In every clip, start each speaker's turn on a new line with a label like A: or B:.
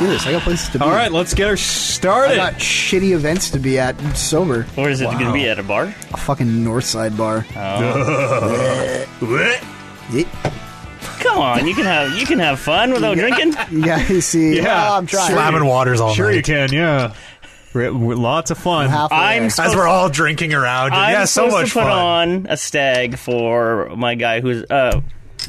A: this. I got places to be.
B: All right, let's get her
A: I
B: started.
A: got shitty events to be at. I'm sober.
C: Or is it going to be at a bar?
A: A fucking Northside bar.
C: Uh,
A: Yeet.
C: Come on, you can have you can have fun without drinking.
A: You guys see?
B: Yeah.
A: Well, I'm trying.
D: Slamming waters all
B: sure, you
D: night
B: can. Yeah, Re- w- lots of fun.
A: Halfway
C: I'm
A: there.
C: supposed
D: as we're all drinking around.
C: I'm
D: yeah, so
C: supposed
D: much
C: to put
D: fun.
C: on a stag for my guy who's uh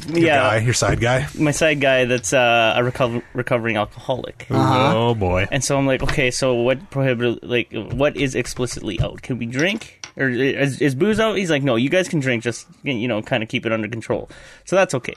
D: Your
C: yeah
D: guy, your side guy.
C: my side guy that's uh, a recover- recovering alcoholic.
B: Oh boy.
C: And so I'm like, okay, so what prohibited? Like, what is explicitly out? Can we drink? Or is, is booze out? He's like, no, you guys can drink, just you know, kind of keep it under control. So that's okay.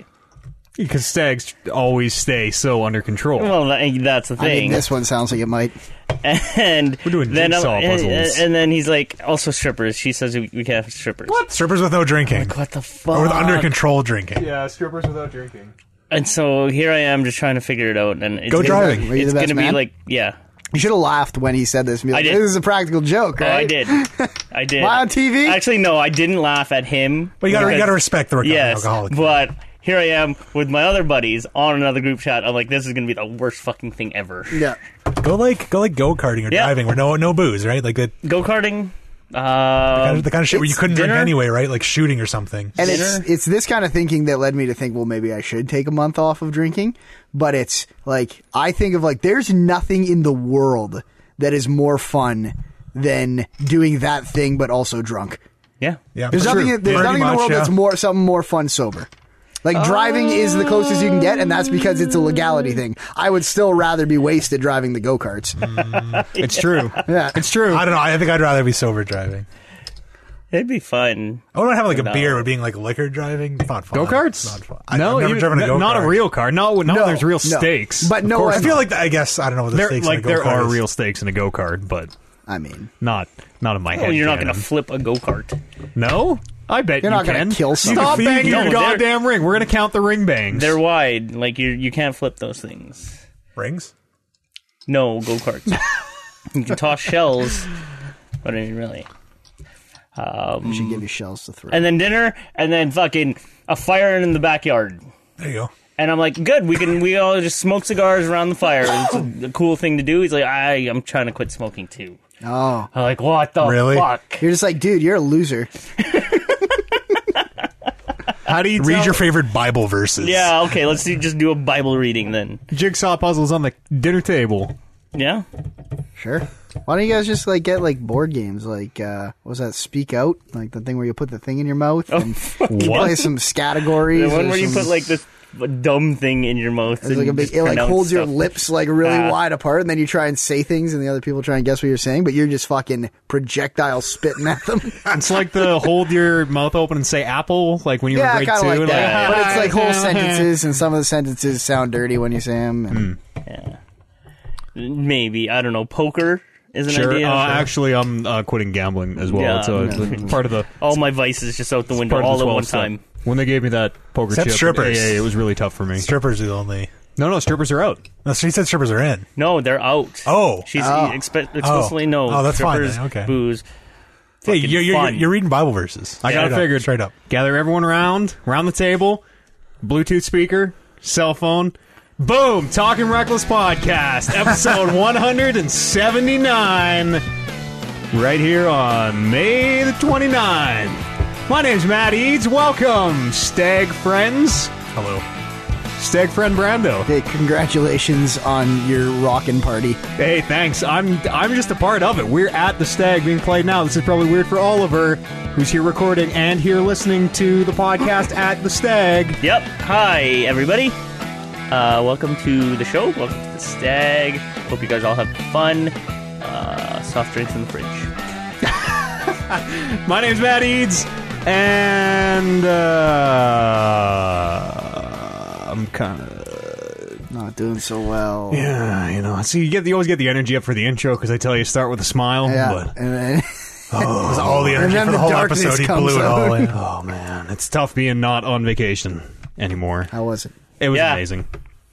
B: Because stags always stay so under control.
C: Well, that, that's the
A: I mean,
C: thing.
A: this one sounds like it might.
C: and
B: We're doing
C: then
B: jigsaw
C: I'm- and-
B: puzzles.
C: And, then he's like, also strippers. She says we, we can't have strippers.
D: What? Strippers with no drinking.
C: What the fuck?
D: Or with under control drinking.
B: yeah, strippers without drinking.
C: And so here I am, just trying to figure it out. And it's
D: Go
C: gonna-
D: driving.
A: Were you
C: It's
A: the best
C: gonna be
A: man?
C: like, yeah.
A: You should have laughed when he said this. and be like,
C: did.
A: This is a practical joke,
C: Oh,
A: right?
C: I did. I did.
A: Why on TV?
C: Actually, no, I didn't laugh at him.
D: But you gotta, you
C: because-
D: gotta respect the recovering
C: Yes,
D: alcoholic.
C: but here I am with my other buddies on another group chat. I'm like, this is gonna be the worst fucking thing ever.
A: Yeah.
D: Go like go like go karting or
C: Yeah.
D: driving where no no booze, right? Like that
C: Go karting. Uh,
D: the kind of shit where you
C: it's
D: couldn't drink
C: dinner.
D: anyway, right? Like shooting or something.
A: And it's
C: Dinner?
A: it's this kind of thinking that led me to think, well, maybe I should take a month off of drinking. But it's like I think of like there's nothing in the world that is more fun than doing that thing, but also drunk.
C: yeah.
D: yeah,
A: There's
D: for
A: nothing.
D: sure.
A: There's
D: Pretty
A: nothing in the
D: much,
A: world
D: yeah.
A: that's more something more fun sober. Like driving is the closest you can get, and that's because it's a legality thing. I would still rather be wasted driving the go karts.
B: It's true.
A: Yeah.
B: It's true.
D: I don't know. I think I'd rather be sober driving.
C: It'd be fun.
D: I wouldn't have like a
C: No.
D: beer, but being like liquor driving, it's not fun.
B: Go
D: It's
B: karts?
D: Not fun. I,
B: no,
D: I've never
B: you-
D: driven a
B: n-
D: go kart.
B: Not a real car. No, not when there's real stakes.
A: But
B: Of
A: no,
B: course
D: I feel like I guess I don't know what the
B: there,
D: stakes in a
B: like there
D: go-kart
B: are
D: is.
B: real stakes in a go kart, but
A: I mean,
B: not not in my
C: Well,
B: head.
C: Oh, you're not gonna
B: Gannon.
C: flip a go kart.
B: no, I bet
A: You're
B: you
A: not gonna
B: can.
A: kill someone.
B: Stop
D: You can
B: banging
D: feed-
B: your
C: No, they're-
B: goddamn ring. We're gonna count the ring bangs.
C: They're wide. Like you, you can't flip those things.
D: rings.
C: No go karts. you can toss shells, but I mean, really. Um,
A: you should give you shells to throw.
C: And then dinner, and then fucking a fire in the backyard.
D: There you go.
C: And I'm like, good. We can we all just smoke cigars around the fire. It's a, a cool thing to do. He's like, I I'm trying to quit smoking too.
A: oh,
C: I'm like, what the
D: Really?
C: fuck?
A: you're just like, dude, you're a loser.
B: How do you
D: Read
B: tell-
D: your favorite Bible verses.
C: Yeah. Okay. Let's do, just do a Bible reading then.
B: jigsaw puzzles on the dinner table?
C: Yeah.
A: Sure. Why don't you guys just like get like board games like uh what was that Speak Out like the thing where you put the thing in your mouth
C: Oh,
A: and you
B: What?
A: play some categories.
C: The one
A: or
C: where you
A: some-
C: put like this dumb thing in your mouth.
A: it's
C: and
A: like a big
C: just
A: it like
C: pronounce
A: holds your
C: stuff.
A: lips like really
C: Ah.
A: wide apart and then you try and say things and the other people try and guess what you're saying but you're just fucking projectile spitting at them.
B: It's like the hold your mouth open and say apple, like when you
A: yeah,
B: were
A: kind
B: in grade
A: of
B: two.
A: like that.
C: like,
A: But it's like whole sentences and some of the sentences sound dirty when you say them.
C: Hmm.
A: And
C: Maybe I don't know. Poker is an
B: Sure.
C: idea.
B: Uh, actually, I'm uh, quitting gambling as well.
C: Yeah.
B: so it's part of the
C: all my vices just out the window
B: part of
C: all
B: the
C: at
B: 12
C: one
B: step.
C: time.
B: When they gave me that poker
D: Except
B: chip, in
D: strippers.
B: AA, it was really tough for me.
D: Strippers are the only.
B: No, no, strippers are out.
D: No, she said strippers are in.
C: No, they're out.
D: Oh.
C: she's
A: Oh.
C: expe- explicitly no.
D: Oh, that's fine then,
C: strippers,
D: okay.
C: Booze.
D: Hey,
C: Fucking
D: you're, you're,
C: fun.
D: you're reading Bible verses.
B: I got
D: Straight
B: it
D: up,
B: figured.
D: straight up.
B: Gather everyone around, around the table, Bluetooth speaker, cell phone. Boom! Talking Reckless Podcast, episode 179, right here on May the 29th. My name's Matt Eads. Welcome, Stag Friends.
D: Hello.
B: Stag Friend Brando.
A: hey, congratulations on your rockin' party.
B: Hey, thanks. I'm I'm just a part of it. We're at the Stag being played now. This is probably weird for Oliver, who's here recording and here listening to the podcast at the Stag.
C: Yep. Hi, everybody. Uh, welcome to the show. Welcome to the stag. Hope you guys all have fun. Uh, soft drinks in the fridge.
B: My name's Matt Eads, and uh, I'm kind of
A: Not doing so well.
B: yeah, you know. See, you get you always get the energy up for the intro because I tell you to start with a smile.
A: Yeah.
B: but
A: And then
D: It was all the energy
A: then
D: for the,
A: the
D: whole
A: darkness
D: episode. He
A: comes
D: blew it all
A: out.
D: in.
B: oh man, it's tough being not on vacation anymore.
A: how was it?
B: It was
C: Yeah.
B: amazing.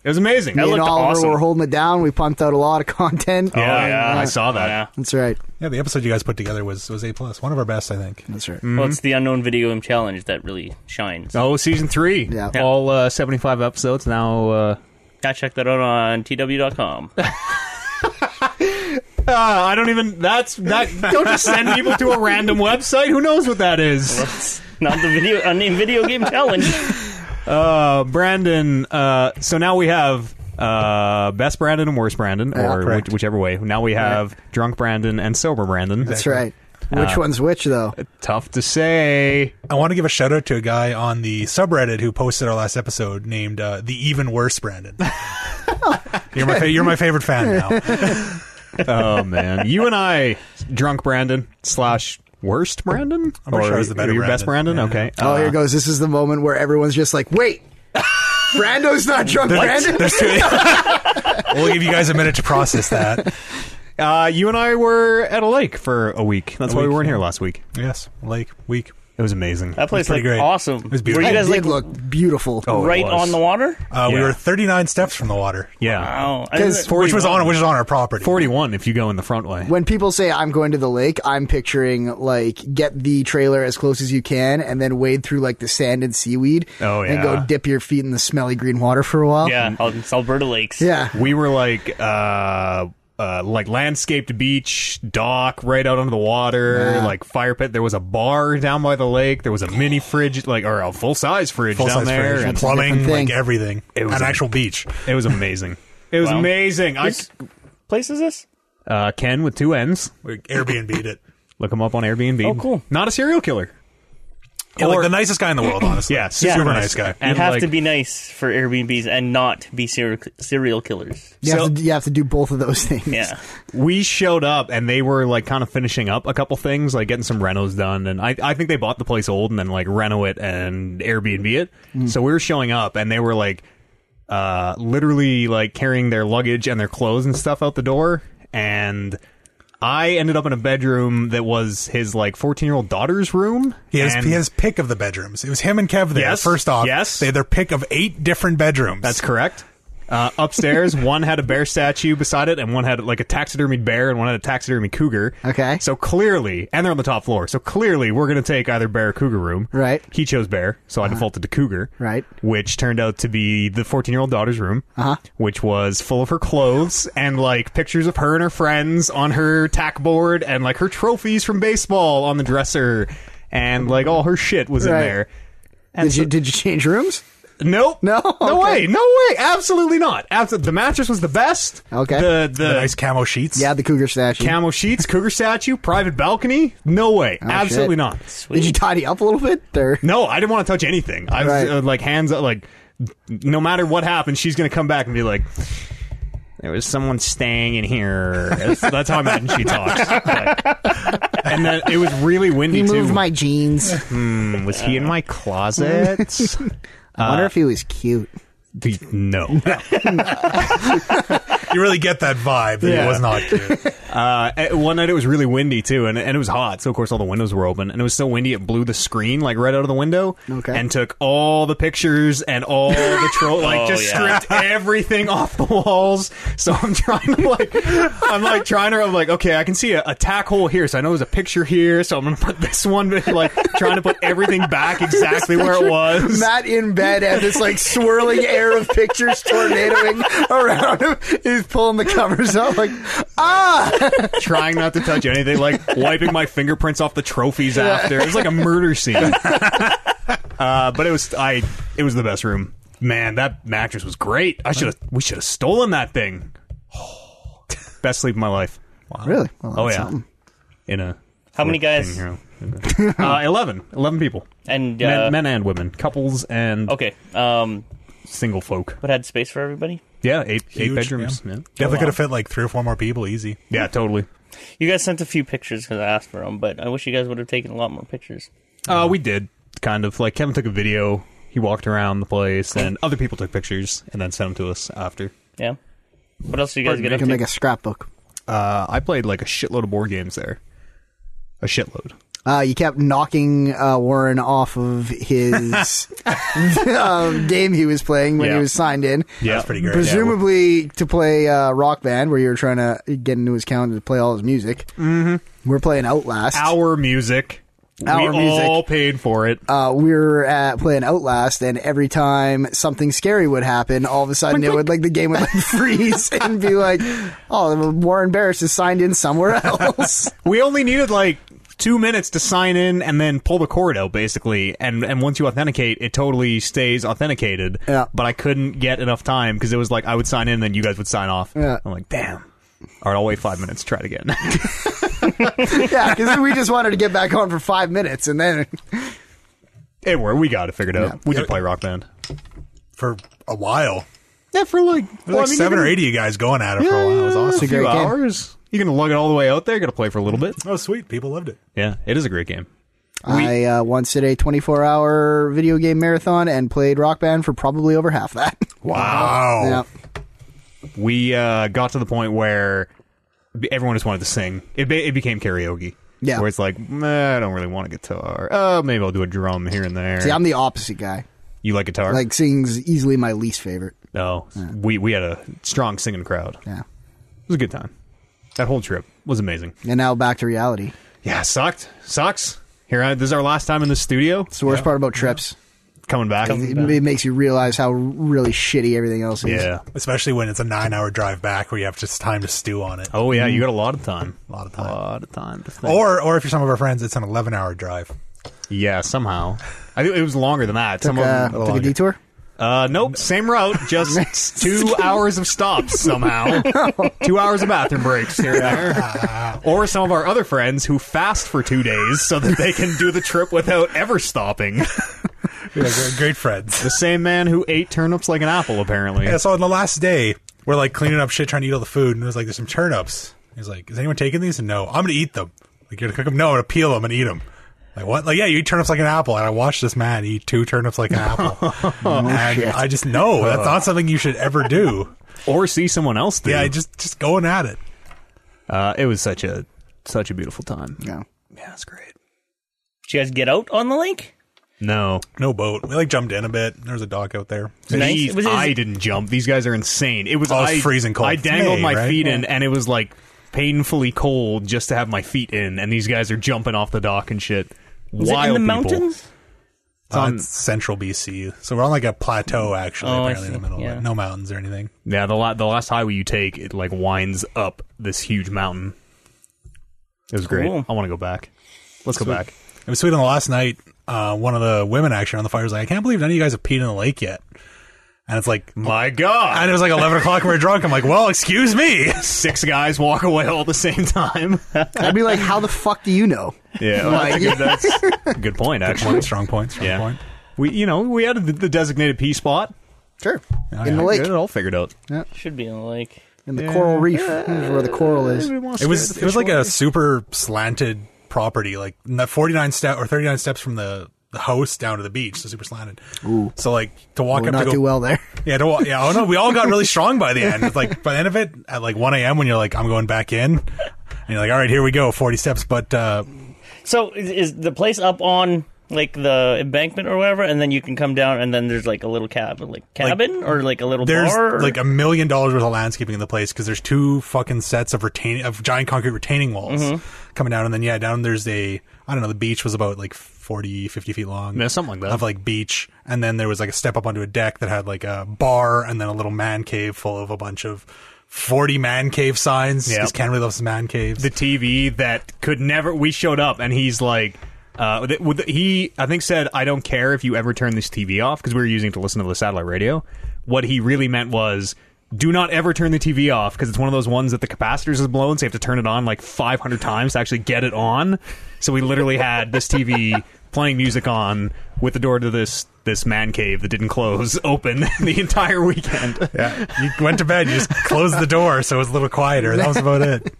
B: It was amazing.
C: That
A: Me and
C: looked
A: Oliver
C: awesome.
A: were holding it down. We pumped out a lot of content.
B: yeah,
C: yeah. Mm-hmm.
B: I saw that.
C: Yeah.
A: That's right.
D: Yeah, the episode you guys put together was was a plus, one of our best, I think.
A: That's right.
C: Well, it's the unknown video game challenge that really shines.
B: Oh, season three.
A: Yeah.
B: All uh, 75 episodes now uh,
C: I checked that out on tw.com.
B: Uh, I don't even. That's that. Don't just send people to a random website. Who knows what that is?
C: Not the video unnamed video game challenge.
B: Uh, Brandon. Uh, so now we have uh, best Brandon and worst Brandon,
A: Yeah,
B: or
A: correct.
B: which, whichever way. Now we have drunk Brandon and sober Brandon.
A: That's right.
C: Uh,
A: Which one's which, though?
B: Tough to say.
D: I want to give a shout out to a guy on the subreddit who posted our last episode named uh, the even worse Brandon. you're my fa- you're my favorite fan now.
B: Oh man, you and I, drunk Brandon slash worst Brandon,
D: I'm pretty
B: or
D: sure I was the better
B: your best Brandon.
D: Brandon. Yeah.
B: Okay.
A: Oh,
B: Uh,
A: here goes. This is the moment where everyone's just like, wait, Brando's not drunk. Brandon.
D: There's two. we'll give you guys a minute to process that.
B: uh, you and I were at a lake for a week. That's
D: A
B: why we
D: week,
B: weren't
D: yeah.
B: here last week.
D: Yes, like week.
B: It was amazing.
C: That place
D: pretty
C: looked
D: great.
C: awesome.
D: It was beautiful.
C: Were you
A: It
C: guys like
A: did look beautiful.
B: Oh, it
C: right
B: was.
C: on the water?
D: Uh, We
B: Yeah.
D: were 39 steps from the water,
B: Yeah.
C: Wow. I
A: 'Cause
C: didn't-
A: for-
D: which was on which is on our property.
B: 41 if you go in the front way.
A: When people say I'm going to the lake, I'm picturing like get the trailer as close as you can and then wade through like the sand and seaweed.
B: Oh,
A: And go
B: yeah.
A: dip your feet in the smelly green water for a while.
C: yeah, out in Alberta Lakes.
A: Yeah.
B: We were like uh uh, like landscaped beach dock right out under the water like fire pit there was a bar down by the lake there was a mini fridge like or a full size fridge
D: Full
B: down
D: size
B: there
D: fridge,
B: and
D: plumbing,
A: different
D: like
A: thing.
D: everything.
B: It was
D: an
B: a-
D: actual beach.
B: it was amazing it was
C: Wow.
B: amazing I,
C: Which place is this?
B: uh, Ken with two N's
D: We Airbnb'd it.
B: look him up on Airbnb
C: Oh, cool.
B: not a serial killer
D: Yeah, like the nicest guy in the world, honestly.
B: Yeah,
D: super
B: super
D: nice
B: nice.
D: guy.
C: You
B: And,
C: have
B: like-
C: to be nice for Airbnbs and not be serial, serial killers.
A: You,
B: So-
A: have to, you have to do both of those things.
C: Yeah.
B: we showed up and they were like kind of finishing up a couple things, like getting some renos done. And I, I think they bought the place old and then like reno it and Airbnb it. So we were showing up and they were like, uh, literally like carrying their luggage and their clothes and stuff out the door. And I ended up in a bedroom that was his like 14 year old daughter's room.
D: He has,
B: And-
D: he has pick of the bedrooms. It was him and Kev there.
B: Yes,
D: First off,
B: yes.
D: they had their pick of eight different bedrooms.
B: That's correct. Uh, upstairs, one had a bear statue beside it, and one had like a taxidermied bear, and one had a taxidermy cougar.
A: Okay.
B: So clearly, and they're on the top floor. So clearly, we're going to take either bear or cougar room.
A: Right. Uh-huh.
B: He chose bear, so I defaulted to cougar.
A: Right.
B: Which turned out to be the 14 year old daughter's room, uh-huh. which was full of her clothes and like pictures of her and her friends on her tack board, and like her trophies from baseball on the dresser, and like all her shit was in
A: Right.
B: there. And
A: Did you did you change rooms?
B: Nope.
A: No?
B: No
A: Okay.
B: way. No way. Absolutely not. Absolutely. The mattress was the best.
A: Okay.
B: The the,
D: the nice camo sheets.
A: Yeah, the cougar statue.
B: camo sheets, cougar statue, private balcony. No way. Absolutely
A: Oh, shit.
B: not.
A: did you tidy up a little bit? Or
B: No, I didn't want to touch anything. I was
A: Right.
B: uh, like hands up. Like no matter what happens, she's gonna come back and be like. There was someone staying in here. That's, that's how I imagine she talks. Like- and then it was really windy
A: he
B: too.
A: moved my
C: Uh,
A: jeans.
B: Hmm, was he in my closet?
A: I wonder if he was cute.
B: The- no.
D: You really get that vibe that
B: Yeah.
D: he was not cute.
B: Uh, at- one night it was really windy too, and, and it was hot. So of course all the windows were open, and it was so windy it blew the screen like right out of the window,
A: Okay.
B: and took all the pictures and all the tro like
C: Oh,
B: just
C: yeah.
B: stripped everything off the walls. So I'm trying to like, I'm like trying to, I'm like, okay, I can see a, a tack hole here, so I know there's a picture here, so I'm gonna put this one, but like trying to put everything back exactly where it was.
A: Matt in bed and this like swirling air of pictures tornadoing around him. He's pulling the covers up like, ah,
B: trying not to touch anything, like wiping my fingerprints off the trophies after. It was like a murder scene. uh, but it was I. It was the best room. Man, that mattress was great. I should have. We should have stolen that thing. best sleep of my life.
A: really? Well,
B: Oh
A: that's
B: yeah.
A: something.
B: In a
C: How many guys?
B: thing here. uh, 11. 11 people.
C: And, uh,
B: men, men and women, couples and
C: Okay. Um,
B: single folk.
C: but had space for everybody?
B: Yeah, eight eight
D: Huge,
B: bedrooms. Yeah,
D: Definitely could have fit like three or four more people easy.
B: yeah totally.
C: You guys sent a few pictures because I asked for them, but I wish you guys would have taken a lot more pictures.
B: Uh, we did kind of like Kevin took a video. He walked around the place, and other people took pictures and then sent them to us after.
C: Yeah. What else did you guys
B: Pardon
C: get
B: me.
A: You
C: up to?
A: can make a scrapbook.
B: Uh, I played like a shitload of board games there, a shitload.
A: Uh, you kept knocking uh, Warren off of his um, game he was playing when
B: Yeah.
A: he was signed in.
B: Yeah,
D: That's pretty great.
A: Presumably to play uh, Rock Band, where you were trying to get into his calendar to play all his music. Mm-hmm. We're playing Outlast.
B: Our music.
A: our
B: we
A: music.
B: all paid for it.
A: uh, we were at playing Outlast, and every time something scary would happen, all of a sudden it would like the game would like freeze and be like, "Oh, Warren Barris is signed in somewhere else."
B: we only needed like two minutes to sign in and then pull the cord out, basically. And and once you authenticate, it totally stays authenticated.
A: Yeah.
B: But I couldn't get enough time because it was like I would sign in, then you guys would sign off.
A: Yeah.
B: I'm like, damn. All right, I'll wait five minutes. Try it again.
A: yeah, because we just wanted to get back on for five minutes, and then
B: it worked. We got it figured out. We did play Rock Band.
D: for a while.
B: Yeah, for like,
D: There were like seven or eight of you guys going at it
B: Oh,
D: for a while. It was awesome.
A: a great game.
B: hours. You're gonna lug it all the way out there. You're gonna play for a little bit.
D: Oh, sweet. People loved it.
B: Yeah, it is a great game.
A: I uh, once did a 24-hour video game marathon and played Rock Band for probably over half that.
D: Wow.
A: yeah.
B: we uh, got to the point where everyone just wanted to sing. It, be- it became karaoke.
A: Yeah.
B: Where it's like, "Nah, I don't really want a guitar. Oh, maybe I'll do a drum here and there.
A: See, I'm the opposite guy.
B: you like guitar?
A: Like, singing's easily my least favorite.
B: no. We we had a strong singing crowd. It
A: Yeah.
B: was a good time. That whole trip was amazing.
A: And now back to reality.
B: Yeah, sucked. Sucks. Here, I, this is our last time in the studio.
A: It's the worst part about trips.
B: Coming back.
A: It, it makes you realize how really shitty everything else is.
B: Yeah.
D: Especially when it's a nine hour drive back where you have just time to stew on it.
B: Oh yeah, you got a lot of time. A
D: lot of time.
B: A
D: Oh.
B: lot of time. To think.
D: Or, or if you're some of our friends, it's an 11 hour drive.
B: yeah, somehow. I think it was longer than that. Some
A: Took, uh,
B: of them,
A: took a detour.
B: Uh, nope, same route, just two hours of stops somehow. two hours of bathroom breaks here and there. or some of our other friends who fast for two days so that they can do the trip without ever stopping.
D: We're great- great friends.
B: The same man who ate turnips like an apple, apparently.
D: Yeah, so on the last day, we're like cleaning up shit, trying to eat all the food, and it was like, there's some turnips. He's like, is anyone taking these? And no, I'm gonna eat them. Like, you're gonna cook them? No, I'm gonna peel them and eat them. Like what? Like yeah, you eat turnips like an apple, and I watched this man eat two turnips like an apple,
C: Oh,
D: and I just know that's not something you should ever do.
B: Or see someone else do.
D: Yeah, just just going at it.
B: uh, it was such a such a beautiful time.
A: Yeah.
B: Yeah, that's great.
C: Did you guys get out on the lake?
B: No,
D: No boat. We like jumped in a bit. There was a dog out there.
C: Nice.
B: These-
C: Was it-
B: I didn't jump. These guys are insane. It was
D: Oh, it's
B: I-
D: freezing cold.
B: I
D: It's
B: dangled
D: May,
B: my
D: right?
B: feet in, and it was like painfully cold just to have my feet in. And these guys are jumping off the dock and shit.
C: Was
B: Wild
C: it in the
B: people.
C: mountains?
D: It's on central BC, so we're on like a plateau actually,
C: Oh, I
D: apparently in the
C: see.
D: middle. of
C: Yeah.
D: it. No mountains or anything.
B: Yeah, the la- the last highway you take, it like winds up this huge mountain. It was great.
C: Cool.
B: I want to go back. Let's go back.
D: It was sweet on the last night. Uh, one of the women actually on the fire was like, "I can't believe none of you guys have peed in the lake yet." And it's like,
B: My God,
D: and it was like eleven o'clock. and We're drunk. I'm like, "Well, excuse me."
B: six guys walk away all the same time.
A: I'd be like, how the fuck do you know?
B: yeah, well, that's, a good, that's a good point. Actually,
D: Point, strong point. Strong
B: yeah.
D: point.
B: We you know we had the, the designated pee spot.
A: Sure.
D: Oh,
A: in
D: yeah.
A: the lake.
B: Get it all figured out.
C: Should be in the lake.
A: In the coral reef. is where the coral is.
D: It was it was like a super slanted property, like n- 49 step or 39 steps from the, the house down to the beach. So super slanted. Ooh. So like to walk
A: Would
D: up
A: not
D: to go
A: do well there.
D: Yeah, to, wa- yeah. Oh no, we all got really strong by the end. It's like by the end of it, at like one a.m. when you're like, I'm going back in, and you're like, all right, here we go, forty steps. But uh,
C: So is, is the place up on like the embankment or whatever, and then you can come down, and then there's like a little cabin, like cabin or like a little
D: there's
C: bar.
D: like a million dollars worth of landscaping in the place because there's two fucking sets of retaining of giant concrete retaining walls
B: Mm-hmm.
D: coming down, and then yeah, down there's a I don't know. The beach was about like 40, 50 feet long,
B: Yeah, something like that.
D: of like beach, and then there was like a step up onto a deck that had like a bar, and then a little man cave full of a bunch of. 40 man cave signs
B: Yeah.
D: because Canada loves man caves.
B: the TV that could never. We showed up, and he's like, uh, th- with- he I think said, "I don't care if you ever turn this TV off," because we were using it to listen to the satellite radio. What he really meant was. Do not ever turn the TV off because it's one of those ones that the capacitors is blown, so you have to turn it on like 500 times to actually get it on. So we literally had this TV playing music on with the door to this this man cave that didn't close open the entire weekend.
D: Yeah, you went to bed. You just closed the door, so it was a little quieter. That was about it.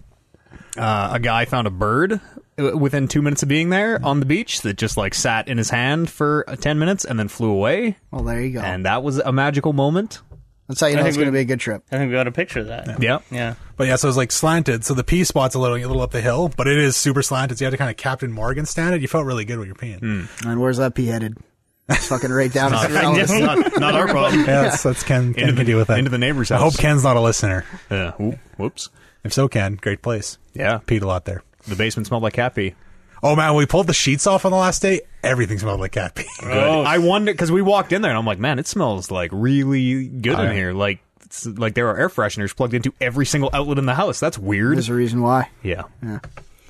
B: uh, a guy found a bird uh, within two minutes of being there on the beach that just like sat in his hand for uh, 10 minutes and then flew away
A: Well, there you go.
B: and that was a magical moment
A: That's how you know
C: I
A: it's
C: think
A: going to
C: we-
A: be a good trip.
C: I think we got a picture of that.
B: yeah
C: Yeah.
D: But yeah, so it was like slanted. So the pee spot's a little, a little up the hill, but it is super slanted. So you had to kind of Captain Morgan stand it. You felt really good when you're peeing.
A: And where's that pea headed? It's fucking right down.
B: not,
A: at the pelvis.
B: not, not our problem
D: Yeah, that's, that's Ken. Ken
B: into the,
D: can deal with that.
B: into the neighbor's
D: I hope
B: house
D: Ken's not a listener.
B: yeah. Ooh, whoops
D: If so, Ken, great place.
B: yeah
D: Peed a lot there.
B: the basement smelled like cat pee
D: Oh man, we pulled the sheets off on the last day. Everything smelled like cat pee.
B: Uh,
C: Oh,
B: I wonder because we walked in there and I'm like, man, it smells like really good in here. Like, it's, like there are air fresheners plugged into every single outlet in the house. That's weird.
A: There's a reason why.
B: yeah.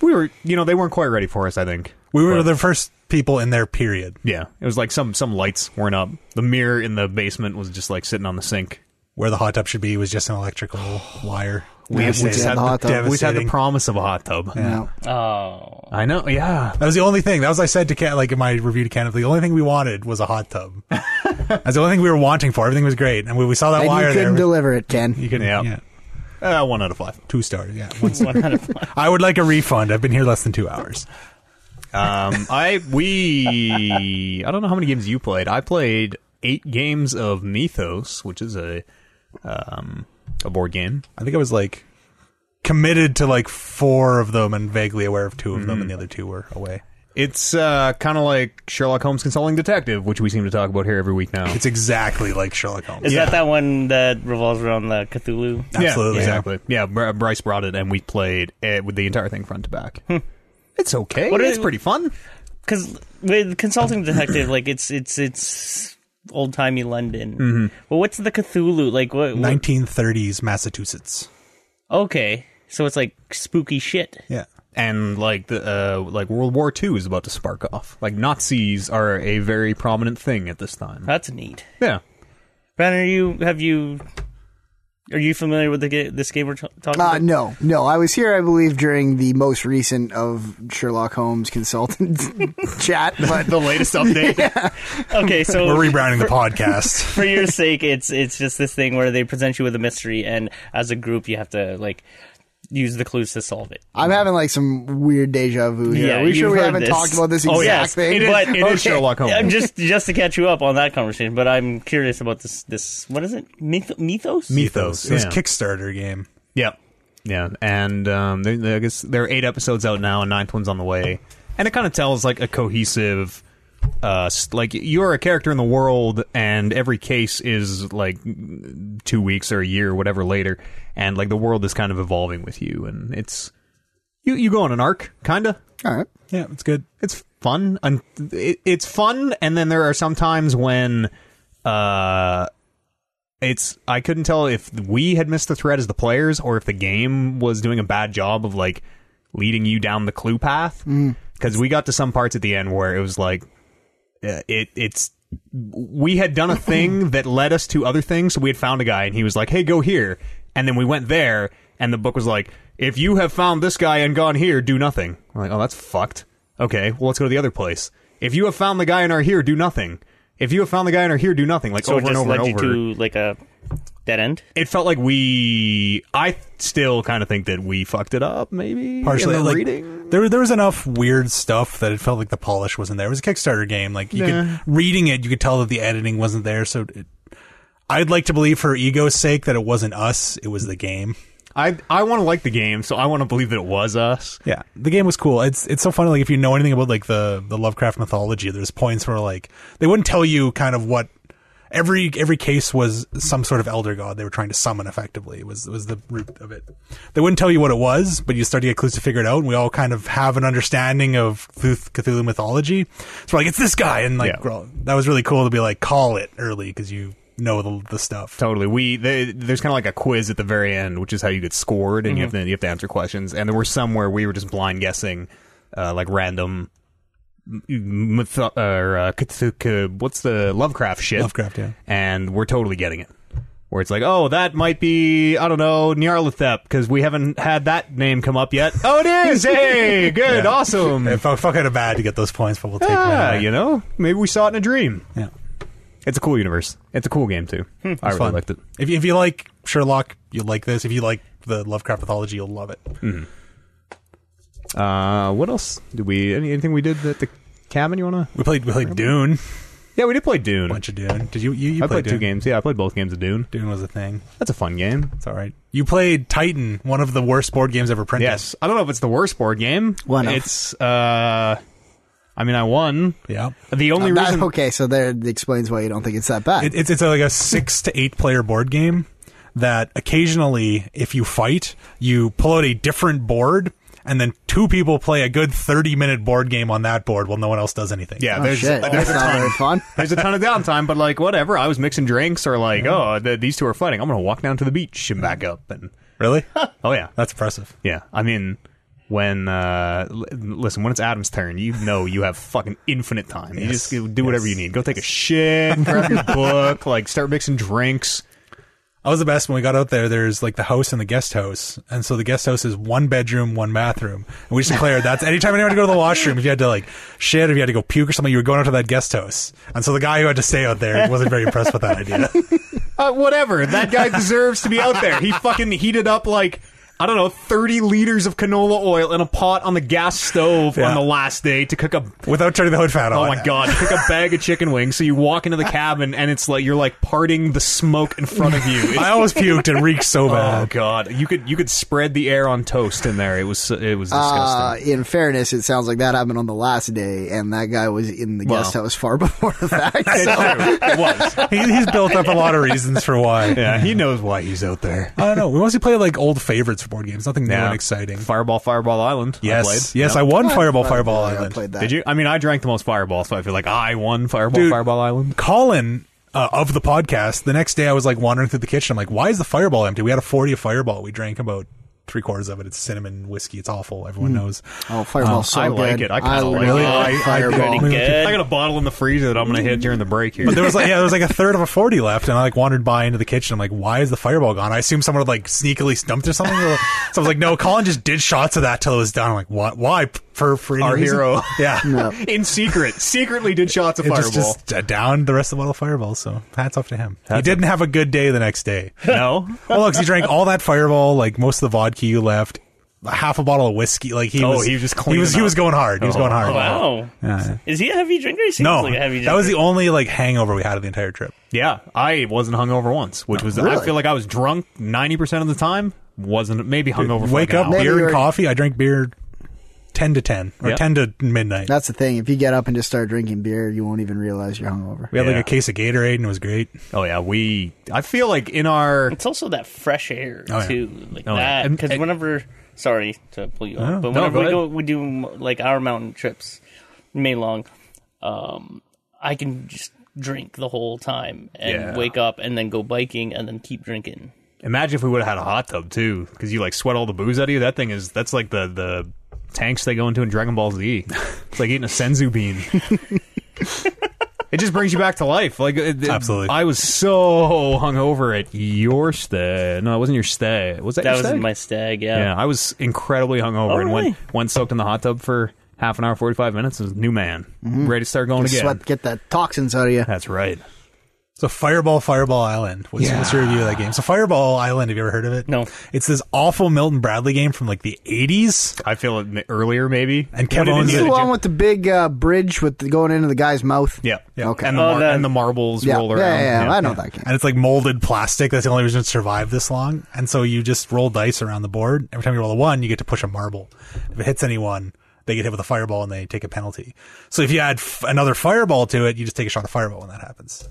B: we were, you know, they weren't quite ready for us. I think
D: we were
B: But-
D: the first people in there. Period.
B: Yeah, it was like some some lights weren't up. The mirror in the basement was just like sitting on the sink.
D: Where the hot tub should be was just an electrical wire.
B: We,
A: Yes,
B: we
A: they
B: just
A: had
B: had
A: the hot
B: the,
A: tub.
B: we just had the
D: Devastating.
B: promise of a hot tub.
A: No.
C: oh.
B: I know. Yeah,
D: That was the only thing. That was I said to Cat like in my review to Kenneth. The only thing we wanted was a hot tub. That's the only thing we were wanting for. Everything was great, and when we saw that
A: And you
D: wire there,
A: couldn't deliver it, Ken.
D: you couldn't.
B: Yeah.
D: Yeah,
B: uh, one out of five.
D: two stars. Yeah, one star.
C: One out of five.
D: I would like a refund. I've been here less than two hours.
B: Um, I we I don't know how many games you played. I played eight games of Mythos, which is a um a board game.
D: I think I was like committed to like four of them and vaguely aware of two of them, and
B: Mm-hmm.
D: the other two were away.
B: It's uh, kind of like Sherlock Holmes Consulting Detective, which we seem to talk about here every week now.
D: It's exactly like Sherlock Holmes.
C: Is that that one that revolves around the Cthulhu?
D: Absolutely.
B: yeah, exactly. Yeah, Br- Bryce brought it, and we played it with the entire thing front to back. it's okay.
C: What
B: it's
C: is-
B: pretty fun.
C: Because with consulting detective, like it's it's it's old timey London. Well, what's the Cthulhu like? What, what?
D: 1930s Massachusetts.
C: Okay, so it's like spooky shit.
D: Yeah.
B: And like the uh, like World War II is about to spark off. Like Nazis are a very prominent thing at this time.
C: That's neat.
B: Yeah.
C: Brandon, are you have you are you familiar with the ga- this game we're t- talking
A: Uh,
C: about?
A: no, no. I was here, I believe, during the most recent of Sherlock Holmes consultant chat, but
B: The latest update.
C: Okay, so
D: We're rebranding the podcast.
C: for your sake, it's it's just this thing where they present you with a mystery, and as a group, you have to like use the clues to solve it.
A: I'm having like some weird deja vu here.
C: Yeah,
A: Are we sure
C: you've
A: we
C: heard
A: haven't
C: this.
A: talked about this exact
B: Oh, yes.
A: thing?
B: It is,
C: But-
B: it is
C: okay.
B: Sherlock Holmes.
C: I'm just just to catch you up on that conversation, but I'm curious about this. This what is it? Myth- mythos?
B: Mythos.
D: It was
B: yeah.
D: a Kickstarter game.
B: Yeah, yeah, and um, they, they- I guess there are eight episodes out now, and ninth one's on the way, and it kind of tells like a cohesive, uh, st- like you're a character in the world, and every case is like two weeks or a year, or whatever later, and like the world is kind of evolving with you, and it's you you go on an arc, kinda.
A: All right.
D: Yeah, it's good.
B: It's fun, and it, it's fun, and then there are some times when, uh it's I couldn't tell if we had missed the thread as the players or if the game was doing a bad job of like leading you down the clue path because we got to some parts at the end where it was like uh, it it's we had done a thing that led us to other things so we had found a guy and he was like hey go here and then we went there and the book was like if you have found this guy and gone here do nothing I'm like oh that's fucked okay well let's go to the other place if you have found the guy and are here do nothing if you have found the guy and are here do nothing like
C: So
B: over
C: it just
B: and over
C: led
B: and
C: you
B: over
C: to like a dead end.
B: it felt like we I still kind of think that we fucked it up maybe
D: Partially,
B: in the
D: like
B: reading
D: there, there was enough weird stuff that it felt like the polish wasn't there. It was a Kickstarter game. Like you
B: Nah.
D: could reading it, you could tell that the editing wasn't there. So it, I'd like to believe, for ego's sake, that it wasn't us. It was the game.
B: I I want to like the game so I want to believe that it was us
D: Yeah, the game was cool. It's it's so funny. Like if you know anything about like the the Lovecraft mythology, there's points where like they wouldn't tell you kind of what every every case was some sort of elder god they were trying to summon. Effectively, was was the root of it. They wouldn't tell you what it was, but you start to get clues to figure it out. And we all kind of have an understanding of Cthulhu Cthulhu mythology. So we're like, it's this guy, and like
B: Yeah.
D: we're all- that was really cool to be like call it early because you know the the stuff.
B: totally we they, there's kind of like a quiz at the very end which is how you get scored and you have
D: Mm-hmm.
B: to you have to answer questions and there were some where we were just blind guessing uh, like random m- m- myth- or uh, Cth- Cth- what's the Lovecraft shit
D: Lovecraft, yeah.
B: and we're totally getting it. Where it's like, oh, that might be, I don't know, Nyarlathotep, because we haven't had that name come up yet. Oh, it is! hey, good, awesome.
D: It felt, felt kind of bad to get those points, but we'll take
B: yeah,
D: that.
B: you know, maybe we saw it in a dream.
D: yeah.
B: It's a cool universe. It's a cool game too. I really
D: Hmm, fun.
B: liked it.
D: If you, if you like Sherlock, you'll like this. If you like the Lovecraft mythology, you'll love it.
B: Uh, what else did we? Any, anything we did at the cabin? You wanna?
D: We played we played Dune,
B: Yeah, we did play Dune.
D: bunch of Dune. Did you you, you
B: I played
D: Dune.
B: two games. Yeah, I played both games of Dune.
D: Dune was a thing.
B: That's a fun game.
D: It's all right. You played Titan, one of the worst board games ever printed.
B: Yes, I don't know if it's the worst board game.
A: One of.
B: It's uh, I mean, I won.
D: Yeah.
B: The only
A: That-
B: reason
A: okay, so there that explains why you don't think it's that bad.
D: It, it's it's like a six to eight player board game that occasionally, if you fight, you pull out a different board and then two people play a good 30 minute board game on that board while no one else does anything.
B: Yeah,
A: Oh,
B: there's,
A: shit.
B: there's
A: That's
B: a
A: not
B: ton,
A: very fun.
B: there's a ton of downtime, but like whatever. I was mixing drinks or like, oh, th- these two are fighting. I'm gonna walk down to the beach and back up. And
D: Really?
B: oh yeah,
D: That's impressive.
B: yeah. I mean, when uh, l- listen, when it's Adam's turn, you know you have fucking infinite time. You just do whatever you need. Go take a shit, grab your book, like start mixing drinks.
D: I was the best when we got out there. There's like the house and the guest house. And so the guest house is one bedroom, one bathroom. And we just declared that's anytime anyone had to go to the washroom, if you had to like shit, if you had to go puke or something, you were going out to that guest house. And so the guy who had to stay out there wasn't very impressed with that idea.
B: Uh, whatever. That guy deserves to be out there. He fucking heated up like. I don't know, 30 liters of canola oil in a pot on the gas stove
D: Yeah.
B: on the last day to cook a
D: Without turning the hood fan on.
B: Oh my god! You pick a bag of chicken wings, so you walk into the cabin, and it's like you're like parting the smoke in front of you. It's-
D: I almost puked and reeked so
B: oh
D: bad.
B: god! You could you could spread the air on toast in there. It was it was
A: Uh,
B: disgusting.
A: in fairness, it sounds like that happened on the last day, and that guy was in the guest
B: Well.
A: house far before the fact. So.
B: Oh, it was.
D: He, he's built up a lot of reasons for why.
B: Yeah, he knows why he's out there.
D: I don't know. We mostly play like old favorites for board games, nothing new
B: Yeah.
D: and exciting.
B: Fireball, Fireball Island. I
D: Yes,
B: played.
D: yes,
B: Yeah.
D: I won Fireball Fireball
A: I
D: Island.
A: played that.
B: Did you? I mean, I drank the most Fireball, so I feel like I won Fireball,
D: Dude.
B: Fireball Island.
D: Colin uh, of the podcast, the next day I was like wandering through the kitchen. I'm like, why is the fireball empty? We had a 40 of fireball. We drank about three quarters of it. It's cinnamon whiskey. It's awful. Everyone knows.
A: Oh, Fireball!
B: Oh,
A: so
B: I like
A: good.
B: it. I kinda like
A: really
B: it.
A: like
B: I- I
A: Fireball.
C: pretty good.
B: I got a bottle in the freezer that I'm gonna hit during the break here.
D: But there was like, yeah, there was like a third of a 40 left. And I like wandered by into the kitchen. I'm like, why is the fireball gone? I assume someone had like sneakily stumped or something. so I was like, no, Colin just did shots of that till it was done. I'm like, what? Why? For, for any
B: Our
D: reason?
B: hero.
D: Yeah.
B: in secret, secretly did shots of
D: It
B: Fireball.
D: just, just uh, downed the rest of the bottle of fireball. So hats off to him. he
B: Hats
D: didn't have a good day the next day.
B: no,
D: Well, look, he drank all that Fireball, like most of the vodka you left, half a bottle of whiskey. Like he
B: Oh,
D: was,
B: he was just
D: he
B: cleaning
D: was he
B: up.
D: was going hard. He was
B: Oh,
D: going hard.
C: Wow.
D: Yeah.
C: Is he a heavy drinker? He seems
D: No,
C: like a heavy drinker.
D: that was the only like hangover we had of the entire trip.
B: Yeah, I wasn't hungover once, which was I feel like I was drunk ninety percent of the time. Wasn't maybe hungover. for like
D: Wake
B: an
D: up,
B: hour.
A: Maybe
D: beer and
A: you're-
D: coffee. I drank beer ten to ten or
B: Yeah.
D: ten to midnight.
A: That's the thing. If you get up and just start drinking beer, you won't even realize you're hungover.
D: we had
B: Yeah.
D: like a case of Gatorade and it was great.
B: Oh yeah, we. I feel like in our
C: It's also that fresh air
D: Oh, yeah.
C: too, like
B: Oh, yeah.
C: that.
B: And-
C: Because
B: and-
C: whenever, sorry to pull you
D: No,
C: off, but
B: no,
C: whenever
B: go
C: we
B: ahead.
C: go, we do like our mountain trips, May long. Um, I can just drink the whole time and
B: Yeah.
C: wake up and then go biking and then keep drinking.
B: imagine if we would have had a hot tub too, because you like sweat all the booze out of you. That thing is that's like the the tanks they go into in Dragon Ball Z. It's like eating a senzu bean. It just brings you back to life. Like it, it-
D: Absolutely.
B: I was so hungover at your stay. No, it wasn't your stay. Was that
C: That
B: your
C: was
B: stay?
C: my stag.
B: Yeah,
C: Yeah.
B: I was incredibly hungover
C: Oh,
B: and
C: really?
B: went went soaked in the hot tub for half an hour, forty five minutes. And was a new man,
D: Mm-hmm.
B: ready to start going again.
A: Sweat, get the toxins out of you.
B: That's right.
D: So Fireball, Fireball Island. What's,
B: Yeah.
D: what's your review of that game? So Fireball Island. Have you ever heard of it?
C: No.
D: It's this awful Milton Bradley game from like the eighties.
B: I feel it ma- earlier maybe.
D: And
B: What
D: Kev
B: did it
D: owns
A: This is
B: do
D: it.
B: to
A: the
B: Jim?
A: one with the big uh, bridge with the, going into the guy's mouth.
B: Yeah, yeah.
A: Okay.
B: And the,
C: Oh,
B: mar-
C: that-
B: and the marbles
A: Yeah.
B: roll
A: Yeah,
B: around.
A: yeah, yeah, I know that game.
D: and it's like molded plastic. That's the only reason it survived this long. And so you just roll dice around the board. Every time you roll a one, you get to push a marble. If it hits anyone, they get hit with a fireball and they take a penalty. So if you add f- another fireball to it, you just take a shot of fireball when that happens.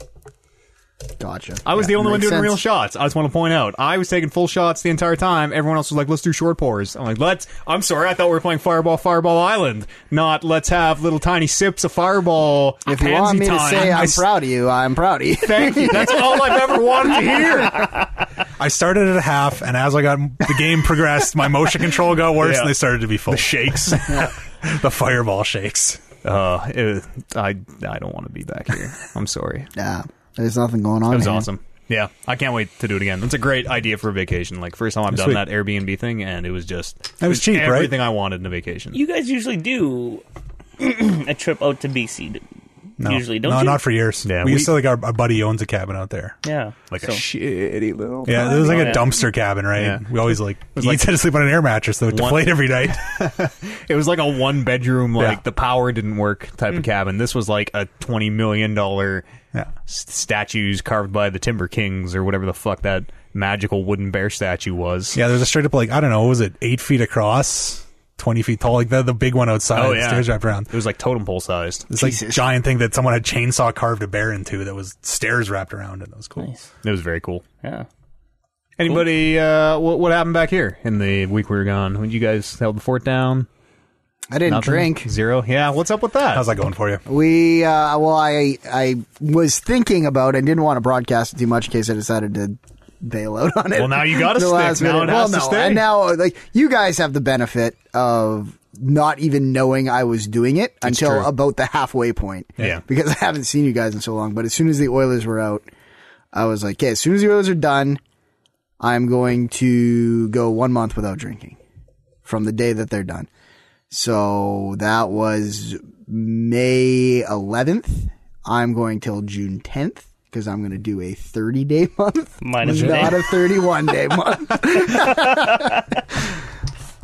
A: Gotcha.
B: I was
A: Yeah,
B: the only one
A: makes
B: doing real
A: sense.
B: shots. I just want to point out, I was taking full shots the entire time. Everyone else was like, "Let's do short pours." I'm like, "Let's." I'm sorry, I thought we were playing Fireball, Fireball Island, not let's have little tiny sips of Fireball.
A: If you want
B: pansy
A: me to
B: time.
A: say
B: I
A: I'm
B: s-
A: proud of you, I'm proud of you.
B: thank you. That's all I've ever wanted to hear.
D: I started at a half, and as I got the game progressed, my motion control got worse,
B: Yeah.
D: and they started to be full.
B: The shakes.
D: the fireball shakes.
B: Uh, it, I I don't want to be back here. I'm sorry.
A: yeah, there's nothing going on.
B: It was
A: here.
B: awesome. Yeah, I can't wait to do it again. That's a great idea for a vacation. Like first time I've done
D: Sweet.
B: that Airbnb thing, and it was just
D: That was cheap, right?
B: everything I wanted in a vacation.
C: You guys usually do a trip out to BC. d-
D: No,
C: usually, don't
D: no,
C: you?
D: not for years.
B: Yeah,
D: we,
B: we-
D: used to like our, our buddy owns a cabin out there.
C: yeah.
B: like
C: So,
B: a shitty little.
D: Yeah, it was like
C: Oh,
D: a
C: yeah.
D: dumpster cabin, right?
B: Yeah.
D: We always like
B: was
D: he
B: like-
D: had to sleep on an air mattress, so it
B: One-
D: deflated every night.
B: It was like a one bedroom, like
D: Yeah.
B: the power didn't work type
A: Mm.
B: of cabin. This was like a twenty million dollar
D: Yeah.
B: statues carved by the Timber Kings or whatever the fuck that magical wooden bear statue was.
D: Yeah, there's a straight up like I don't know, what was it eight feet across, twenty feet tall, like the the big one outside,
B: Oh
D: the
B: yeah,
D: stairs wrapped around.
B: It was like totem pole sized.
D: This like
A: Jesus.
D: giant thing that someone had chainsaw carved a bear into that was stairs wrapped around, and that was cool.
C: Nice.
B: It was very cool.
C: yeah.
B: Anybody? Uh, what, what happened back here in the week we were gone? When you guys held the fort down?
A: I didn't
B: Nothing?
A: drink.
B: Zero. Yeah. What's up with that?
D: How's that going for you?
A: We uh, well, I I was thinking about and didn't want to broadcast it too much in case I decided to bail out on it.
B: Well, now you gotta
A: The
B: stick.
A: last
B: Now
A: minute.
B: it
A: well,
B: has to
A: no,
B: stay.
A: and now like you guys have the benefit of not even knowing I was doing it until
B: true.
A: about the halfway point.
B: Yeah.
A: because I haven't seen you guys in so long. But as soon as the Oilers were out, I was like, okay, as soon as the Oilers are done, I'm going to go one month without drinking from the day that they're done. So that was May 11th. I'm going till June 10th because I'm going to do a 30 day month,
C: Minus a
A: not
C: day.
A: a 31 day month.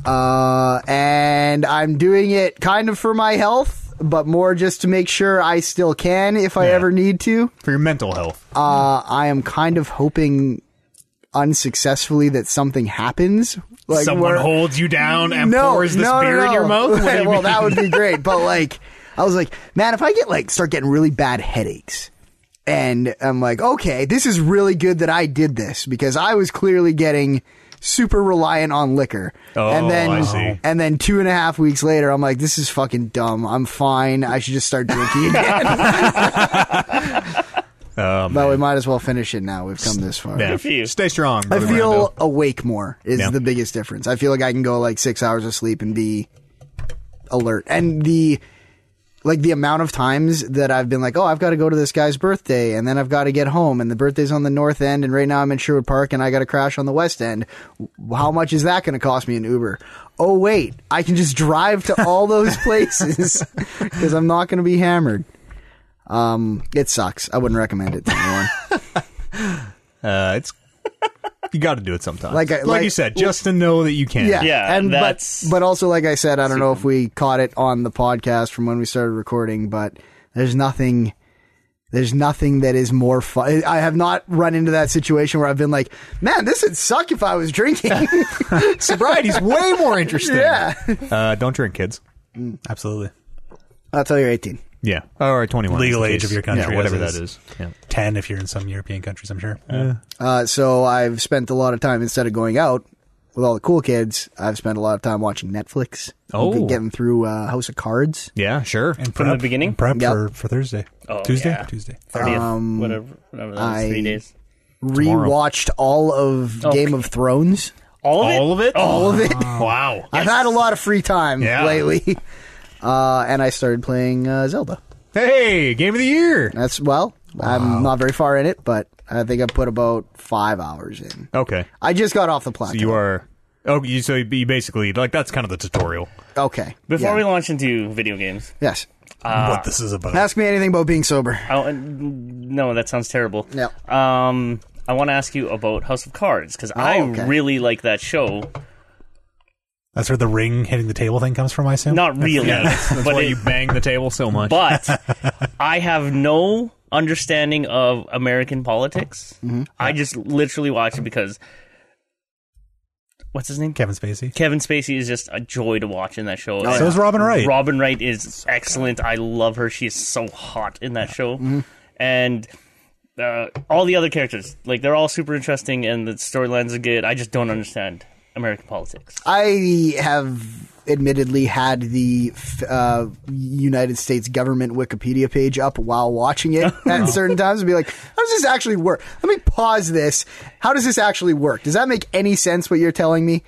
A: uh, and I'm doing it kind of for my health, but more just to make sure I still can if I
B: Yeah.
A: ever need to.
B: for your mental health?
A: Uh, I am kind of hoping unsuccessfully that something happens. Like
B: Someone
A: where-
B: holds you down and
A: no,
B: pours this
A: no, no,
B: beer
A: no.
B: in your mouth. What do you
A: well,
B: mean?
A: that would be great, but like, I was like, man, if I get like start getting really bad headaches, and I'm like, okay, this is really good that I did this because I was clearly getting super reliant on liquor.
B: Oh,
A: and then,
B: I see.
A: and then two and a half weeks later, I'm like, this is fucking dumb. I'm fine. I should just start drinking again.
B: Um,
A: but we might as well finish it now. We've come this far.
B: yeah.
C: Good for you.
B: Stay strong.
A: I
B: Brother
A: feel
B: Randall.
A: awake more is
B: Yeah.
A: the biggest difference. I feel like I can go like six hours of sleep and be alert. And the like the amount of times that I've been like, oh, I've got to go to this guy's birthday, and then I've got to get home, and the birthday's on the north end, and right now I'm in Sherwood Park, and I got to crash on the west end. W- How much is that going to cost me in Uber? Oh wait, I can just drive to all those places because I'm not going to be hammered. Um, it sucks. I wouldn't recommend it to anyone.
B: uh, it's you got to do it sometimes.
A: Like I- like-
B: you said, just to know that you can.
A: Yeah,
C: Yeah,
A: and
C: that's-
A: but but also like I said, I don't know if we caught it on the podcast from when we started recording, but there's nothing. There's nothing that is more fun. I have not run into that situation where I've been like, "Man, this would suck if I was drinking."
B: Sobriety's way more interesting.
A: yeah,
B: Uh, don't drink, kids.
D: Absolutely.
A: until you're 18.
B: Yeah. Or 21.
D: Legal
B: is the
D: age of
B: case.
D: your country,
B: Yeah, whatever
D: as
B: that
D: it
B: is. Yeah.
D: 10 if you're in some European countries, I'm sure.
A: Uh, so I've spent a lot of time instead of going out with all the cool kids. I've spent a lot of time watching Netflix.
B: Oh.
A: getting through uh, House of Cards.
B: Yeah, sure.
D: And
C: From the
D: prep-
C: beginning?
D: and Prep
A: Yep.
D: for, for Thursday.
C: Oh,
D: Tuesday?
C: yeah.
D: Tuesday. Uh,
C: 30th, whatever, whatever that was,
A: um, I-
C: three days.
A: Rewatched all of
C: Oh,
A: Game of Thrones.
C: All of it?
B: All of it?
A: All of it.
B: Wow.
A: I've had a lot of free time
B: Yeah.
A: lately, uh, and I started playing uh, Zelda.
B: Hey, game of the year.
A: That's well, I'm not very far in it, but I think I put about five hours in.
B: Okay.
A: I just got off the plateau.
B: You are. Oh, you, so you basically, like, that's kind of the tutorial.
A: okay.
C: Before
A: yeah.
C: we launch into video games,
A: yes,
B: Ah.
D: what this is about.
A: ask me anything about being sober.
C: I, uh, no, that sounds terrible.
A: No.
C: Um, I want to ask you about House of Cards because I
A: Oh, okay.
C: really like that show.
D: That's where the ring hitting the table thing comes from, I assume?
C: Not really,
B: That's
C: but
B: why
C: it-
B: you bang the table so much.
C: but I have no understanding of American politics.
A: Mm-hmm.
C: I just literally watch it because what's his name?
D: Kevin Spacey.
C: Kevin Spacey is just a joy to watch in that
A: Oh,
C: show. And
D: So is Robin Wright.
C: Robin Wright is excellent. I love her. She is so hot in that show.
A: Mm-hmm.
C: And uh, all the other characters, like they're all super interesting, and the storylines are good. I just don't understand American politics.
A: I have admittedly had the f- uh, United States government Wikipedia page up while watching it at certain times and be like, how does this actually work? Let me pause this. How does this actually work? Does that make any sense what you're telling me?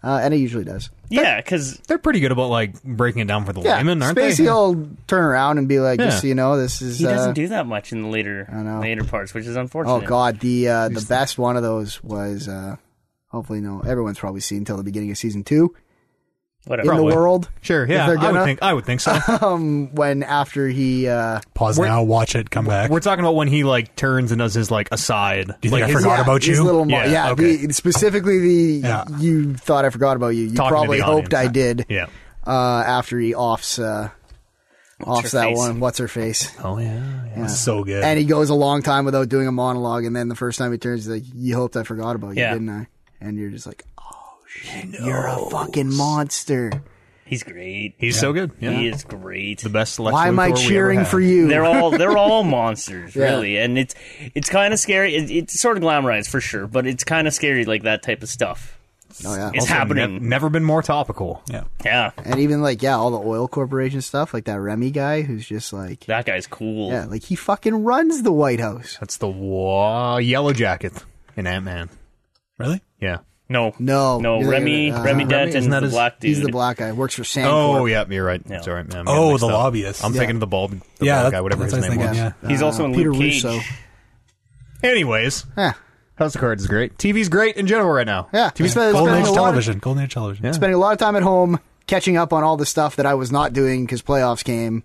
A: Uh, and it usually does.
C: Yeah, because
B: They're pretty good about, like, breaking it down for the
A: Yeah,
B: layman, aren't
A: Spacey
B: they?
A: will turn around and be like,
B: Yeah.
A: just so you know, this is.
C: he
A: uh,
C: doesn't do that much in the later
A: know.
C: later parts, which is unfortunate.
A: Oh God, the uh, the best one of those was uh, hopefully no everyone's probably seen until the beginning of season two
C: Whatever.
A: in
B: Probably.
A: the world
B: Sure,
A: If
B: yeah.
A: they're
B: I
A: gonna-
B: would think, I would think so.
A: when after he uh,
D: Pause now, watch it, come back.
B: We're talking about when he, like, turns and does his, like, aside. Do
D: you think
B: like,
D: I
B: his-
D: forgot
A: yeah,
D: about
A: his
D: you?
A: Little mo-
B: Yeah,
A: yeah,
D: okay.
A: the, specifically the
D: Yeah.
A: you thought I forgot about you. You
B: Talking to
A: probably
B: the
A: hoped I
B: audience.
A: did.
B: Yeah.
A: Uh, after he offs uh, offs
C: her
A: that
C: face?
A: one. What's her face?
B: Oh, yeah. yeah.
D: so good.
A: And he goes a long time without doing a monologue, and then the first time he turns, he's like, "You hoped I forgot about you,
C: Yeah.
A: didn't I?" And you're just like, "Oh shit, you're a fucking monster."
C: He's great.
B: He's so good. Yeah.
C: He is great.
B: the best. Lex
A: Why am I
B: Luthor we ever
A: cheering
B: had.
A: for you?
C: They're all they're all monsters,
A: Yeah.
C: really, and it's it's kind of scary. It, it's sort of glamorized for sure, but it's kind of scary, like that type of stuff.
A: oh, yeah.
C: It's happening.
B: Ne- never been more topical.
D: Yeah.
C: yeah,
A: and even like yeah, all the oil corporation stuff, like that Remy guy who's just like
C: that guy's cool.
A: yeah, like he fucking runs the White House.
B: That's the wa- Yellow Jacket in Ant Man.
D: Really?
B: Yeah.
C: No,
A: No,
C: no.
A: you're
C: Remy,
A: right. Uh,
C: Remy
A: Remy,
C: Dent
B: isn't
C: and
B: that
C: the
B: his-
C: black dude.
A: He's the black guy. Works for Sandcorp.
B: Oh, yeah, you're right.
C: Yeah.
B: Sorry, man. I'm
D: Oh,
B: getting mixed
D: the
B: up.
D: lobbyist.
B: I'm
D: Yeah.
B: thinking of the bald, the
D: Yeah,
B: bald
D: that-
B: guy, whatever
D: that's
B: his
D: what I was
B: name was.
D: thinking, yeah.
C: He's also in
A: Peter
C: Luke Cage.
A: Russo.
B: Anyways,
A: Yeah.
B: House of Cards is great. TV's great in general right now.
A: Yeah.
B: TV's
A: Yeah. Golden
B: been-
D: Golden
A: Age
D: Age
A: a lot of-
D: television. Golden Age television.
B: Yeah.
A: spending a lot of time at home catching up on all the stuff that I was not doing because playoffs came,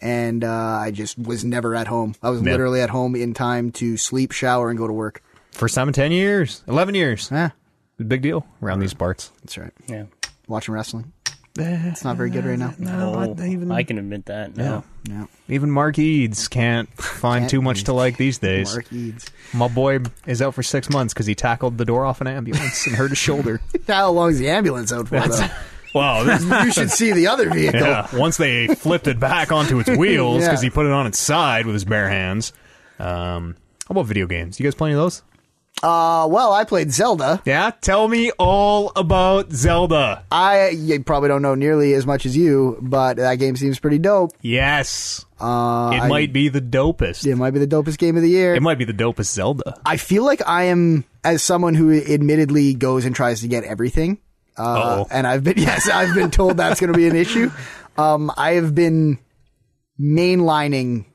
A: and uh, I just was never at home. I was
B: Yeah.
A: literally at home in time to sleep, shower, and go to work.
B: First time in 10 years, 11 years.
A: Yeah,
B: Big deal around these parts.
A: that's right.
C: Yeah.
A: Watching wrestling. It's not very good right now.
C: Oh, I can admit that. No.
A: No.
B: Even Mark Eads can't find
A: Can't-
B: too much to like these days.
A: Mark Eads.
B: My boy is out for six months because he tackled the door off an ambulance and hurt his shoulder.
A: How long's the ambulance out for, though?
B: wow. this-
A: you should see the other vehicle.
B: yeah. Once they flipped it back onto its wheels
A: Yeah.
B: because he put it on its side with his bare hands. Um, how about video games? You guys play any of those?
A: Uh, well, I played Zelda.
B: Yeah. Tell me all about Zelda.
A: I you probably don't know nearly as much as you, but that game seems pretty dope.
B: Yes. Uh, it might be the dopest.
A: It might be the dopest game of the year.
B: It might be the dopest Zelda.
A: I feel like I am as someone who admittedly goes and tries to get everything. Uh,
B: Uh-oh.
A: and I've been yes, I've been told that's going to be an issue. Um, I have been mainlining.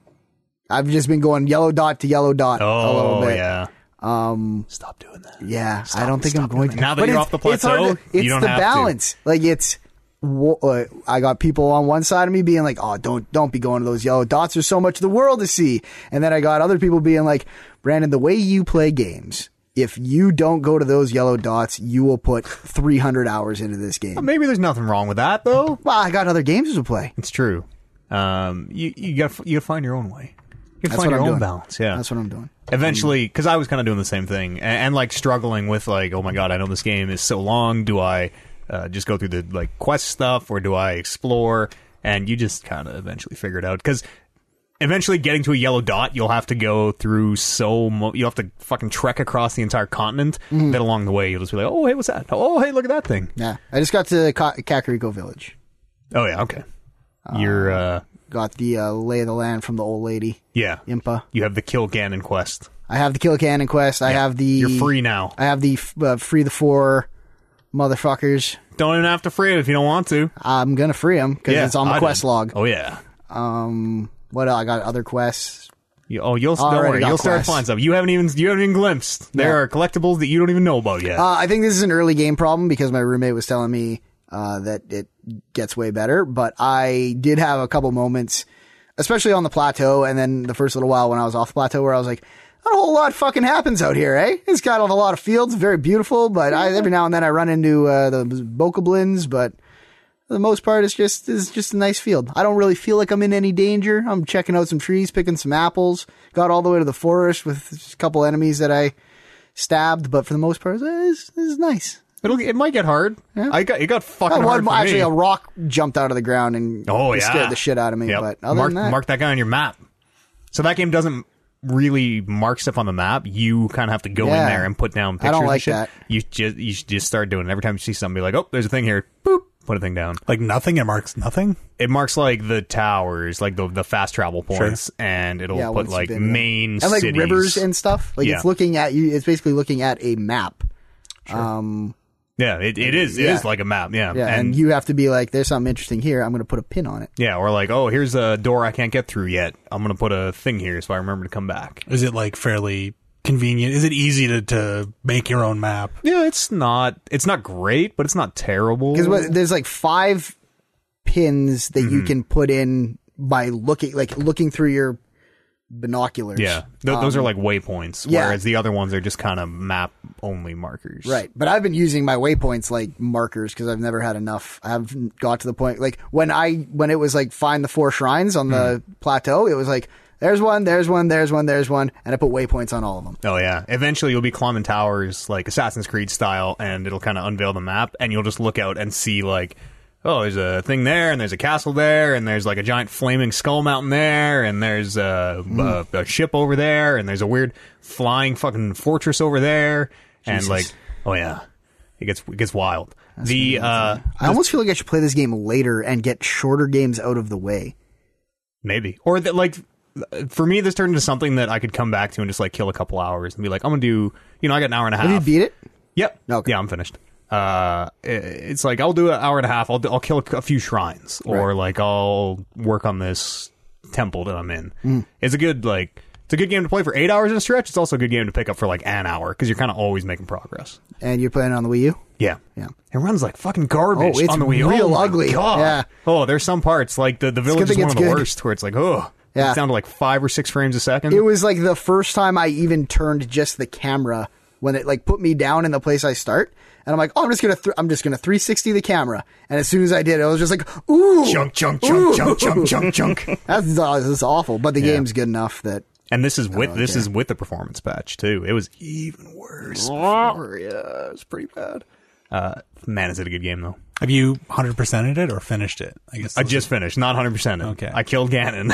A: I've just been going yellow dot to yellow dot a little
B: Oh
A: bit.
B: yeah. Um, stop doing that.
A: Yeah, I don't think I'm
B: stop
A: going
B: doing
A: to.
B: that. Now that
A: But
B: you're
A: it's-
B: off the
A: it's hard
B: plateau,
A: it's
B: you don't
A: the
B: have to.
A: balance. Like it's, wo- uh, I got people on one side of me being like, "Oh, don't don't be going to those yellow dots. There's so much of the world to see." And then I got other people being like, "Brandon, the way you play games, if you don't go to those yellow dots, you will put 300 hours into this game."
B: Maybe there's nothing wrong with that though.
A: Well, I got other games to play.
B: It's true. Um, you you got you got to find your own way. You got to
A: That's
B: find
A: what
B: your
A: I'm doing.
B: own balance. Yeah.
A: That's what I'm doing.
B: Eventually, because I was kind of doing the same thing and, and like struggling with like, oh my god, I know this game is so long. Do I uh, just go through the like quest stuff or do I explore? And you just kind of eventually figure it out because eventually getting to a yellow dot, you'll have to go through so mo- you'll have to fucking trek across the entire continent.
A: Mm.
B: Then along the way, you'll just be like, oh hey, what's that? Oh hey, look at that thing.
A: Yeah, I just got to Ka- Kakariko Village.
B: Oh yeah, okay.
A: Ah.
B: You're uh,
A: Got the uh, lay of the land from the old lady
B: yeah.
A: Impa.
B: You have the Kill Ganon quest.
A: I have the Kill Cannon quest. I have the.
B: You're free now.
A: I have the f- uh, free the four motherfuckers.
B: Don't even have to free it if you don't want to.
A: I'm gonna free them because it's on the
B: I
A: quest
B: did.
A: log. Um,
B: Oh yeah.
A: What else? I got other quests.
B: You, oh, you'll
A: Already
B: don't worry.
A: got
B: You'll start
A: quests.
B: finding stuff. You haven't even you haven't even glimpsed. There
A: Yeah.
B: are collectibles that you don't even know about yet.
A: Uh, I think this is an early game problem because my roommate was telling me uh, that it gets way better. But I did have a couple moments, especially on the plateau, and then the first little while when I was off the plateau, where I was like, "Not a whole lot fucking happens out here, eh? It's got a lot of fields, very beautiful, but I, every now and then I run into uh, the bokoblins, but." For the most part, it's just it's just a nice field. I don't really feel like I'm in any danger. I'm checking out some trees, picking some apples. Got all the way to the forest with just a couple enemies that I stabbed, but for the most part, it's, it's, it's nice.
B: It'll it might get hard. I got it got fucking
A: Uh,
B: hard
A: one-
B: for
A: actually,
B: me.
A: a rock jumped out of the ground and
B: oh
A: it
B: yeah,
A: scared the shit out of me.
B: Yep.
A: But other
B: mark
A: than that,
B: mark that guy on your map. So that game doesn't really mark stuff on the map. You kind of have to go
A: Yeah.
B: in there and put down
A: I
B: pictures.
A: don't like
B: and shit.
A: that.
B: You just you should just start doing it. Every time you see something, be like, oh, there's a thing here. Boop, put a thing down.
D: Like nothing. It marks nothing.
B: it marks like the towers, like the the fast travel points, and it'll
A: yeah, once
B: put
A: you've
B: like
A: been there.
B: main
A: and like
B: cities.
A: rivers and stuff. Like
B: Yeah.
A: it's looking at you. It's basically looking at a map. Um,
B: yeah, it, it is it is
A: Yeah.
B: like a map, yeah,
A: yeah, and,
B: and,
A: you have to be like, there's something interesting here. I'm going to put a pin on it.
B: yeah, or like oh here's a door I can't get through yet. I'm gonna put a thing here so I remember to come back.
D: Is it like fairly convenient? Is it easy to, to make your own map?
B: Yeah, it's not it's not great, but it's not terrible.
A: Because there's like five pins that
B: Mm-hmm.
A: you can put in by looking, like looking through your binoculars.
B: yeah, Th- those are like waypoints,
A: yeah.
B: whereas the other ones are just kind of map only markers.
A: Right. But I've been using my waypoints like markers because I've never had enough. I've got to the point like when I when it was like find the four shrines on the plateau, it was like there's one, there's one, there's one, there's one, and I put waypoints on all of them.
B: Oh yeah. Eventually you'll be climbing towers like Assassin's Creed style and it'll kind of unveil the map and you'll just look out and see like oh, there's a thing there, and there's a castle there, and there's like a giant flaming skull mountain there, and there's uh, a, a ship over there, and there's a weird flying fucking fortress over there, and like, oh yeah, it gets it gets wild. the uh,
A: I almost feel like I should play this game later and get shorter games out of the way.
B: Maybe. Or that like for me this turned into something that I could come back to and just like kill a couple hours and be like, I'm gonna do you know, I got an hour and a half.
A: Have you beat it?
B: Yep.
A: Okay.
B: Yeah, I'm finished. Uh, i- it's like I'll do an hour and a half. I'll do, I'll kill a, a few shrines, or like I'll work on this temple that I'm in.
A: Hmm.
B: It's a good like it's a good game to play for eight hours in a stretch. It's also a good game to pick up for like an hour because you're kind of always making progress.
A: And you're playing it on the Wii U?
B: Yeah,
A: Yeah.
B: It runs like fucking garbage
A: Oh, it's
B: on the Wii.
A: real
B: oh, my
A: ugly.
B: God.
A: Yeah.
B: Oh, there's some parts like the the village
A: good
B: is
A: thing
B: one of
A: it's
B: the
A: good.
B: worst where it's like oh
A: Yeah.
B: it's down to like five or six frames a second.
A: It was like the first time I even turned just the camera when it like put me down in the place I start, and I'm like, oh, I'm just gonna th- I'm just gonna 360 the camera, and as soon as I did, I was just like, ooh,
B: Chunk, chunk, chunk, chunk, chunk,
A: chunk, chunk. That's aw- this is awful, but the game's good enough that
B: and this is with this is with the performance patch too. It was even worse. before. Yeah, it's pretty bad. Uh, man, is it a good game though?
D: Have you 100%ed it or finished it? I guess
B: I
D: those
B: just finished, not hundred percent.
D: Okay.
B: I killed Ganon.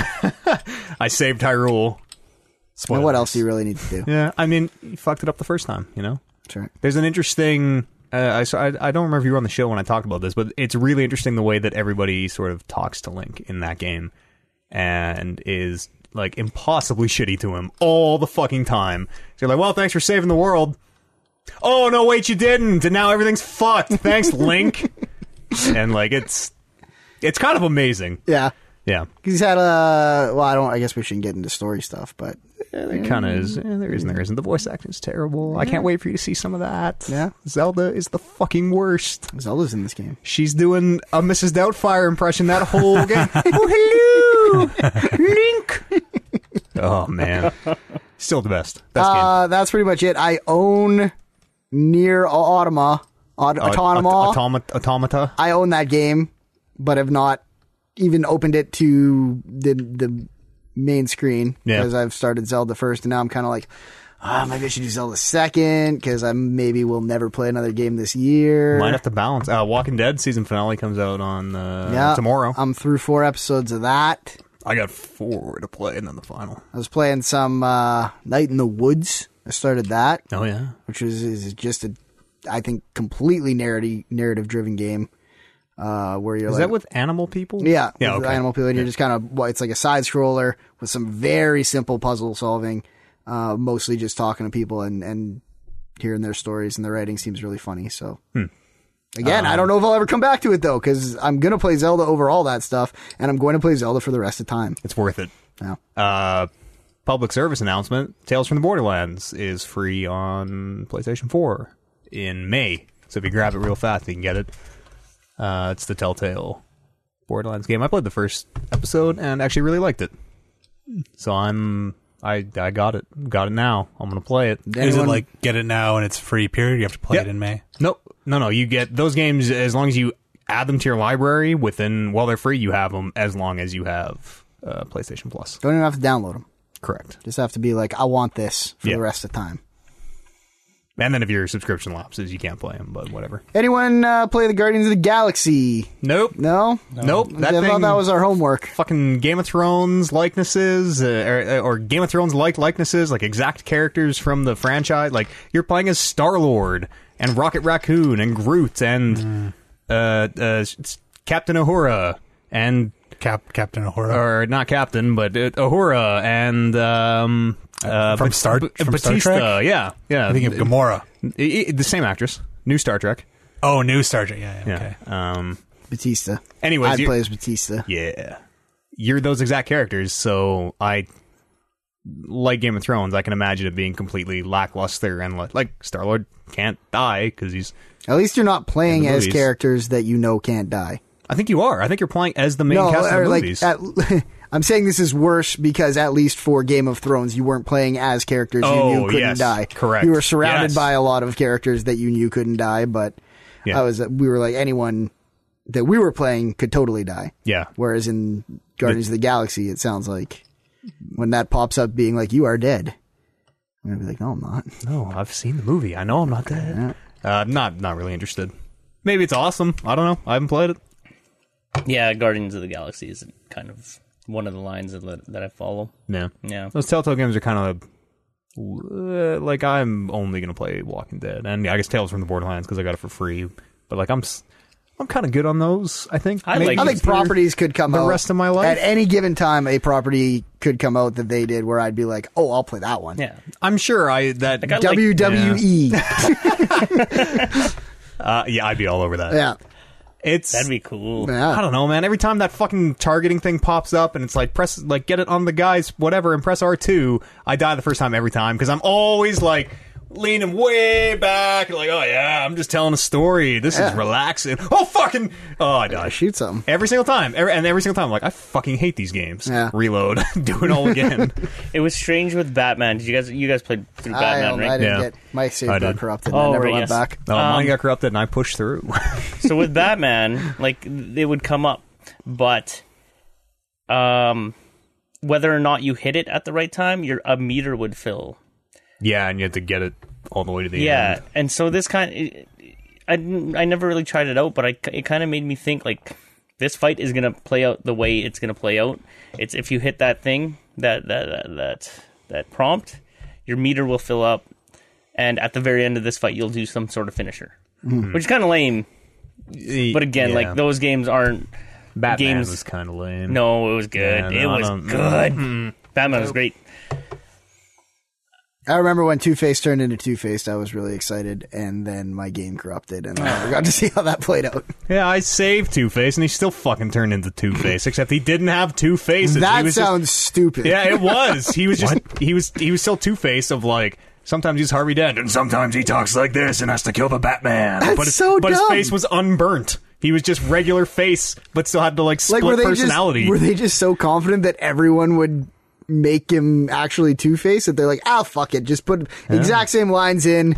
B: I saved Hyrule.
A: you know,
B: Spoilers.
A: what else do you really need to do?
B: Yeah, I mean, you fucked it up the first time. You know,
A: Sure.
B: There's an interesting. Uh, I, saw- I I don't remember if you were on the show when I talked about this, but it's really interesting the way that everybody sort of talks to Link in that game, and is like impossibly shitty to him all the fucking time. So you're like, well, thanks for saving the world. Oh no, wait, you didn't, and now everything's fucked. Thanks, Link. and like it's it's kind of amazing.
A: Yeah,
B: Yeah,
A: 'Cause he's had a well, I don't. I guess we shouldn't get into story stuff, but
B: it kind of is. eh, there isn't. There isn't. The voice acting's terrible. I can't wait for you to see some of that.
A: Yeah.
B: Zelda is the fucking worst.
A: Zelda's in this game.
B: She's doing a Mrs. Doubtfire impression that whole game. oh, hello, Link. oh man, still the best. Best
A: Uh, that's pretty much it. I own near Automa, Aut-
B: game.
A: Autonoma.
B: automata. Automata.
A: I own that game, but have not even opened it to the the main screen
B: Yeah.
A: because I've started Zelda first, and now I'm kind of like, ah, maybe I should do Zelda second because I maybe will never play another game this year.
B: Might have to balance. Uh, Walking Dead season finale comes out on uh,
A: Yeah, Um,
B: tomorrow.
A: I'm through four episodes of that.
B: I got four to play, and then the final.
A: I was playing some uh, Night in the Woods. I started that,
B: Oh yeah,
A: which was is just a, I think, completely narrative narrative driven game. Uh, where you're
B: is
A: like,
B: that with animal people?
A: Yeah,
B: yeah.
A: with
B: Okay.
A: Animal People, and you're just kind of well, it's like a side scroller with some very simple puzzle solving, uh, mostly just talking to people and and hearing their stories and their writing seems really funny. So.
B: Hmm.
A: Again,
B: Um,
A: I don't know if I'll ever come back to it though, because I'm gonna play Zelda over all that stuff, and I'm going to play Zelda for the rest of time.
B: It's worth it.
A: Now,
B: Uh, public service announcement: Tales from the Borderlands is free on PlayStation 4 in May. So if you grab it real fast, you can get it. Uh, it's the Telltale Borderlands game. I played the first episode and actually really liked it. So I'm I I got it got it now. I'm gonna play it.
A: Did
D: Is it
A: anyone-
D: like get it now and it's free period? You have to play
B: Yep.
D: it in May.
B: Nope. No, no. You get those games as long as you add them to your library within while they're free. You have them as long as you have uh, PlayStation Plus.
A: don't even have to download them;
B: Correct.
A: just have to be like, I want this for
B: Yeah.
A: the rest of time.
B: And then if your subscription lapses, you can't play them. But whatever.
A: Anyone uh, play the Guardians of the Galaxy?
B: Nope.
A: No,
B: Nope. That
A: I
B: thing,
A: thought that was our homework.
B: fucking Game of Thrones likenesses, uh, or, or Game of Thrones like likenesses, like exact characters from the franchise. Like you're playing as Star Lord and Rocket Raccoon and Groot and
D: Mm.
B: uh, uh, s- s- Captain Ahura and
D: Cap Captain Ahura.
B: or not Captain, but uh, Ahura and um, uh,
D: From
B: Bat-
D: Star-
B: Bat-
D: from Star
B: Batista.
D: Trek?
B: Yeah, yeah.
D: I think of Gamora.
B: I- I- the same actress, new Star Trek.
D: Oh, new Sergeant. Yeah, yeah,
B: Yeah.
D: okay.
B: Um,
A: Batista.
B: Anyways,
A: I'd
B: you-
A: play as Batista.
B: Yeah. You're those exact characters, so I like Game of Thrones, I can imagine it being completely lackluster and like, like Star Lord can't die because he's.
A: At least you're not playing
B: In the
A: as
B: movies.
A: characters that you know can't die.
B: I think you are. I think you're playing as the main cast of
A: or
B: the
A: like
B: movies.
A: at, I'm saying this is worse because at least for Game of Thrones, you weren't playing as characters you
B: Oh,
A: knew couldn't
B: yes.
A: die.
B: Correct.
A: You were surrounded
B: Yes.
A: by a lot of characters that you knew couldn't die, but
B: Yeah.
A: I was we were like anyone that we were playing could totally die.
B: yeah.
A: Whereas in Guardians of the Galaxy, it sounds like when that pops up, being like you are dead. I'm gonna be like, no, I'm not.
B: No, I've seen the movie. I know I'm not dead. Uh, not not really interested. Maybe it's awesome. I don't know. I haven't played it.
C: Yeah, Guardians of the Galaxy is kind of one of the lines that that I follow.
B: No.
C: Yeah.
B: Those Telltale games are kind of uh, like I'm only gonna play Walking Dead, and I guess Tales from the Borderlands because I got it for free. But like I'm, s- I'm kind of good on those. I think.
C: I like
A: I
C: These
A: think properties could come
B: the
A: out
B: rest of my life?
A: At any given time, a property could come out that they did where I'd be like, "Oh, I'll play that one." E.
C: Yeah.
B: I'm sure I that.
C: I like-
A: WWE.
B: uh, yeah, I'd be all over that.
A: yeah.
B: It's
C: That'd be cool.
A: Yeah.
B: I don't know, man. Every time that fucking targeting thing pops up and it's like press, like get it on the guy's whatever and press R two, I die the first time every time because I'm always like leaning way back, like oh yeah, I'm just telling a story. This is
A: Yeah.
B: relaxing. Oh fucking, oh I die.
A: Shoot something.
B: Every single time, every, and every single time, I'm like I fucking hate these games.
A: Yeah.
B: Reload, do it all again.
C: It was strange with Batman. Did you guys you guys played through
A: I,
C: Batman,
A: don't- I
C: right?
A: didn't
B: Yeah.
A: get my save
B: I
A: got
B: did.
A: corrupted.
C: Oh,
A: I never
C: right,
A: went
C: yes.
A: back.
B: No, mine
C: Um,
B: got corrupted and I pushed through.
C: so with Batman, like they would come up, but um, whether or not you hit it at the right time, your a meter would fill.
B: yeah, and you had to get it all the way to the
C: Yeah,
B: end.
C: and so this kind, I didn't- I never really tried it out, but I it kind of made me think like this fight is gonna play out the way it's gonna play out. It's if you hit that thing that that that that, that prompt, your meter will fill up, and at the very end of this fight, you'll do some sort of finisher, which is kind of lame.
B: Yeah,
C: But again, like those games aren't.
B: Batman
C: games-
B: was kind of lame.
C: No, it was good.
B: Yeah,
C: it
B: no, Mm-hmm. I
C: was
B: don't-
C: good. Batman was great.
A: I remember when Two Face turned into Two Faced, I was really excited, and then my game corrupted, and I never got to see how that played out.
B: Yeah, I saved Two Face, and he still fucking turned into Two Face. except he didn't have two faces. he
A: that
B: was just-
A: sounds stupid.
B: yeah, it was. He was just. he was. He was still Two Face of like. Sometimes he's Harvey Dent, and sometimes he talks like this and has to kill the Batman. but his,
A: so
B: but his
A: dumb.
B: face was unburnt. He was just regular face, but still had to like split
A: like were they
B: personality.
A: just were they just so confident that everyone would make him actually Two Face that they're like, ah, fuck it, just put exact same lines in.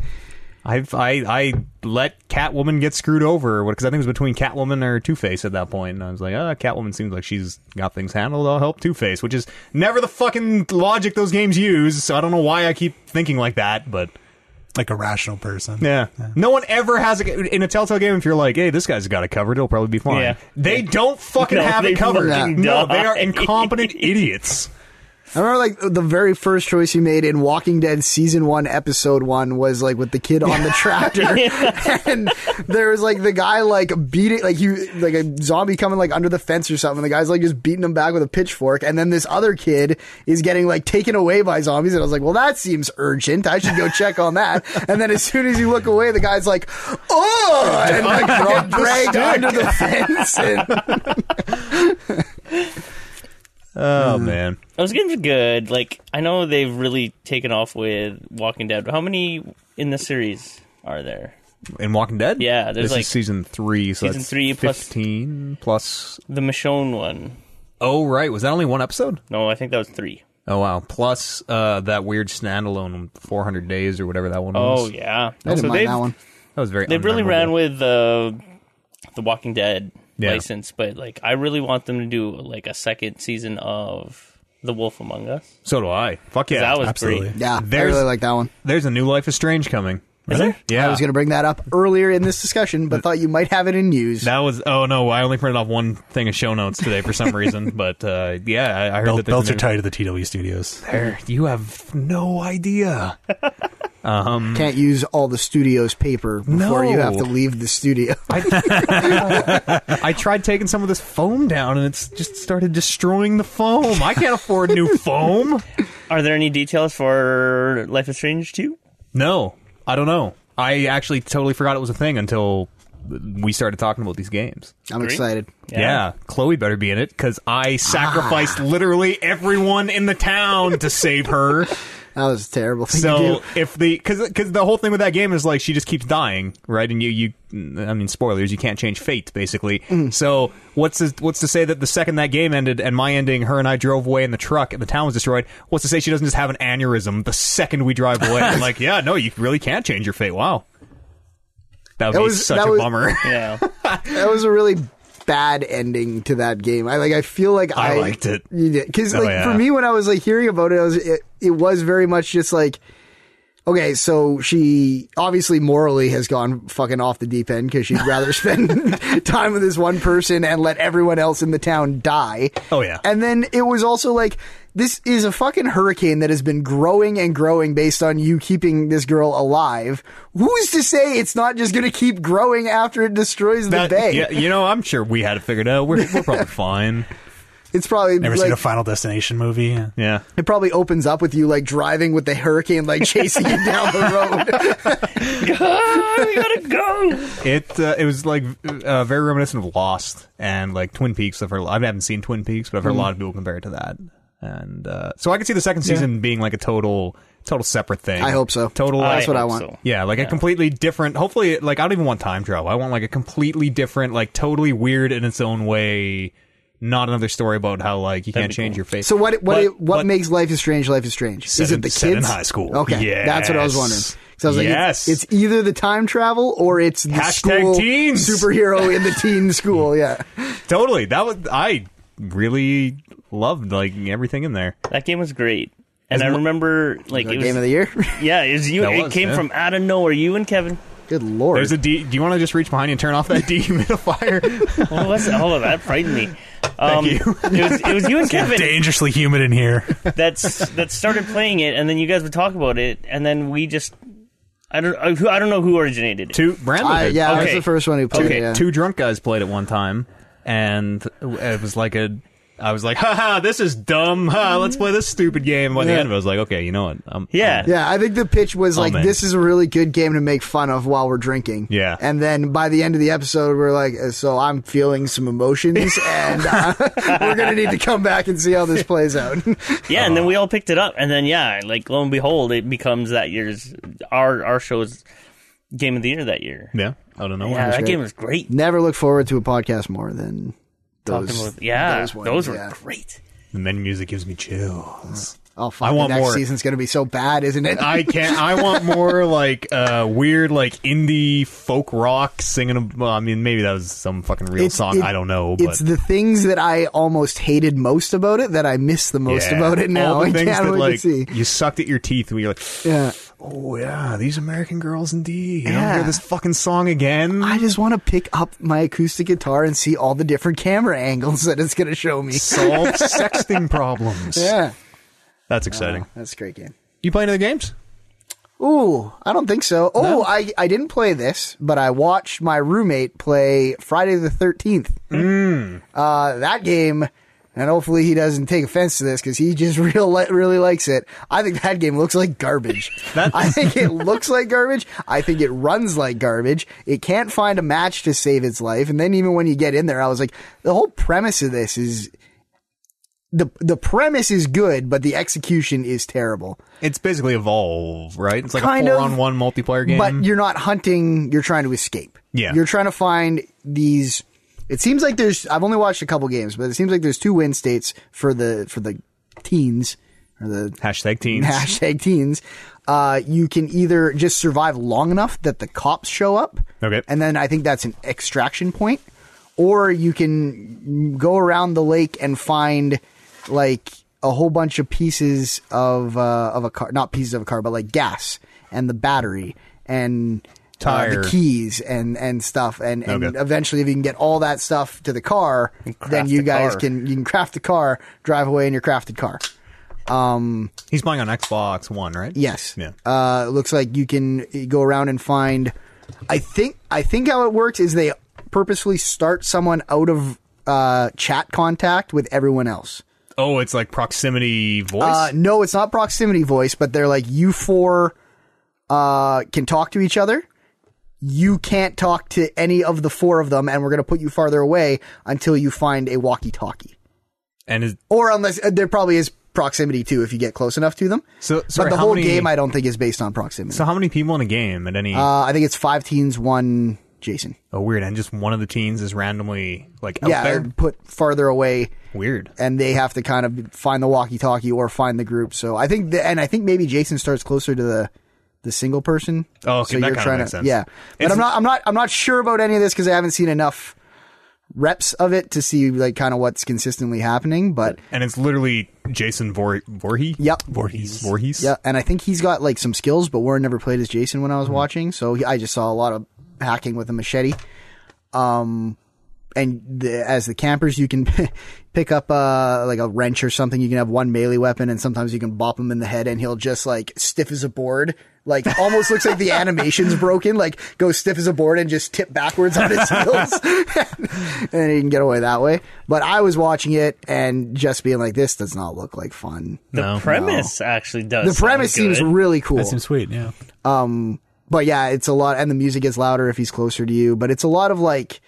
B: I've, I I let Catwoman get screwed over because I think it was between Catwoman or Two Face at that point, and I was like, ah, Catwoman seems like she's got things handled. I'll help Two Face, which is never the fucking logic those games use. So I don't know why I keep thinking like that, but
D: like a rational person.
B: yeah, no one ever has a, in a Telltale game. If you're like, hey, this guy's got it covered, it'll probably be fine.
C: Yeah.
B: They don't fucking
C: No,
B: have
C: they
B: it covered.
C: fucking
B: No, they are
C: die.
B: incompetent idiots.
A: I remember like the very first choice he made in Walking Dead season one, episode one was like with the kid on the tractor, and there was like the guy like beating like he like a zombie coming like under the fence or something. The guy's like just beating him back with a pitchfork, and then this other kid is getting like taken away by zombies. And I was like, well, that seems urgent. I should go check on that. And then as soon as you look away, the guy's like, oh, and like get dragged under the fence. And,
B: Oh
C: Hmm.
B: man,
C: Those games are good. Like I know they've really taken off with Walking Dead. How many in the series are there?
B: in Walking Dead,
C: Yeah, there's
B: this
C: like-
B: is season three, so
C: Season
B: that's
C: three plus-
B: fifteen plus.
C: The Michonne one.
B: Oh right, was that only one episode?
C: No, I think that was three.
B: Oh wow! Plus uh, that weird standalone 400 days or whatever that one
C: Oh
B: was.
C: yeah.
A: I didn't mind
C: they've
A: that one.
B: that was very.
C: they've really
B: unmemorable.
C: ran with the the Walking Dead
B: Yeah.
C: license, but like I really want them to do like a second season of The Wolf Among Us.
B: So do I. Fuck yeah!
C: that was
D: absolutely.
C: great.
A: Yeah, I
B: There's-
A: really like that one.
B: There's a new Life is Strange coming. Is
D: there?
B: Yeah.
A: I was going to bring that up earlier in this discussion, but thought you might have it in news.
B: that was. Oh no! I only printed off one thing of show notes today for some reason, but uh, yeah, I, I heard
D: Bel-
B: that there's
D: belts
B: a
D: are
B: new-
D: tied to the TW studios.
B: There, you have no idea.
A: Can't use all the studio's paper before
B: No.
A: you have to leave the studio.
B: I tried taking some of this foam down, and it's just started destroying the foam. I can't afford new foam.
C: Are there any details for Life is Strange 2?
B: No, I don't know. I actually totally forgot it was a thing until we started talking about these games.
A: I'm excited.
B: Yeah. Ah. Chloe better be in it because I sacrificed literally everyone in the town to save her.
A: That was a terrible thing to
B: So
A: do.
B: if the because because the whole thing with that game is like she just keeps dying, right? And you you I mean spoilers, you can't change fate basically.
A: Mm.
B: So what's to, what's to say that the second that game ended and my ending, her and I drove away in the truck and the town was destroyed. What's to say she doesn't just have an aneurysm the second we drive away? I'm like, yeah, no, you really can't change your fate. Wow, that would
A: That
B: be
A: was-
B: such
A: that
B: a
A: was-
B: bummer.
C: Yeah.
A: That was a really bad ending to that game. I like. I feel like I,
B: I liked it.
A: You did because
B: Oh,
A: like
B: yeah.
A: for me when I was like hearing about it, I was it, it was very much just like okay, so she obviously morally has gone fucking off the deep end because she'd rather spend time with this one person and let everyone else in the town die.
B: Oh, yeah.
A: And then it was also like this is a fucking hurricane that has been growing and growing based on you keeping this girl alive. Who's to say it's not just going to keep growing after it destroys
B: That-
A: the bay?
B: yeah, you know, I'm sure we had it figured out. We're, we're probably fine.
A: It's probably
D: Never
A: like,
D: seen a Final Destination movie. Yeah.
B: Yeah.
A: It probably opens up with you like driving with the hurricane, like chasing you down the road.
C: Ah, we gotta go.
B: It uh, it was like uh, very reminiscent of Lost and like Twin Peaks. I've heard I haven't seen Twin Peaks, but I've heard
C: Mm-hmm.
B: a lot of people compare it to that. And uh, so I could see the second season being like a total total separate thing.
A: I hope so. Uh,
B: Total.
A: That's
B: like-
A: what I
C: hope
A: want.
B: Yeah, like a completely different. Hopefully, like I don't even want time travel. I want like a completely different, like totally weird in its own way. Not another story about how like you can't
C: be
B: change
C: cool.
B: your face.
A: So what? What?
B: But-
A: it- what
B: but-
A: makes life is strange? Life is strange.
B: Set
A: is it
B: in-
A: the
B: set in
A: kids?
B: high school.
A: Okay, that's what I was
B: Yes.
A: wondering. So I was like,
B: Yes.
A: it's, it's either the time travel or it's the
B: Hashtag
A: school
B: teens.
A: superhero in the teen school. Yeah,
B: totally that was I really loved like everything in there.
C: That game was great, and I
B: Isn't-
C: remember like it was
A: game of the year.
C: yeah, it was you.
B: That
C: It
B: was,
C: came
B: yeah.
C: from out of nowhere. You and Kevin.
A: Good lord.
B: There's a D. Do you want to just reach behind you and turn off that dehumidifier?
C: What was that? Oh, that frightened me.
B: Thank
C: Um,
B: you.
C: it was it was you and Kevin.
D: Dangerously humid in here.
C: that's that started playing it, and then you guys would talk about it, and then we just I don't I, who- I don't know who originated it.
B: two Brandon.
A: I,
B: did.
A: yeah, I was
C: Okay.
A: the first one who played.
C: Okay,
A: it, yeah.
B: two drunk guys played at one time, and it was like a. I was like, haha, this is dumb. Ha, let's play this stupid game. By
A: Yeah.
B: the end of it, I was like, okay, you know what? I'm,
C: Yeah.
B: I'm-
A: Yeah, I think the pitch was like,
B: Oh, man.
A: this is a really good game to make fun of while we're drinking.
B: Yeah.
A: And then by the end of the episode, we're like, uh, so I'm feeling some emotions, and uh, we're going to need to come back and see how this plays out.
C: Yeah, and then
A: Uh-huh.
C: we all picked it up, and then yeah, like lo and behold, it becomes that year's our our show's game of the year that year.
B: yeah. I don't know.
C: Yeah, that
A: great.
C: game was great.
A: Never look forward to a podcast more than
C: Talking
A: those.
C: about- yeah,
A: those
C: those,
A: ones,
C: were
A: yeah.
C: great.
B: The menu music gives me chills.
A: Oh, fuck,
B: I want
A: the next
B: more.
A: season's going to be so bad, isn't it?
B: I can't. I want more like uh, weird, like indie folk rock singing. ab- Well, I mean, maybe that was some fucking real
A: It's-
B: song.
A: it-
B: I don't know. But
A: It's the things that I almost hated most about it that I miss the most
B: Yeah.
A: about it now.
B: All the
A: I
B: things
A: can't
B: that,
A: wait
B: like,
A: to see.
B: You sucked at your teeth when you're like,
A: Yeah.
B: oh yeah, these American girls indeed. Yeah.
A: Yeah.
B: hear this fucking song again.
A: I just want to pick up my acoustic guitar and see all the different camera angles that it's going to show me.
B: Solve sexting problems.
A: Yeah.
B: That's exciting.
A: That's a great game.
B: you play any of the games?
A: Ooh, I don't think so. Oh, I, I didn't play this, but I watched my roommate play Friday the 13th. Uh, that game, and hopefully he doesn't take offense to this because he just real li- really likes it. I think that game looks like garbage. I think it looks like garbage. I think it runs like garbage. It can't find a match to save its life. And then even when you get in there, I was like, the whole premise of this is. The, the premise is good, but the execution is terrible.
B: It's basically Evolve, right? It's like
A: Kind
B: a
A: of,
B: four-on-one multiplayer game.
A: But you're not hunting, you're trying to escape.
B: Yeah.
A: You're trying to find these it seems like there's I've only watched a couple games, but it seems like there's two win states for the for the teens or the
B: Hashtag teens.
A: hashtag teens. Uh, you can either just survive long enough that the cops show up.
B: Okay.
A: And then I think that's an extraction point. Or you can go around the lake and find like a whole bunch of pieces of uh, of a car, not pieces of a car, but like gas and the battery and uh,
B: Tire.
A: the keys and and stuff. And, and
B: Okay.
A: eventually, if you can get all that stuff to the car, then
C: craft
A: you
C: the
A: guys
C: car.
A: can you can craft the car, drive away in your crafted car.
B: He's playing on Xbox One, right?
A: Yes.
B: Yeah.
A: Uh, it looks like you can eh, go around and find. I think I think how it works is they purposefully start someone out of uh, chat contact with everyone else.
B: Oh, it's like proximity voice.
A: Uh, no, it's not proximity voice, but they're like you four uh, can talk to each other. You can't talk to any of the four of them, and we're going to put you farther away until you find a walkie-talkie.
B: and is,
A: Or unless uh, there probably is proximity too, if you get close enough to them.
B: so, sorry,
A: but the
B: how
A: whole
B: many,
A: game, I don't think, is based on proximity.
B: so how many people in a game at any?
A: Uh, I think it's five teens, one Jason.
B: oh, weird. And just one of the teens is randomly like out
A: yeah, uh,
B: there.
A: put farther away,
B: Weird.
A: and they have to kind of find the walkie-talkie or find the group. So I think, the, and I think maybe Jason starts closer to the the single person.
B: Oh, okay,
A: so
B: that
A: you're
B: kinda
A: trying
B: makes
A: to,
B: sense.
A: yeah. But
B: It's-
A: I'm not, I'm not, I'm not sure about any of this because I haven't seen enough reps of it to see like kind of what's consistently happening. But
B: and it's literally Jason Vor- Voorhees.
A: Yep.
B: Voorhees. Voorhees.
A: yeah, and I think he's got like some skills, but Warren never played as Jason when I was watching, so he, I just saw a lot of hacking with a machete. Um, and the, as the campers, you can pick up uh like a wrench or something. You can have one melee weapon, and sometimes you can bop him in the head, and he'll just like stiff as a board. Like almost looks like the animation's broken. Like go stiff as a board and just tip backwards on his heels, and then he can get away that way. But I was watching it and just being like, this does not look like fun.
C: The premise actually does.
A: The premise
C: sound
A: seems
C: good.
A: really cool.
D: That seems sweet. Yeah.
A: But yeah, it's a lot, and the music gets louder if he's closer to you. But it's a lot of like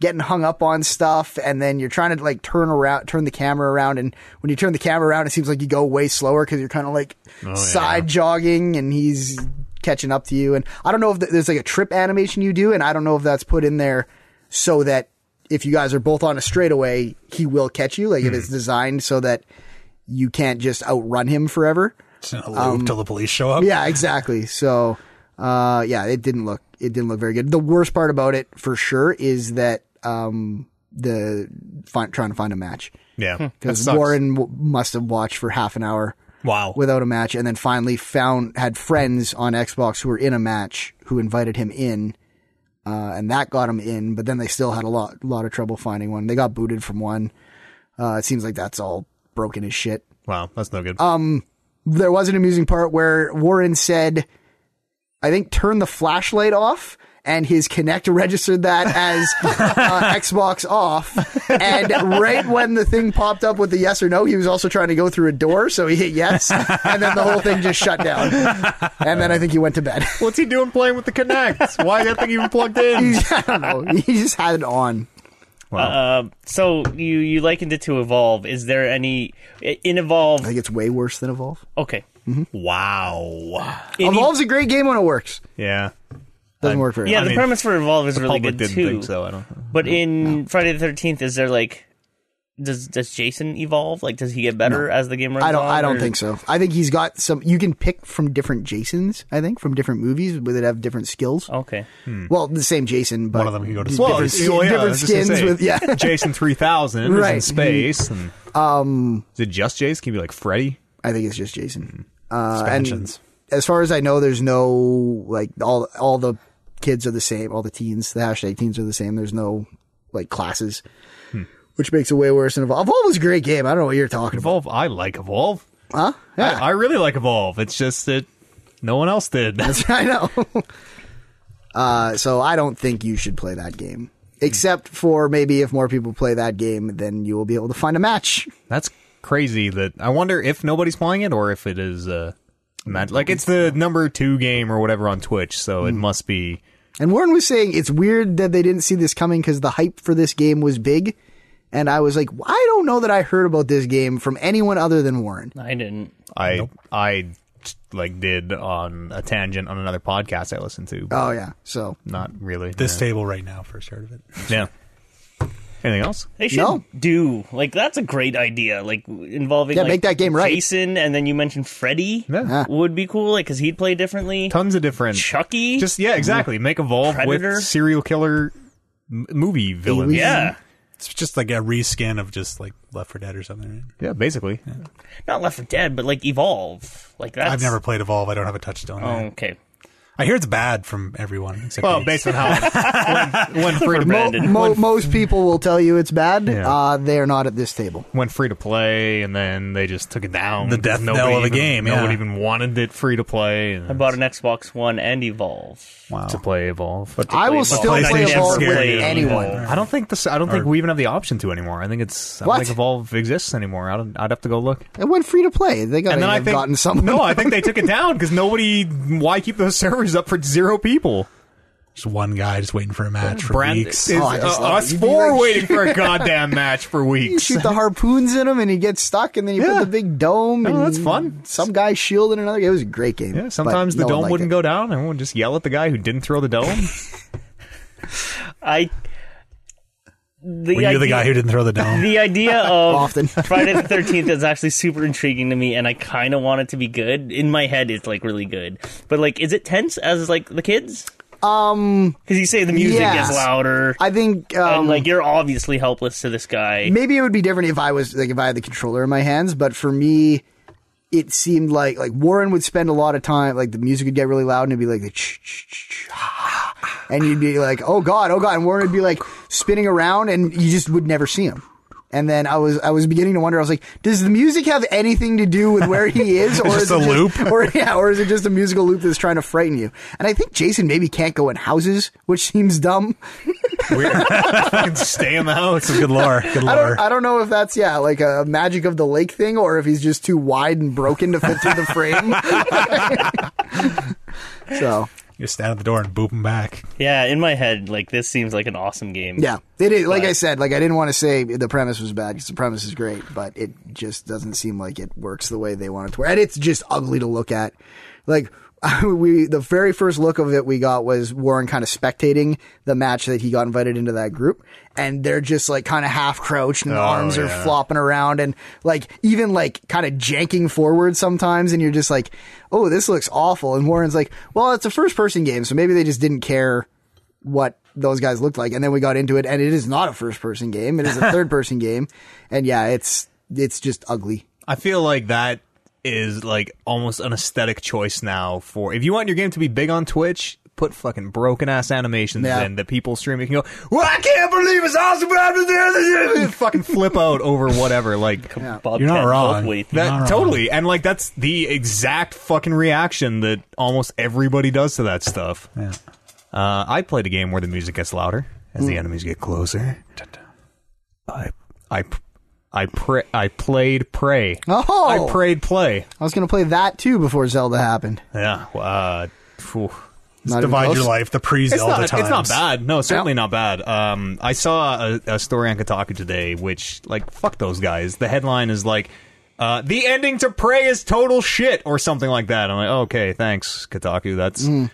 A: getting hung up on stuff, and then you're trying to like turn around, turn the camera around, and when you turn the camera around, it seems like you go way slower because you're kind of like
D: Oh,
A: side jogging, and he's catching up to you. And I don't know if th- there's like a trip animation you do, and I don't know if that's put in there so that if you guys are both on a straightaway, he will catch you. Like
D: Hmm.
A: if it's designed so that you can't just outrun him forever.
D: It's in a loop till the police show up.
A: Um, Yeah, exactly. So, uh, yeah, it didn't look it didn't look very good. The worst part about it, for sure, is that um, the fin- trying to find a match
B: Yeah. That
A: because
B: sucks.
A: Warren w- must have watched for half an hour
B: Wow.
A: without a match, and then finally found had friends on Xbox who were in a match who invited him in. Uh, and that got him in, but then they still had a lot, lot of trouble finding one. They got booted from one. Uh, it seems like that's all broken as shit
B: wow. That's no
A: Uh,
B: good.
A: there was an amusing part where Warren said, I think, turn the flashlight off. And his Kinect registered that as uh, Xbox off. And right when the thing popped up with the yes or no, he was also trying to go through a door. So he hit yes. And then the whole thing just shut down. And then I think he went to bed.
B: What's he doing playing with the Kinect? Why is that thing even plugged in?
A: I don't know. He just had it on.
C: Um, so you you likened it to evolve. Is there any in evolve?
A: I think it's way worse than Evolve.
C: Okay,
B: Wow.
C: In E-
A: Evolve's a great game when it works.
B: Yeah.
A: Doesn't
B: I-
A: work very
C: yeah,
A: well.
C: the
B: mean,
C: premise for evolve is
B: The
C: really
B: public
C: good
B: didn't
C: too.
B: think so. I don't.
C: But in Friday the Thirteenth, is there like does does Jason evolve? Like, does he get better as the game runs?
A: I don't.
C: on,
A: I don't
C: or-
A: think so. I think he's got some. You can pick from different Jasons. I think from different movies, but that have different skills.
C: Okay.
D: Hmm.
A: Well, the same Jason, but
D: One of them can go to
A: different
D: space.
A: skin-
B: Well, Um, well, yeah, I
A: different
B: was just gonna
A: skins
B: say,
A: with yeah.
B: Jason three thousand is in
A: Right.
B: space. And, um, is it just Jason? Can it be like Freddy?
A: I think it's just
B: Mm-hmm.
A: Jason. Uh, and
D: Expansions.
A: as far as I know, there's no like all all the kids are the same. All the teens, the hashtag teens are the same. There's no like classes,
B: Hmm.
A: which makes it way worse than Evolve. Evolve was a great game. I don't know what you're talking about.
B: Evolve. I like Evolve.
A: Huh?
B: I,
A: Yeah,
B: I really like Evolve. It's just that no one else did.
A: I know. uh, so I don't think you should play that game. Except for maybe if more people play that game, then you will be able to find a match.
B: That's crazy. That I wonder if nobody's playing it or if it is uh, mad- like it's the number two game or whatever on Twitch. So
A: Hmm.
B: it must be.
A: And Warren was saying it's weird that they didn't see this coming because the hype for this game was big. And I was like, I don't know that I heard about this game from anyone other than Warren.
C: I didn't.
B: I I like did on a tangent on another podcast I listened to. but
A: Oh yeah, so
B: Not really.
D: This
B: yeah.
D: table right now, first heard of it.
B: yeah. Anything else?
C: They should
A: No.
C: do like that's a great idea. Like involving
A: Yeah,
C: like,
A: make that game right.
C: Jason, and then you mentioned Freddy
A: Uh,
B: Yeah.
C: would be cool. Like, cause he'd play differently.
B: Tons of different.
C: Chucky.
B: Just yeah, exactly. Make evolve
C: Predator?
B: with serial killer m- movie villains.
A: Yeah.
C: yeah.
D: It's just like a reskin of just like Left 4 Dead or something. Right?
B: Yeah, basically.
C: Not Left for Dead, but like evolve. Like that's
D: I've never played Evolve. I don't have a touchstone.
C: Oh,
D: there.
C: okay.
D: I hear it's bad from everyone. Except
B: Well,
D: me.
B: Oh, based on how when, when free to
A: Mo-
C: Brandon.
A: mo- most people will tell you it's bad.
B: Yeah.
A: Uh, they are not at this table.
B: went free to play, and then they just took it down.
D: The death
B: Nobody
D: knell of the
B: even-
D: game, yeah.
B: Nobody even wanted it free to play. and
C: I bought an Xbox One and evolve.
D: wow.
B: to play evolve. But
A: I will still
D: Evolve.
A: play
D: PlayStation
A: Evolve with
D: scared you.
A: anyone.
B: I don't think this. I don't think we even have the option to anymore. I think it's. I don't
A: What?
B: think evolve exists anymore. I don't, I'd have to go look.
A: It went free to play. They got
B: And then I
A: have
B: think
A: gotten someone.
B: no. I think they took it down because nobody. Why keep those servers up for zero people?
D: Just one guy just waiting for a match for
B: Brand
D: weeks.
B: is
A: Oh, I
B: uh,
A: just love it.
B: us
A: You'd be
B: four
A: like-
B: waiting for a goddamn match for
A: you
B: weeks.
A: shoot the harpoons in him, and he gets stuck, and then you
B: Yeah.
A: put the big dome.
B: Oh,
A: and
B: that's fun.
A: Some guy shield in another. It was a great game.
B: Yeah, sometimes the dome wouldn't go down. Everyone would just yell at the guy who didn't throw the dome.
C: I. The
D: Were you the guy who didn't throw the dome?
C: The idea of
A: Often.
C: Friday the Thirteenth is actually super intriguing to me, and I kind of want it to be good. In my head, it's like really good, but like, is it tense as like the kids? Because you say the music
A: Yes.
C: gets louder.
A: I think um,
C: and like you're obviously helpless to this guy.
A: maybe it would be different if I was like if I had the controller in my hands, but for me it seemed like like Warren would spend a lot of time like the music would get really loud and it'd be like the ch ch ch ah, and you'd be like, "Oh god, oh god." And Warren would be like spinning around and you just would never see him. And then I was I was beginning to wonder I was like, does the music have anything to do with where he is or
D: just
A: is
D: a
A: it
D: loop.
A: or yeah, or is it just a musical loop that's trying to frighten you? And I think Jason maybe can't go in houses, which seems dumb.
B: Stay in the house.
D: Good lore. Good
A: I
D: lore.
A: don't, I don't know if that's yeah like a magic of the lake thing or if he's just too wide and broken to fit through the frame. so
D: You just stand at the door and boop him back.
C: Yeah, in my head, like this seems like an awesome game.
A: yeah, it is. Like I said, like I didn't want to say the premise was bad because the premise is great, but it just doesn't seem like it works the way they want it to work, and it's just ugly to look at. Like we, the very first look of it we got was Warren kind of spectating the match that he got invited into that group, and they're just like kind of half crouched and the arms are
D: yeah.
A: flopping around and like even like kind of janking forward sometimes and you're just like oh this looks awful and warren's like well it's a first person game so maybe they just didn't care what those guys looked like and then we got into it and it is not a first person game it is a third person game and yeah it's it's just ugly
B: I feel like that is like almost an aesthetic choice now for if you want your game to be big on Twitch, put fucking broken ass animations
A: Yeah.
B: in that people streaming can go, Well, I can't believe it's awesome but I'm just doing this," and fucking flip out over whatever. Like
C: Bobcat
D: You're not wrong.
C: Goldthwait.
D: You're not
B: that
D: wrong.
B: totally. And like that's the exact fucking reaction that almost everybody does to that stuff.
D: Yeah.
B: Uh, I played a game where the music gets louder as
A: Mm.
B: the enemies get closer. I I I pre- I played Prey.
A: Oh!
B: I prayed play.
A: i was going to play that too before zelda happened
B: Yeah. Uh, phew.
A: Not even
D: Divide
A: close.
D: your life. The pre's
B: It's
D: all
B: not,
D: the time.
B: it's not bad. No, certainly not bad. Um, I saw a, a story on Kotaku today, which like fuck those guys. The headline is like, uh, "The ending to Prey is total shit" or something like that. I'm like, okay, thanks Kotaku. That's uh,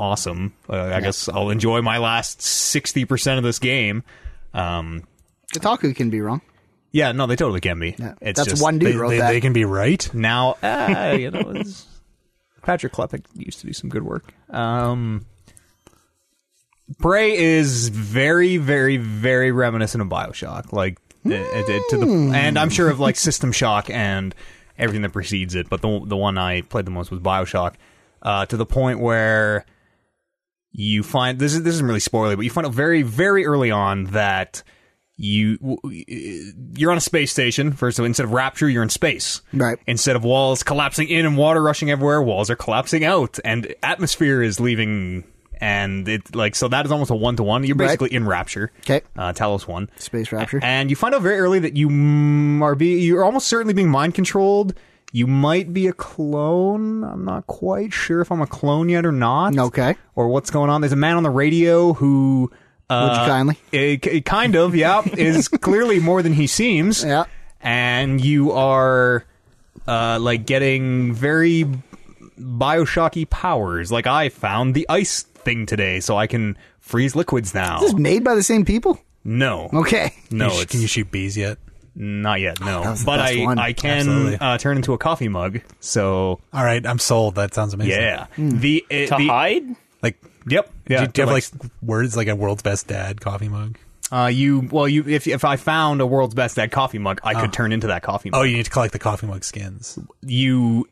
B: awesome. Uh, I guess I'll enjoy my last sixty percent of this game. Um,
A: kotaku can be wrong
B: yeah, no, they totally can be. It's
A: that's
B: just,
A: one dude
D: They,
A: wrote
D: they-
A: that
D: they can be right.
B: now uh, you know it's, Patrick Klepek used to do some good work. Um, Prey is very, very, very reminiscent of Bioshock, like it- it- it- to the, and I'm sure of like System Shock and everything that precedes it. But the the one I played the most was Bioshock, uh, to the point where you find this is this isn't really spoilery, but you find out very, very early on that you w- you're on a space station. First of all, instead of rapture, you're in space.
A: Right.
B: Instead of walls collapsing in and water rushing everywhere, walls are collapsing out, and atmosphere is leaving. And it like so that is almost a one to one. You're
A: Right.
B: basically in rapture.
A: 'Kay.
B: Uh, Talos one.
A: space rapture
B: And you find out very early that you mm, are be you're almost certainly being mind controlled. You might be a clone. I'm not quite sure if I'm a clone yet or not.
A: Okay.
B: Or what's going on? There's a man on the radio who. Uh,
A: Would you kindly?
B: eh, k- kind of, yeah, is clearly more than he seems.
A: Yeah.
B: And you are, uh, like getting very Bioshocky powers. Like I found the ice thing today, so I can freeze liquids now.
A: It's made by the same people
B: No.
A: okay
B: No,
D: You sh-
B: it's
D: can you shoot bees yet?
B: not yet, no.
A: was the
B: but
A: best
B: I,
A: one.
B: I can
D: Absolutely.
B: uh, turn into a coffee mug. So
D: All right, I'm sold. That sounds amazing.
B: yeah, the uh,
C: to
B: the-
C: hide.
D: Like,
B: Yep. Yeah.
D: Hmm. do you, do you
B: to,
D: have like words like a world's best dad coffee mug?
B: uh, you well you if if I found a world's best dad coffee mug, I could turn into that coffee mug.
D: Uh. Oh, you need to collect the coffee mug skins.
B: You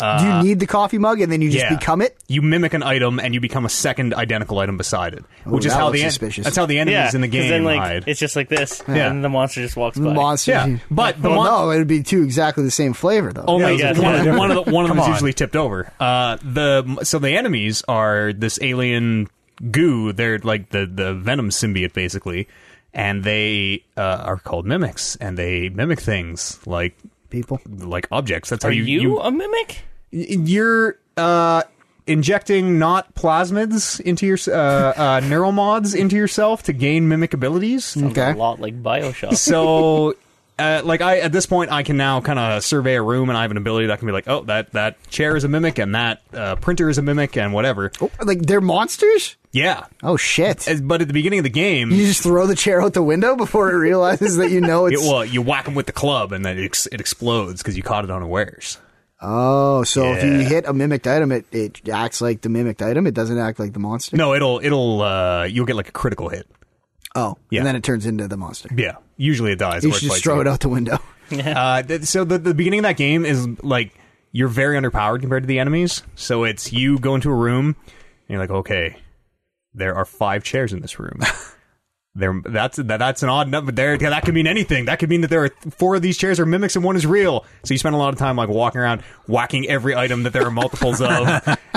A: do you need the coffee mug and then you just
B: Uh, yeah.
A: become it
B: you mimic an item and you become a second identical item beside it, which
A: Ooh,
B: is
A: that
B: how
A: looks
B: the en-
A: suspicious.
B: that's how the enemies
C: Yeah,
B: in the
C: 'cause
B: game
C: Then like
B: hide.
C: it's just like this,
B: Yeah.
C: and the monster just walks by.
A: monster
B: Yeah, but the
A: well,
B: mon- Oh.
A: no it would be two exactly the same flavor though
B: Only
C: Yeah, yeah,
B: one,
C: yeah.
B: one of the, one of them is
D: on.
B: usually tipped over. Uh, the so the enemies are this alien goo. They're like the the venom symbiote basically, and they uh, are called mimics, and they mimic things like
A: people
B: like objects. That's
C: Are
B: how
C: you,
B: you, you
C: a mimic?
B: you're uh, injecting not plasmids into your uh, uh, neural mods into yourself to gain mimic abilities.
A: okay
C: A lot like Bioshock.
B: So, uh, like I at this point, I can now kind of survey a room, and I have an ability that can be like, oh, that that chair is a mimic, and that uh, printer is a mimic, and whatever.
A: Oh, like they're monsters
B: Yeah.
A: oh shit
B: As- But at the beginning of the game,
A: You just throw the chair out the window before it realizes that you know
B: it,
A: it's.
B: well, you whack them with the club, and then it, ex- it explodes because you caught it unawares.
A: Oh, so if you
B: Yeah.
A: hit a mimicked item, it, it acts like the mimicked item. It doesn't act like the monster.
B: No, it'll it'll uh you'll get like a critical hit.
A: Oh,
B: Yeah.
A: and then it turns into the monster.
B: Yeah, usually it dies.
A: You
B: or
A: should just
B: fights
A: throw
B: you.
A: it out the window.
B: Uh, th- so the, the beginning of that game is like you're very underpowered compared to the enemies. So it's you go into a room and you're like, okay, there are five chairs in this room. there, that's that, that's an odd number. There, that could mean anything. That could mean that there are four of these chairs are mimics and one is real. So you spend a lot of time like walking around whacking every item that there are multiples of,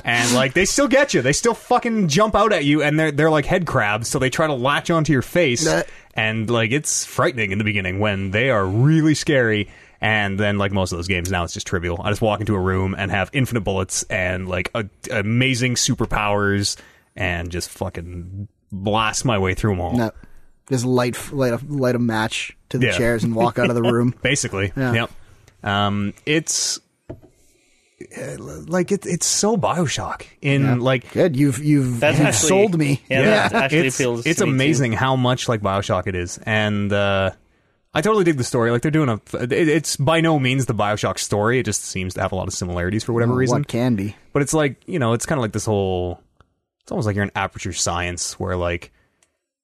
B: and like they still get you. They still fucking jump out at you, and they're they're like head crabs. So they try to latch onto your face
A: Nah.
B: and like it's frightening in the beginning when they are really scary and then like most of those games now it's just trivial i just walk into a room and have infinite bullets and like a- amazing superpowers and just fucking blast my way through them all
A: No, just light light a, light a match to the
B: Yeah.
A: chairs and walk out of the room.
B: basically
A: Yeah.
B: yep um it's uh, like it, it's so bioshock in like
A: Good, you've you've,
C: That's
A: you've
C: actually-
A: sold me.
C: yeah, that actually
B: it's,
C: appeals to
B: it's
C: me, too.
B: amazing how much like Bioshock it is, and uh, I totally dig the story. Like they're doing a, it, it's by no means the Bioshock story. It just seems to have a lot of similarities for whatever reason.
A: Oh, What can be?
B: But it's like you know, it's kind of like this whole. It's almost like you're in Aperture Science, where like.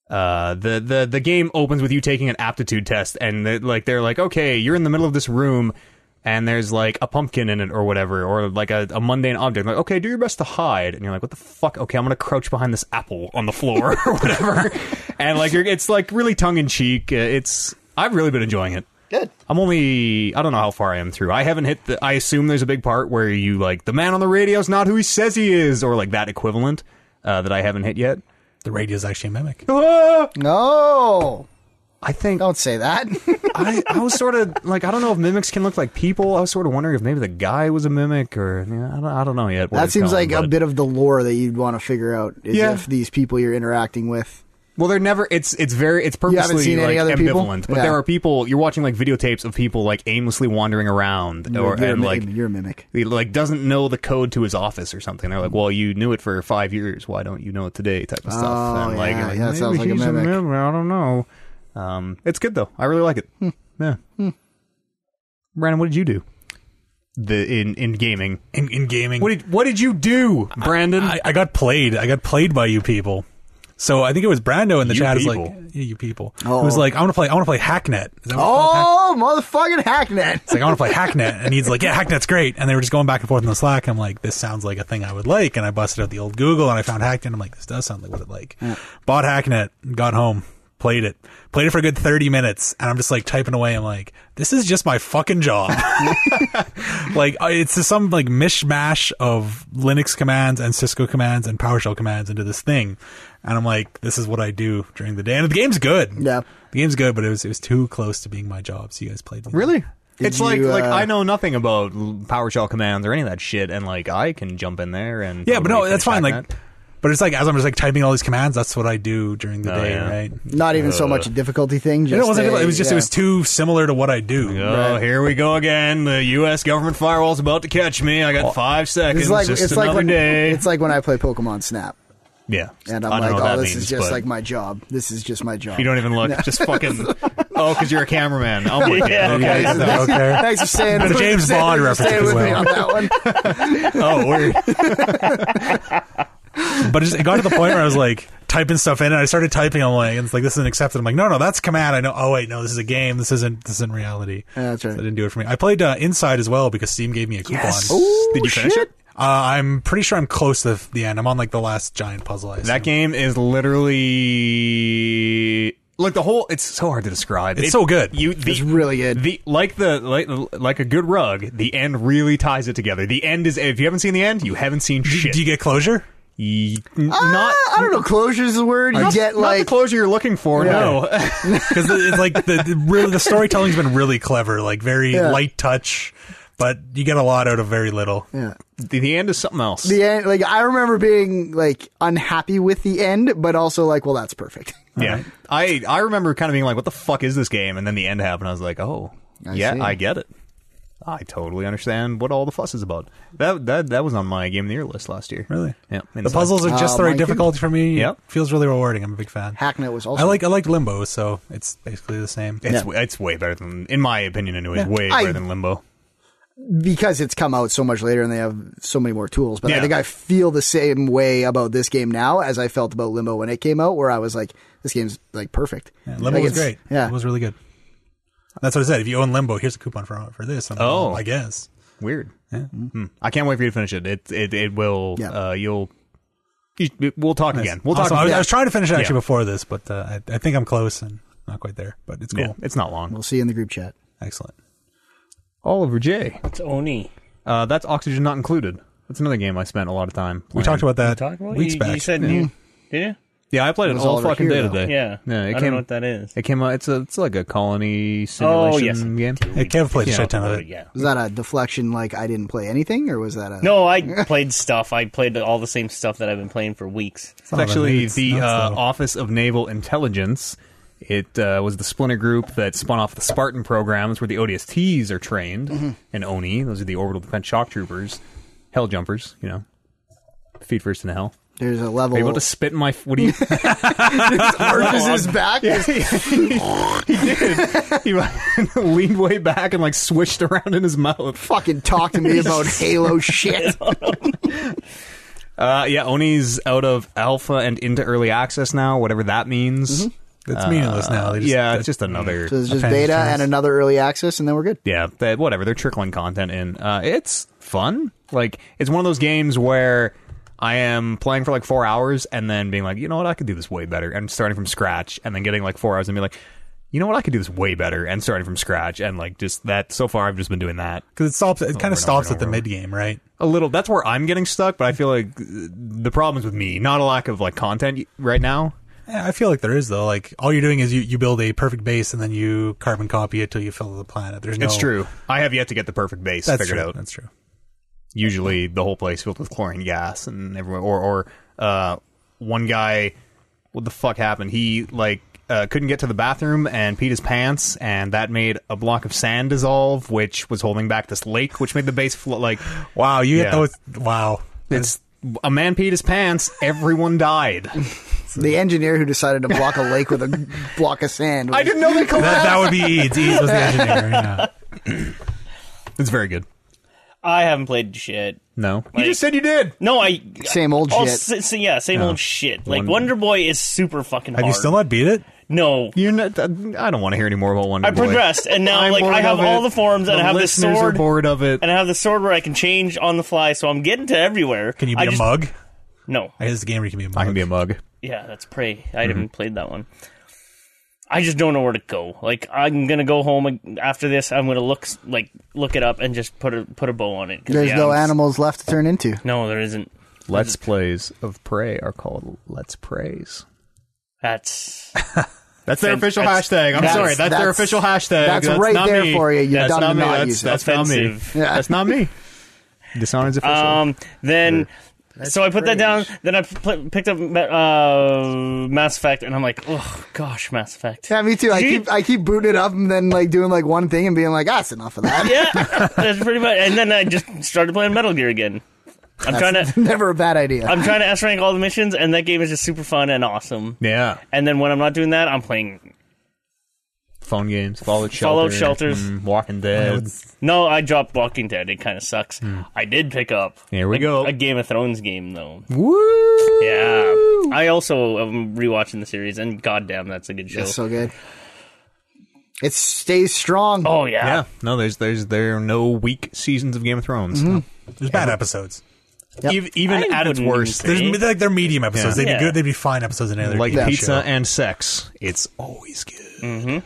B: Uh, the, the the game opens with you taking an aptitude test, and they're, like they're like, okay, you're in the middle of this room, and there's like a pumpkin in it or whatever, or like a, a mundane object. Like, okay, do your best to hide, and you're like, what the fuck? Okay, I'm gonna crouch behind this apple on the floor or whatever, and like you're, it's like really tongue in cheek. It's I've really been enjoying it.
A: Good.
B: I'm only I don't know how far I am through. I haven't hit the I assume there's a big part where you like the man on the radio's not who he says he is or like that equivalent uh, that I haven't hit yet.
D: The radio's actually a mimic.
B: Ah!
A: No,
B: I think
A: don't say that.
B: I, I was sort of like I don't know if mimics can look like people. I was sort of wondering if maybe the guy was a mimic or you know, I, don't, I don't know yet. where
A: that
B: it's
A: seems
B: going,
A: like a
B: but-
A: bit of the lore that you'd want to figure out. Is
B: Yeah.
A: if these people you're interacting with.
B: Well, they're never. It's it's very it's
A: haven't
B: purposely
A: seen
B: like,
A: any other people?
B: ambivalent. But
A: Yeah.
B: there are people you're watching like videotapes of people like aimlessly wandering around or
A: you're, a
B: and
A: mi-
B: like
A: you're a mimic.
B: he like doesn't know the code to his office or something. They're like, "Well, you knew it for five years. Why don't you know it today?" Type of stuff.
A: Oh,
B: and like,
A: yeah,
B: you're like,
A: yeah, it
B: maybe
A: sounds like a
B: he's
A: mimic."
B: I don't know. Um, it's good though. I really like it.
A: Hmm.
B: Yeah. Brandon, what did you do? The in in gaming.
D: In, in gaming.
B: What did what did you do, Brandon?
D: I, I got played. I got played by you people. So I think it was Brando in the
B: You
D: chat is like,
B: people.
D: yeah, you people.
A: Oh.
D: Who's like, I want to play. I want to play Hacknet. Is that what it's called? Hack-
A: Oh, motherfucking hacknet!
D: It's like I want to play Hacknet, and he's like, yeah, Hacknet's great. And they were just going back and forth in the Slack. I'm like, this sounds like a thing I would like. And I busted out the old Google and I found Hacknet. I'm like, this does sound like what it like. Bought Hacknet, got home, played it, played it for a good 30 minutes, and I'm just like typing away. I'm like, this is just my fucking job. like uh, it's just some like mishmash of Linux commands and Cisco commands and PowerShell commands into this thing, and I'm like, this is what I do during the day. And the game's good.
A: Yeah.
D: the game's good, but it was it was too close to being my job. So you guys played me.
B: really? It's
A: Did
B: like
A: you,
B: like
A: uh,
B: I know nothing about PowerShell commands or any of that shit, and like I can jump in there and
D: Yeah, but no,
B: totally
D: that's
B: finish
D: fine. Like,
B: Hacknet.
D: but it's like as I'm just like typing all these commands, that's what I do during the
B: Oh,
D: day,
B: yeah.
D: right?
A: Not even
B: Uh.
A: so much a difficulty thing. Just
D: It wasn't.
A: a-
D: it was just
A: yeah.
D: it was too similar to what I do.
B: Oh, here we go again. The U.S. government firewall's about to catch me. I got five seconds.
A: It's like
B: just
A: it's
B: another
A: like when
B: day.
A: it's like when I play Pokemon Snap,
B: yeah,
A: and I'm
B: I don't know
A: like,
B: what that
A: oh, this
B: means,
A: is just
B: but
A: like my job. This is just my job.
B: you don't even look. Just fucking. oh, because you're a cameraman. Oh my god.
C: Yeah.
B: Okay.
A: Thanks-
D: that okay?
A: Thanks for staying.
D: But a
A: with-
D: James
A: staying-
D: Bond reference
A: staying
D: as
A: with me
D: well.
A: on that one.
B: Oh, weird.
D: But it, just, it got to the point where I was like typing stuff in, and I started typing. I'm like, and it's like this isn't accepted. I'm like, no, no, that's command. I know. Oh wait, no, this is a game. This isn't. This isn't reality.
A: Yeah, that's right.
D: So it didn't do it for me. I played uh, Inside as well because Steam gave me a coupon.
B: Did you finish it?
D: Uh, I'm pretty sure I'm close to the end. I'm on like the last giant puzzle. I assume.
B: That game is literally like the whole. It's so hard to describe.
D: It's so good.
B: You, the,
A: It's really good.
B: The like the like, like a good rug. The end really ties it together. The end is if you haven't seen the end, you haven't seen
D: Do-
B: shit.
D: Do you get closure?
B: Ye- n- not
A: I don't know. Closure is the word. You Ah! get
B: not the
A: like
B: closure you're looking for. No.
D: because it's like the, the really the storytelling's been really clever, like very
A: Yeah.
D: light touch, but you get a lot out of very little.
A: yeah.
B: the, the end is something else.
A: the end. Like I remember being like unhappy with the end, but also like, well, that's perfect.
B: yeah, I I remember kind of being like, "What the fuck is this game?" And then the end happened. I was like, "Oh, yeah,
A: see.
B: I get it. I totally understand what all the fuss is about." That that that was on my game of the year list last year.
D: Really,
B: Yeah.
D: The puzzles are just
A: Oh,
D: the right
A: Mike, you-
D: difficulty for me.
B: Yep.
D: feels really rewarding. I'm a big fan.
A: Hacknet was also.
D: I like I like Limbo, so it's basically the same.
B: It's, it's way better than, in my opinion, anyway. Way
A: I-
B: better than Limbo.
A: because it's come out so much later and they have so many more tools. But I
B: Yeah.
A: think I feel the same way about this game now as I felt about Limbo when it came out, where I was like, this game's like perfect.
D: Yeah, Limbo
A: Like,
D: was
A: it's-
D: great.
A: Yeah.
D: it was really good. That's what I said. If you own Limbo, here's a coupon for for this. I'm like,
B: Oh.
D: well, I guess.
B: Weird.
A: Mm-hmm.
B: Hmm. I can't wait for you to finish it. It it it will.
A: Yeah.
B: Uh, you'll. you- We'll talk again. We'll talk.
D: Also, I was, I was trying to finish it actually
B: Yeah.
D: before this, but uh, I, I think I'm close and not quite there. But it's cool.
B: Yeah, it's not long.
A: We'll see you in the group chat.
D: Excellent.
B: Oliver J.
C: It's Oni.
B: Uh, that's oxygen not included. That's another game I spent a lot of time.
D: We
B: playing.
D: talked about that
C: Talk about
D: weeks
C: you,
D: back.
C: you said you did
B: Yeah, I played it
A: was
B: all
A: Oliver
B: fucking
A: here,
B: day
A: though.
B: today.
C: you? Yeah.
B: Yeah, it
C: I don't
B: came.
C: know what that is.
B: It came out. It's a. It's like a colony simulation
C: yes.
B: game.
D: I can't play a
B: Yeah.
D: shit ton of it.
C: Oh, Yeah.
A: Was that a deflection like I didn't play anything, or was that a.
C: No, I played stuff. I played all the same stuff that I've been playing for weeks.
B: It's actually
D: It's
B: the
D: nuts,
B: uh,
D: though.
B: Office of Naval Intelligence. It uh, was the splinter group that spun off the Spartan programs where the ODSTs are trained, and ONI, those are the Orbital Defense Shock Troopers, Hell Jumpers, you know, feet first in hell.
A: There's a
B: Are you
A: level.
B: about to spit in my? F- what do you?
A: Orange is back.
B: he leaned way back and like swished around in his mouth.
A: Fucking talk to me about Halo shit.
B: Uh, yeah, Oni's out of alpha and into early access now, whatever that means.
D: It's meaningless now. Uh, They
B: Uh,
D: just, mm.
B: yeah, it's just another.
A: So it's just
D: Appendage
A: beta
D: turns.
A: and another early access, and then we're good.
B: yeah, that whatever they're trickling content in. Uh, it's fun. Like it's one of those games where I am playing for like four hours and then being like, you know what, I could do this way better, and starting from scratch, and then getting like four hours and being like, you know what, I could do this way better, and starting from scratch, and like just that. So far, I've just been doing that
D: because it stops. It kind
B: and
D: of stops
B: over
D: at the
B: and over.
D: mid game, right?
B: a little. That's where I'm getting stuck, but I feel like uh, the problem is with me, not a lack of like content right now.
D: Yeah, I feel like there is though. Like all you're doing is you, you build a perfect base and then you carbon copy it till you fill the planet. There's no.
B: It's true. I have yet to get the perfect base
D: That's
B: figured
D: true.
B: out.
D: That's true.
B: usually the whole place filled with chlorine gas and everyone or or uh one guy what the fuck happened he like uh, couldn't get to the bathroom and peed his pants and that made a block of sand dissolve which was holding back this lake which made the base float like
D: Wow, you
B: Yeah.
D: hit those. Wow,
B: it's a man peed his pants everyone died
A: The engineer who decided to block a lake with a block of sand. Was,
B: i didn't know they collapsed
D: that, that would be Eads. Eads was the engineer. Yeah.
B: it's very good
C: I haven't played shit.
B: no
C: Like-
B: you just said you did
C: No, I
A: Same old
C: all
A: shit.
C: s- s- yeah, same old shit. Like
B: Wonder-
C: Wonder Boy is super fucking hard.
D: Have you still not beat it?
C: No,
B: you're not i don't want to hear any more about one
C: I progressed, and now like I have all the forms, and I have this
B: listeners
C: sword,
B: are bored of it
C: and I have the sword where I can change on the fly. So I'm getting to everywhere.
D: Can you be
C: I
D: a
C: just-
D: mug?
C: No,
D: I guess it's a game where you can be a mug.
B: i can be a mug
C: yeah, that's prey. I haven't played that one. I just don't know where to go. Like I'm gonna go home and- after this. I'm gonna look s- like look it up and just put a put a bow on it. 'Cause,
A: There's
C: yeah,
A: no
C: I'm s-
A: animals left to turn into.
C: No, there isn't.
B: Let's plays of Prey are called Let's Prays.
C: That's
B: That's their
C: That's-
B: official
C: that's-
B: hashtag. I'm
C: that's-
B: sorry. That's, their
A: that's-
B: official hashtag.
A: that's right
B: not
A: there
B: me.
A: for you. You
B: that's
A: done
B: not me.
A: not
B: that's
A: use it.
B: that's not me.
C: Offensive.
A: Yeah.
B: That's not me. Dishonored's official.
C: Um, then, so I put that down.
A: praise.
C: Then I pl- picked up uh, Mass Effect, and I'm like, oh gosh, Mass Effect.
A: Yeah, me too. I
C: Did you-
A: keep I keep booting it up and then like doing like one thing and being like, ah, that's enough of that.
C: yeah, that's pretty much. And then I just started playing Metal Gear again. I'm trying to.
A: Never a bad idea.
C: I'm trying to S rank all the missions, and that game is just super fun and awesome.
B: yeah.
C: And then when I'm not doing that, I'm playing.
B: Phone games. Fallout Shelter.
C: Fallout Shelters.
B: mm, Walking Dead.
C: No, I dropped Walking Dead. It kind of sucks. I did pick up.
B: Hmm. Here we
C: a-
B: go.
C: A Game of Thrones game though.
B: Woo!
C: Yeah. I also am rewatching the series, and goddamn, that's a good show.
A: That's so good. It stays strong.
C: oh yeah.
B: Yeah. No, there's there's there are no weak seasons of Game of Thrones.
D: There's bad episodes.
B: Ev- Even,
C: I
B: at its
C: wouldn't
B: worst,
C: even
D: There's
C: See?
D: like they're medium episodes.
B: Yeah.
D: They'd
C: Yeah.
D: be good. They'd be fine episodes in another
B: like
D: game
B: pizza
D: show.
B: and sex, it's always good.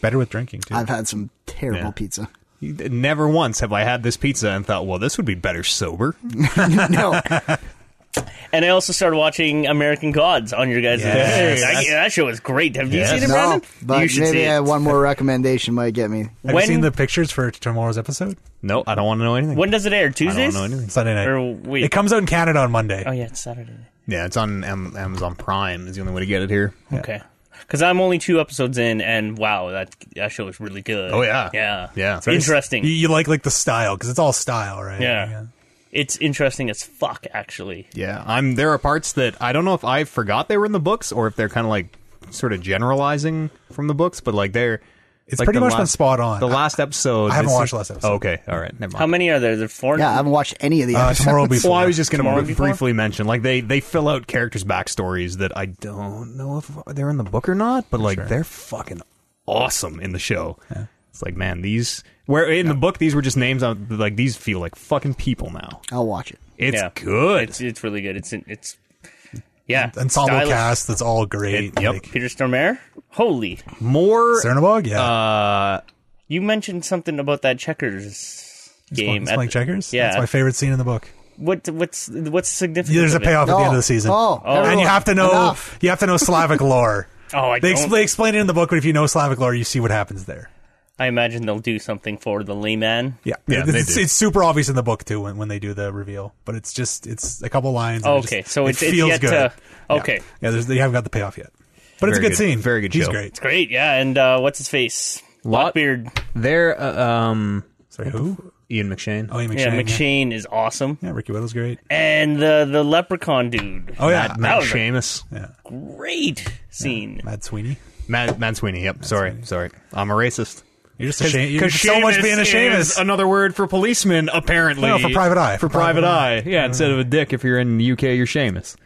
D: better with drinking too.
A: I've had some terrible
B: Yeah.
A: pizza.
B: Never once have I had this pizza and thought, well, this would be better sober.
A: no,
C: And I also started watching American Gods on your guys'
D: Yes.
C: I- that show is great. Have
B: Yes.
C: you seen it,
A: no.
C: Brandon?
A: But
C: you should see
A: maybe
C: it.
A: uh, one more recommendation might get me.
D: Have
C: when-
D: you seen the pictures for tomorrow's episode?
B: No, I don't want to know anything.
C: When does it air?
B: I don't
C: Tuesdays?
B: know anything.
D: Sunday night.
C: Or wait.
D: It comes out in Canada on Monday.
C: Oh yeah, it's Saturday.
B: Yeah, it's on Am- Amazon Prime. Is the only way to get it here.
C: Okay. Because I'm only two episodes in, and wow, that that show is really good.
B: Oh, yeah.
C: yeah,
B: Yeah.
C: It's interesting.
D: You, you like like the style because it's all style, right?
C: Yeah. It's interesting as fuck, actually.
B: Yeah, I'm. There are parts that I don't know if I forgot they were in the books or if they're kind of like sort of generalizing from the books, but like they're
D: It's
B: Like
D: pretty
B: the
D: much been
B: last-
D: spot on.
B: The last episode.
D: I haven't
B: it's-
D: watched the last episode.
B: Oh, okay, all right, never mind.
C: How many are there? There are four.
A: Yeah, I haven't watched any of the
D: Uh,
A: episodes.
D: tomorrow will be
B: Well, I
D: four.
B: was just going
C: Tomorrow
B: to
C: before?
B: briefly mention, like they they fill out characters' backstories that I don't know if they're in the book or not, but like they're fucking awesome in the show. It's like, man, these where in the book these were just names. Out, like these feel like fucking people now.
A: I'll watch it.
B: It's
C: Yeah.
B: good.
C: It's it's really good. It's in, it's yeah.
D: ensemble
C: Stylish.
D: cast that's all great.
B: It- yep.
D: Like,
C: Peter Stormare. Holy!
B: More.
D: Cernabog? Yeah.
B: Uh,
C: You mentioned something about that checkers game.
D: It's
C: at
D: playing
C: the-
D: checkers?
C: Yeah.
D: That's my favorite scene in the book.
C: What what's what's significant?
D: There's a
C: of it?
D: payoff at the end of the season.
A: Oh, oh,
D: and you have to know
A: enough.
D: you have to know Slavic lore.
C: Oh, I
D: They,
C: don't-
D: expl- they explain it in the book, but if you know Slavic lore, you see what happens there.
C: I imagine they'll do something for the layman.
D: Yeah,
B: Yeah, they
D: It's,
B: do.
D: it's super obvious in the book too when, when they do the reveal, but it's just it's a couple lines. and it
C: Okay,
D: just-
C: so
D: it
C: it's- it's
D: feels
C: yet
D: good.
C: to-
D: Yeah.
C: okay.
D: yeah, there's, they haven't got the payoff yet, but it's
B: Very
D: a good,
B: good-
D: scene.
B: very good
D: He's
B: show.
D: great.
C: Great, yeah. And uh, what's his face?
B: Lot-
C: Lockbeard.
B: they're uh, um
D: Sorry, who?
B: Ian McShane.
D: Oh, yeah, McShane.
C: Yeah,
D: Yeah,
C: McShane is awesome.
D: Yeah, Ricky Whittle's great.
C: And the the leprechaun dude.
D: Oh yeah,
B: Matt
C: was a-
B: Seamus.
C: Great scene.
D: Matt Sweeney.
B: Matt, Matt Sweeney. Yep. sorry, sorry. I'm a racist.
D: You're just ashamed. You're so much being ashamed.
B: is another word for policeman, apparently.
D: No, for private eye.
B: For private, eye. Yeah, instead of a dick, if you're in the UK, you're Seamus.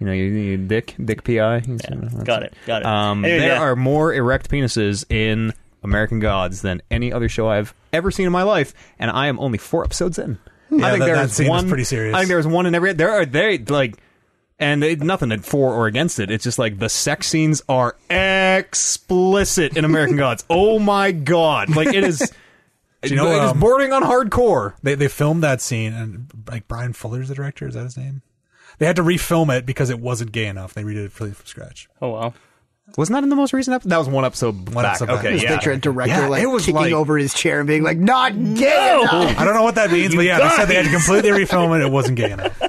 B: You know, you, you dick, dick PI.
C: Got it. Got it.
B: Um,
C: Anyway,
B: there
C: yeah.
B: are more erect penises in American Gods than any other show I've ever seen in my life, and I am only four episodes in. I think
D: Hmm. that- that
B: there's
D: scene is
B: one.
D: pretty serious.
B: I think there's one in every. There are they like, and it, nothing at for or against it. It's just like the sex scenes are explicit in American Gods. Oh my god! Like it is.
D: you know,
B: it is
D: um,
B: bordering on hardcore.
D: They they filmed that scene, and like Brian Fuller's the director. Is that his name? They had to refilm it because it wasn't gay enough. They redid it from scratch.
C: oh well.
B: Wasn't that in the most recent episode? That was one episode
D: One
B: back.
D: episode back.
B: okay,
A: Just
B: yeah.
A: picture a director
B: Yeah,
A: like
B: it was
A: kicking
B: like-
A: over his chair and being like, "Not gay enough."
D: I don't know what that means, but yeah, they said they had to completely refilm it. It wasn't gay enough.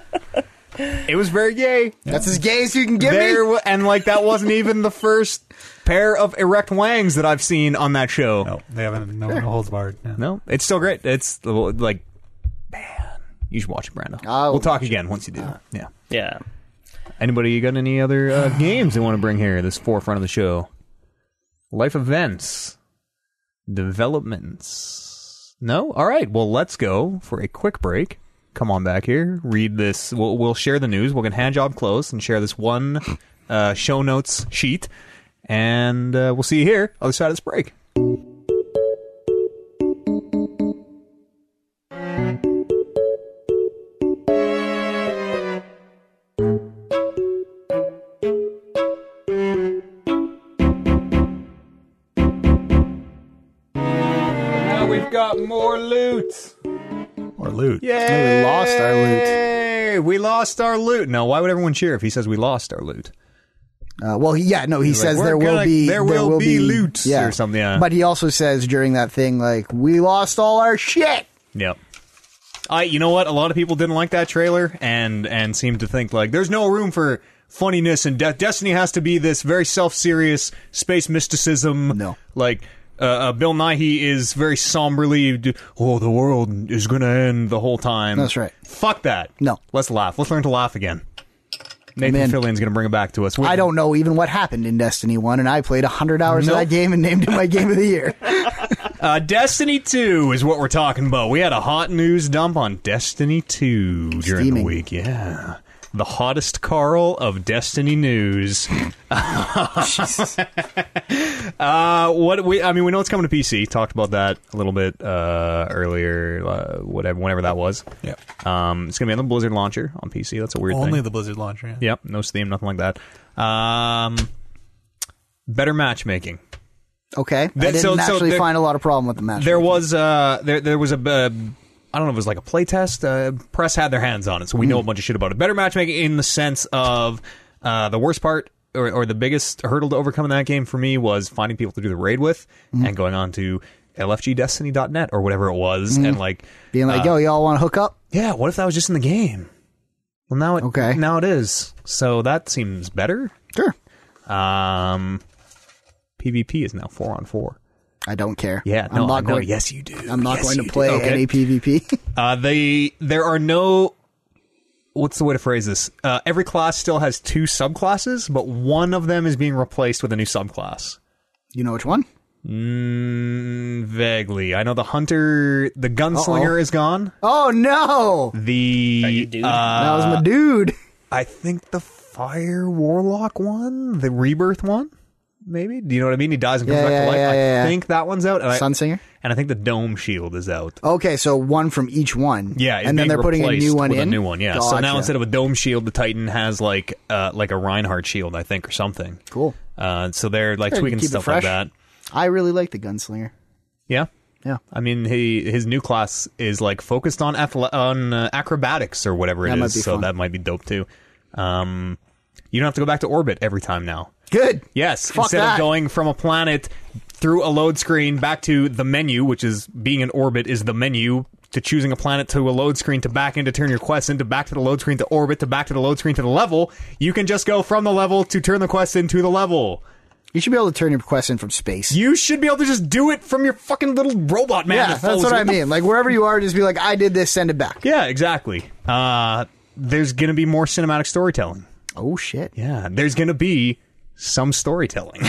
B: It was very gay.
A: That's as gay as you can get
B: there
A: me.
B: wa- and like that wasn't even the first pair of erect wangs that I've seen on that show.
D: No, they haven't. No, no holds barred. Yeah.
B: No, it's still great. It's the- like, man, you should watch it, Brando.
A: I'll
B: we'll talk again once you do. that. yeah.
C: Yeah.
B: Anybody got any other uh, games they want to bring here? This forefront of the show. Life events, developments. No. All right. Well, let's go for a quick break. Come on back here. Read this. We'll, we'll share the news. We're gonna hand job close and share this one uh, show notes sheet, and uh, we'll see you here other side of this break. Now we've got more loot.
D: Or loot.
B: Yeah,
A: we lost our loot.
B: loot. We lost our loot. No, why would everyone cheer if he says we lost our loot?
A: Uh, well, he- yeah, no, he
B: like,
A: says
B: "We're
A: there will
B: gonna-
A: be
B: there will be loot,"
A: yeah.
B: or something, yeah.
A: But he also says during that thing like, "We lost all our shit."
B: Yep. I you know what? A lot of people didn't like that trailer and and seemed to think like there's no room for funniness and death. Destiny has to be this very self-serious space mysticism.
A: No.
B: Like uh, uh, Bill Nighy is very somberly, d- oh, the world is going to end the whole time.
A: That's right.
B: Fuck that.
A: No.
B: Let's laugh. Let's learn to laugh again. Nathan
A: Man.
B: Fillion's going to bring it back to us.
A: I don't know even what happened in Destiny One, and I played hundred hours
B: Nope.
A: of that game and named it my game of the year.
B: Uh, Destiny 2 is what we're talking about. We had a hot news dump on Destiny 2 during the
A: Steaming.
B: week. Yeah. The hottest Carl of Destiny news. uh, what we I mean, we know it's coming to PC. Talked about that a little bit uh, earlier, uh, whatever, whenever that was.
D: Yeah.
B: Um, it's gonna be on the Blizzard launcher on PC. That's a weird thing.
D: Only the Blizzard launcher. Yeah.
B: Yep, no Steam, nothing like that. Um, better matchmaking.
A: Okay, I
B: That-
A: didn't
B: so- so
A: actually
B: there-
A: find a lot of problem with the match.
B: There was uh there there was a uh, I don't know if it was like a playtest. Uh, press had their hands on it, so we
A: Mm-hmm.
B: know a bunch of shit about it. Better matchmaking in the sense of uh, the worst part or, or the biggest hurdle to overcome in that game for me was finding people to do the raid with
A: Mm-hmm.
B: and going on to lfgdestiny.net or whatever it was
A: Mm-hmm.
B: and like
A: being like,
B: uh,
A: "Yo, y'all want to hook up?"
B: yeah, what if that was just in the game? Well, now it
A: Okay.
B: now it is. So that seems better.
A: Sure,
B: Um, PvP is now four on four.
A: I don't care.
B: Yeah, no,
A: I'm not
B: I know.
A: going.
B: yes, you do.
A: I'm not
B: Yes,
A: going to
B: you do.
A: play
B: Okay.
A: any PvP.
B: Uh, they there are no. What's the way to phrase this? Uh, every class still has two subclasses, but one of them is being replaced with a new subclass.
A: you know which one?
B: Mm, vaguely, I know the hunter, the gunslinger is gone.
A: Oh no,
B: The
C: you dude?
B: uh,
A: that was my dude.
B: I think the fire warlock one, the rebirth one, maybe. Do you know what I mean? He dies and comes
A: Yeah,
B: back
A: yeah,
B: to life.
A: yeah,
B: I
A: yeah, yeah.
B: think that one's out, and I,
A: Sunsinger.
B: and I think the dome shield is out.
A: Okay, so one from each one.
B: Yeah, it's
A: and then
B: being
A: they're putting a
B: replaced
A: new one
B: with
A: in.
B: A new one, yeah. So now instead of a dome shield, the Titan has like uh, like a Reinhardt shield, I think, or something.
A: cool,
B: Uh, so they're like
A: Sure,
B: tweaking
A: keep it
B: stuff
A: fresh.
B: like that.
A: I really like the gunslinger.
B: Yeah,
A: Yeah,
B: I mean, he his new class is like focused on athle- on uh, acrobatics or whatever it
A: That
B: is,
A: might be
B: so
A: fun.
B: that might be dope too. Um, you don't have to go back to orbit every time now.
A: good.
B: Yes,
A: Fuck
B: instead
A: that.
B: of going from a planet through a load screen back to the menu, which is being in orbit is the menu to choosing a planet to a load screen to back in to turn your quest into back to the load screen to orbit to back to the load screen to the level. You can just go from the level to turn the quest into the level.
A: You should be able to turn your requests in from space.
B: You should be able to just do it from your fucking little robot man.
A: yeah,
B: that
A: that's
B: follows
A: what
B: you.
A: I mean. Like wherever you are, just be like, I did this. Send it back.
B: Yeah, exactly. Uh, there's gonna be more cinematic storytelling.
A: Oh shit.
B: Yeah, there's going to be some storytelling.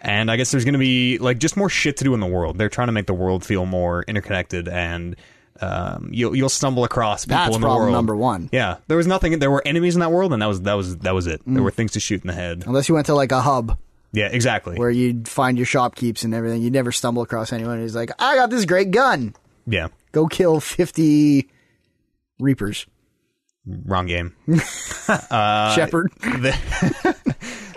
B: and I guess there's going to be like just more shit to do in the world. They're trying to make the world feel more interconnected and um, you'll you'll stumble across people
A: That's
B: in the
A: problem
B: world.
A: number one.
B: Yeah, there was nothing. There were enemies in that world, and that was that was that was it.
A: Mm.
B: There were things to shoot in the head.
A: Unless you went to like a hub
B: Yeah, exactly.
A: where you'd find your shopkeeps and everything, you'd never stumble across anyone who's like, I got this great gun.
B: yeah,
A: Go kill fifty reapers.
B: wrong game. Uh,
A: Shepherd.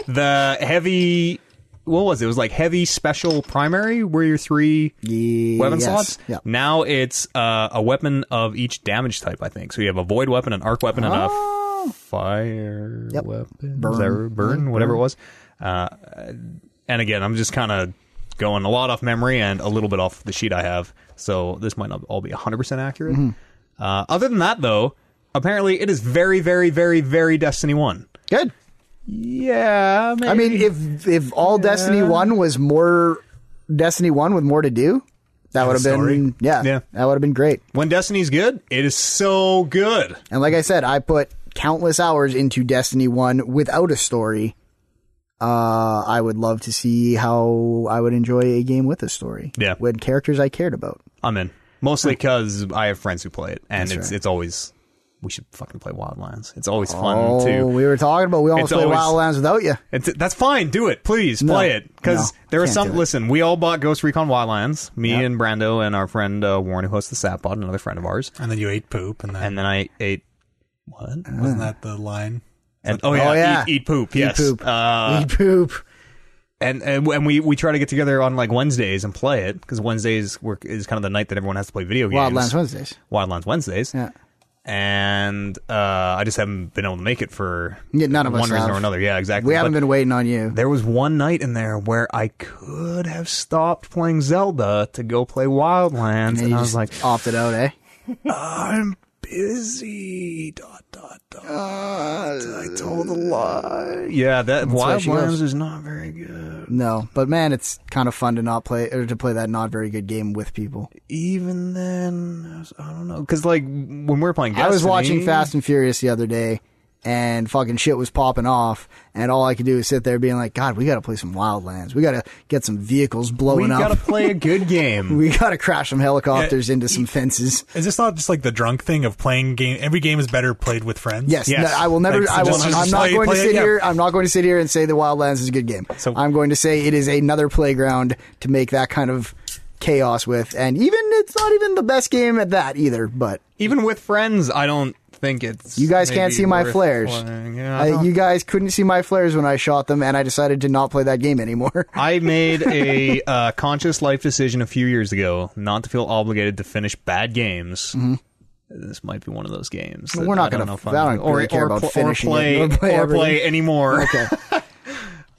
B: The heavy. What was it? It was like heavy special primary. Were your three weapon
A: yes.
B: slots.
A: Yeah.
B: Now it's uh, a weapon of each damage type, I think. So you have a void weapon, an arc weapon, and a fire
A: Oh. Yep.
B: weapon,
A: Burn.
B: Is that right? burn, whatever it was. Uh, and again, I'm just kind of going a lot off memory and a little bit off the sheet I have, so this might not all be 100% accurate.
A: Mm-hmm.
B: Uh, other than that, though, apparently it is very, very, very, very Destiny One.
A: Good.
B: Yeah,
A: I mean, if if all Destiny One was more Destiny One with more to do, that would have
D: story.
A: been yeah,
B: Yeah.
A: that would have been great.
B: when Destiny's good, it is so good.
A: And like I said, I put countless hours into Destiny One without a story. Uh, I would love to see how I would enjoy a game with a story.
B: Yeah.
A: with characters I cared about.
B: I'm in. Mostly because I have friends who play it, and it's it's always we should fucking play Wildlands. It's always fun
A: Oh,
B: too.
A: we were talking about we almost
B: It's
A: played
B: always-
A: Wildlands without you.
B: It's, that's fine. Do it, please.
A: No,
B: play it because
A: no,
B: there are
A: can't
B: some.
A: do it.
B: Listen, we all bought Ghost Recon Wildlands. Me
A: Yeah.
B: and Brando and our friend uh, Warren, who hosts the Sap Pod, another friend of ours.
D: And then you ate poop, and then
B: And uh, then I ate what?
D: wasn't that the line?
B: And oh yeah,
A: yeah.
B: Eat, eat poop. Yes.
A: poop.
B: Uh,
A: Eat poop.
B: and and and we we try to get together on like Wednesdays and play it because Wednesdays were, is kind of the night that everyone has to play video games.
A: Wildlands Wednesdays.
B: Wildlands Wednesdays.
A: Yeah.
B: and uh, I just haven't been able to make it for
A: Yeah, none of us
B: one reason
A: have.
B: or another. Yeah, exactly.
A: We haven't
B: But
A: been waiting on you.
B: There was one night in there where I could have stopped playing Zelda to go play Wildlands, and,
A: you
B: I was
A: just
B: like,
A: opted out, eh?
B: I'm busy. Dot dot dot. I told a lie. Yeah, that
A: why she
B: Wildlands
A: goes.
B: is not very good.
A: No, but man, it's kind of fun to not play or to play that not very good game with people.
B: Even then, I, was- I don't know because like when we were playing, Destiny,
A: I was watching Fast and Furious the other day, and fucking shit was popping off, and all I could do is sit there being like, God, we got to play some Wildlands. We got to get some vehicles
B: We
A: blowing up.
B: gotta play a good game.
A: we got to crash some helicopters into some fences.
D: Is this not just like the drunk thing of playing game? Every game is better played with friends.
A: Yes,
B: Yes.
A: no, I will never.
D: Like,
A: I will,
D: just-
A: I'm
D: just
A: not
D: play-
A: going to
D: play it,
A: sit
D: yeah.
A: here. I'm not going to sit here and say the Wildlands is a good game.
B: So-
A: I'm going to say it is another playground to make that kind of chaos with, and even it's not even the best game at that either. But
B: Even with friends, I don't think it's.
A: You guys can't
B: maybe
A: see my
B: worth
A: flares.
B: playing. Yeah, I,
A: I,
B: don't-
A: you guys couldn't see my flares when I shot them, and I decided to not play that game anymore.
B: I made a uh, conscious life decision a few years ago not to feel obligated to finish bad games. This might be one of those games. that
A: Mm-hmm. We're not
B: I don't
A: gonna-
B: know if
A: I
B: I'm-
A: don't
B: or,
A: really care
B: or
A: about
B: pl- or
A: finishing it.
B: play
A: We'll play
B: or play
A: everything.
B: anymore.
A: Okay,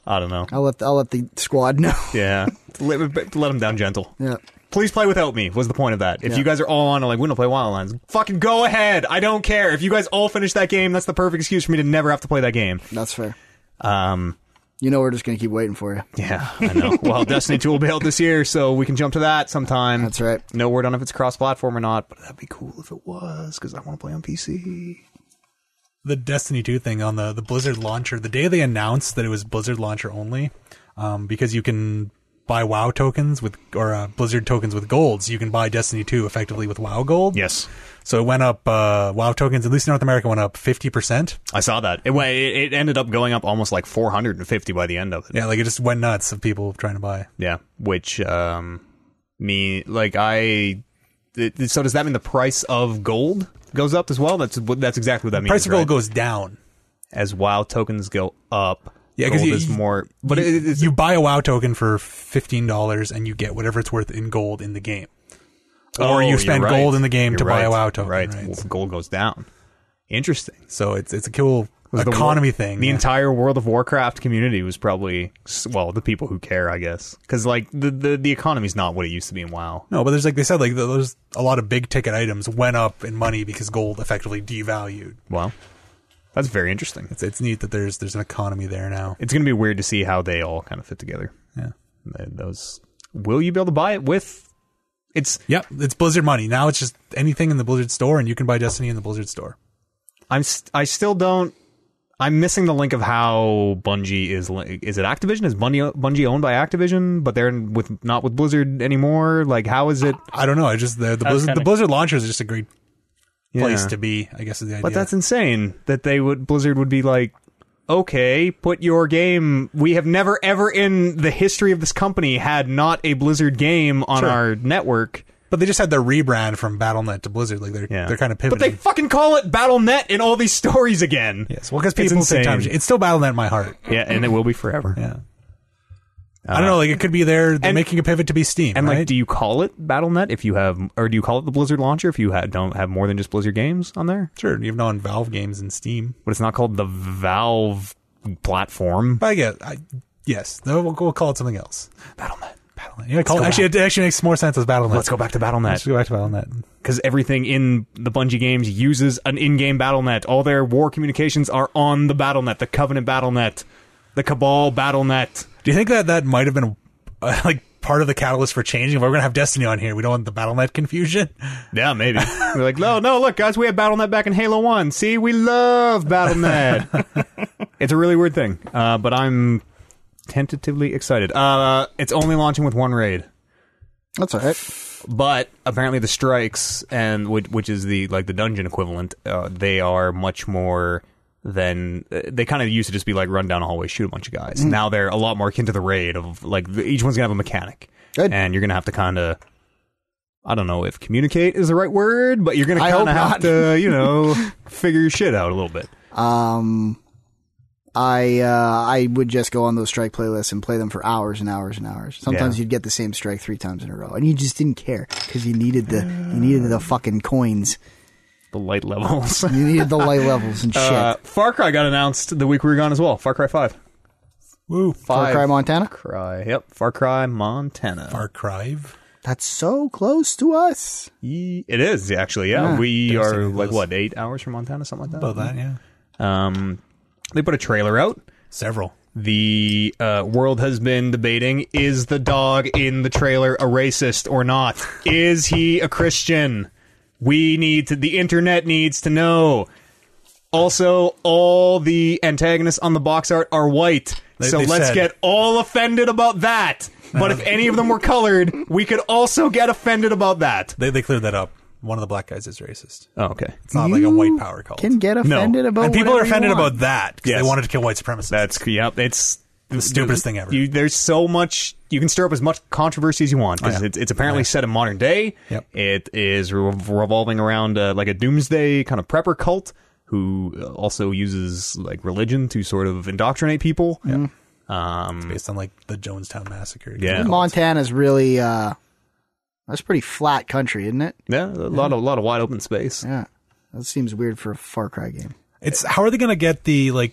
A: Oh.
B: I don't know.
A: I'll let I'll let the squad know.
B: Yeah, let, let them down gentle.
A: Yeah.
B: Please play without me was the point of that. If
A: Yeah.
B: you guys are all on like we don't play Wildlands, fucking go ahead. I don't care. If you guys all finish that game, that's the perfect excuse for me to never have to play that game.
A: That's fair.
B: Um,
A: You know we're just gonna keep waiting for you.
B: Yeah, I know. well, Destiny 2 will be out this year, so we can jump to that sometime.
A: That's right.
B: No word on if it's cross platform or not, but that'd be cool if it was, because I want to play on PC.
D: The Destiny 2 thing on the, the Blizzard launcher, the day they announced that it was Blizzard launcher only, um, because you can buy WoW tokens with or uh, Blizzard tokens with gold. So you can buy Destiny 2 effectively with WoW gold.
B: Yes.
D: So it went up. Uh, WoW tokens, at least in North America, went up fifty percent.
B: I saw that. It, went- it it ended up going up almost like 450 by the end of it.
D: Yeah, like it just went nuts of people trying to buy.
B: Yeah, which um, me like I. It, so does that mean the price of gold goes up as well? That's what- that's exactly what that means.
D: Price of gold
B: right?
D: goes down.
B: as WoW tokens go up.
D: Yeah, 'cause
B: gold
D: you-
B: is
D: you-
B: more. But
D: you,
B: it, it's,
D: you buy a WoW token for fifteen dollars, and you get whatever it's worth in gold in the game.
B: Oh,
D: or you
B: you're
D: spend
B: right.
D: gold in the game
B: You're
D: to buy
B: right.
D: a WoW token.
B: Right,
D: Right.
B: Well, gold goes down. Interesting.
D: So it's it's a cool
B: The wor-
D: economy thing.
B: The
D: yeah.
B: entire World of Warcraft community was probably s- well, the people who care, I guess, because like the, the the economy's not what it used to be in WoW.
D: no, but there's like they said, like there's a lot of big ticket items went up in money because gold effectively devalued.
B: Wow, that's very interesting.
D: It's it's neat that there's there's an economy there now.
B: It's going to be weird to see how they all kind of fit together.
D: Yeah.
B: Th- Those will you be able to buy it with? It's
D: Yep, it's Blizzard money. Now it's just anything in the Blizzard store, and you can buy Destiny in the Blizzard store.
B: I'm st- I still don't. I'm missing the link of how Bungie is. li- Is it Activision? Is Bungie Bungie owned by Activision? But they're with not with Blizzard anymore. Like how is it?
D: I don't know. I just the, the
C: was
D: Blizzard the
C: kinda-
D: Blizzard launcher is just a great place
B: Yeah.
D: to be. I guess is the idea.
B: But that's insane that they would Blizzard would be like, okay, put your game. We have never ever in the history of this company had not a Blizzard game on
D: Sure.
B: our network.
D: But they just had their rebrand from BattleNet to Blizzard. Like they're they're kind of
B: But they
D: pivoting.
B: fucking call it BattleNet in all these stories again.
D: yes, well, because
B: It's
D: people take
B: insane.
D: time. It's still BattleNet in my heart.
B: Yeah, and it will be forever.
D: Yeah.
B: Uh,
D: I don't know. Like it could be there. They're
B: And-
D: making a pivot to be Steam.
B: And like,
D: right?
B: do you call it BattleNet if you have, or do you call it the Blizzard launcher if you ha- don't have more than just Blizzard games on there?
D: sure, you have non-Valve games in Steam.
B: But it's not called the Valve platform.
D: But I guess I, yes, though we'll, we'll call it something else.
B: BattleNet.
D: BattleNet. Yeah, call
B: go
D: it, actually, it actually makes more sense as BattleNet.
B: Let's go back to
D: Let's
B: BattleNet
D: go back to BattleNet.
B: because everything in the Bungie games uses an in-game BattleNet. All their war communications are on the BattleNet, the Covenant BattleNet, the Cabal BattleNet.
D: Do you think that that might have been uh, like part of the catalyst for changing? We're gonna have Destiny on here. We don't want the BattleNet confusion.
B: Yeah, maybe. We're like, no, no, look, guys, we have BattleNet back in Halo One. See, we love BattleNet. it's a really weird thing, uh, but I'm tentatively excited. Uh, it's only launching with one raid,
A: That's all right.
B: but apparently the strikes and which, which is the like the dungeon equivalent, uh, they are much more than uh, they kind of used to just be like run down a hallway, shoot a bunch of
A: Mm.
B: guys. Now they're a lot more akin to the raid of like the- each one's gonna have a mechanic,
A: Good.
B: and you're gonna have to kind of. I don't know if communicate is the right word, but you're going to
A: I hope
B: kind of have
A: not.
B: to, you know, figure your shit out a little bit.
A: Um, I uh, I would just go on those strike playlists and play them for hours and hours and hours. Sometimes
B: Yeah.
A: you'd get the same strike three times in a row, and you just didn't care because you needed the you needed the fucking coins,
B: The light levels.
A: you needed the light levels and shit.
B: Uh, Far Cry got announced the week we were gone as well. Far Cry 5.
D: Woo!
A: Far
B: five.
A: Cry Montana.
B: Cry. Yep. Far Cry Montana.
D: Far Cry.
A: That's so close to us.
B: Ye- It is actually. Yeah,
A: Yeah.
B: we
D: Didn't see
B: are
D: those.
B: like what eight hours from Montana, something like that.
D: About that, yeah.
B: Um, they put a trailer out.
D: Several.
B: The uh, world has been debating: is the dog in the trailer a racist or not? is he a Christian? We need to. The internet needs to know. Also, all the antagonists on the box art are white,
D: They-
B: so
D: they
B: let's
D: said.
B: get all offended about that. But if any of them were colored, we could also get offended about that.
D: They they cleared that up. One of the black guys is racist.
B: Oh, okay.
D: It's not like a
A: You
D: white power cult.
A: Can get offended about
D: and people are
A: whatever you
D: offended
A: want.
D: about that because
B: Yes.
D: they wanted to kill white supremacists.
B: That's yep. It's the
D: stupidest thing ever.
B: You, there's so much you can stir up as much controversy as you want
A: Oh,
B: because
D: yeah.
B: it's, it's apparently set in modern day.
D: Yep.
B: It is re- revolving around uh, like a doomsday kind of prepper cult who uh, also uses like religion to sort of indoctrinate people.
A: Mm-hmm.
B: Um,
D: based on like the Jonestown massacre.
B: Yeah.
A: Montana's really uh, that's pretty flat country, isn't it?
B: yeah, a lot of lot of wide open space.
A: Yeah, that seems weird for a Far Cry game.
D: it's how are they going to get the like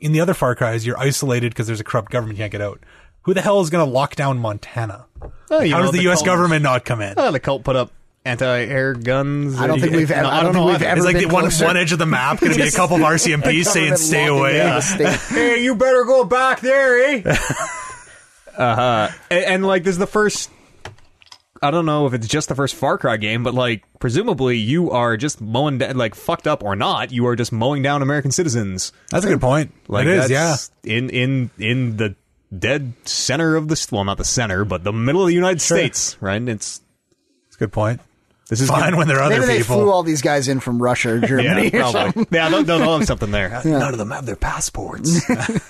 D: in the other Far Cries? You're isolated because there's a corrupt government you can't get out. Who the hell is going to lock down Montana?
B: Oh, you
D: How
B: know,
D: does the, U.S.
B: cult-
D: government not come in?
B: Oh, the cult put up anti-air guns.
A: I don't think we've ever- I don't think we've
B: either.
A: ever
D: It's like
A: been
D: the one,
A: closer.
D: one edge of the map going to be a couple of RCMPs saying stay away.
B: hey, you better go back there, eh? uh huh. And, and, like, this is the first. I don't know if it's just the first Far Cry game, but like, presumably you are just mowing down, like, fucked up or not, you are just mowing down American citizens.
D: That's a good point.
B: Like,
D: it is, yeah.
B: that's In in in the dead center of the s- well, not the center, but the middle of the United
D: Sure.
B: States, right? And it's
D: It's a good point.
B: this is
D: Fine when there are
A: Maybe
D: other
A: they
D: people.
A: flew all these guys in from Russia or Germany.
B: Yeah,
A: or something.
B: probably. yeah, they'll, they'll have something there.
D: None of them have their passports.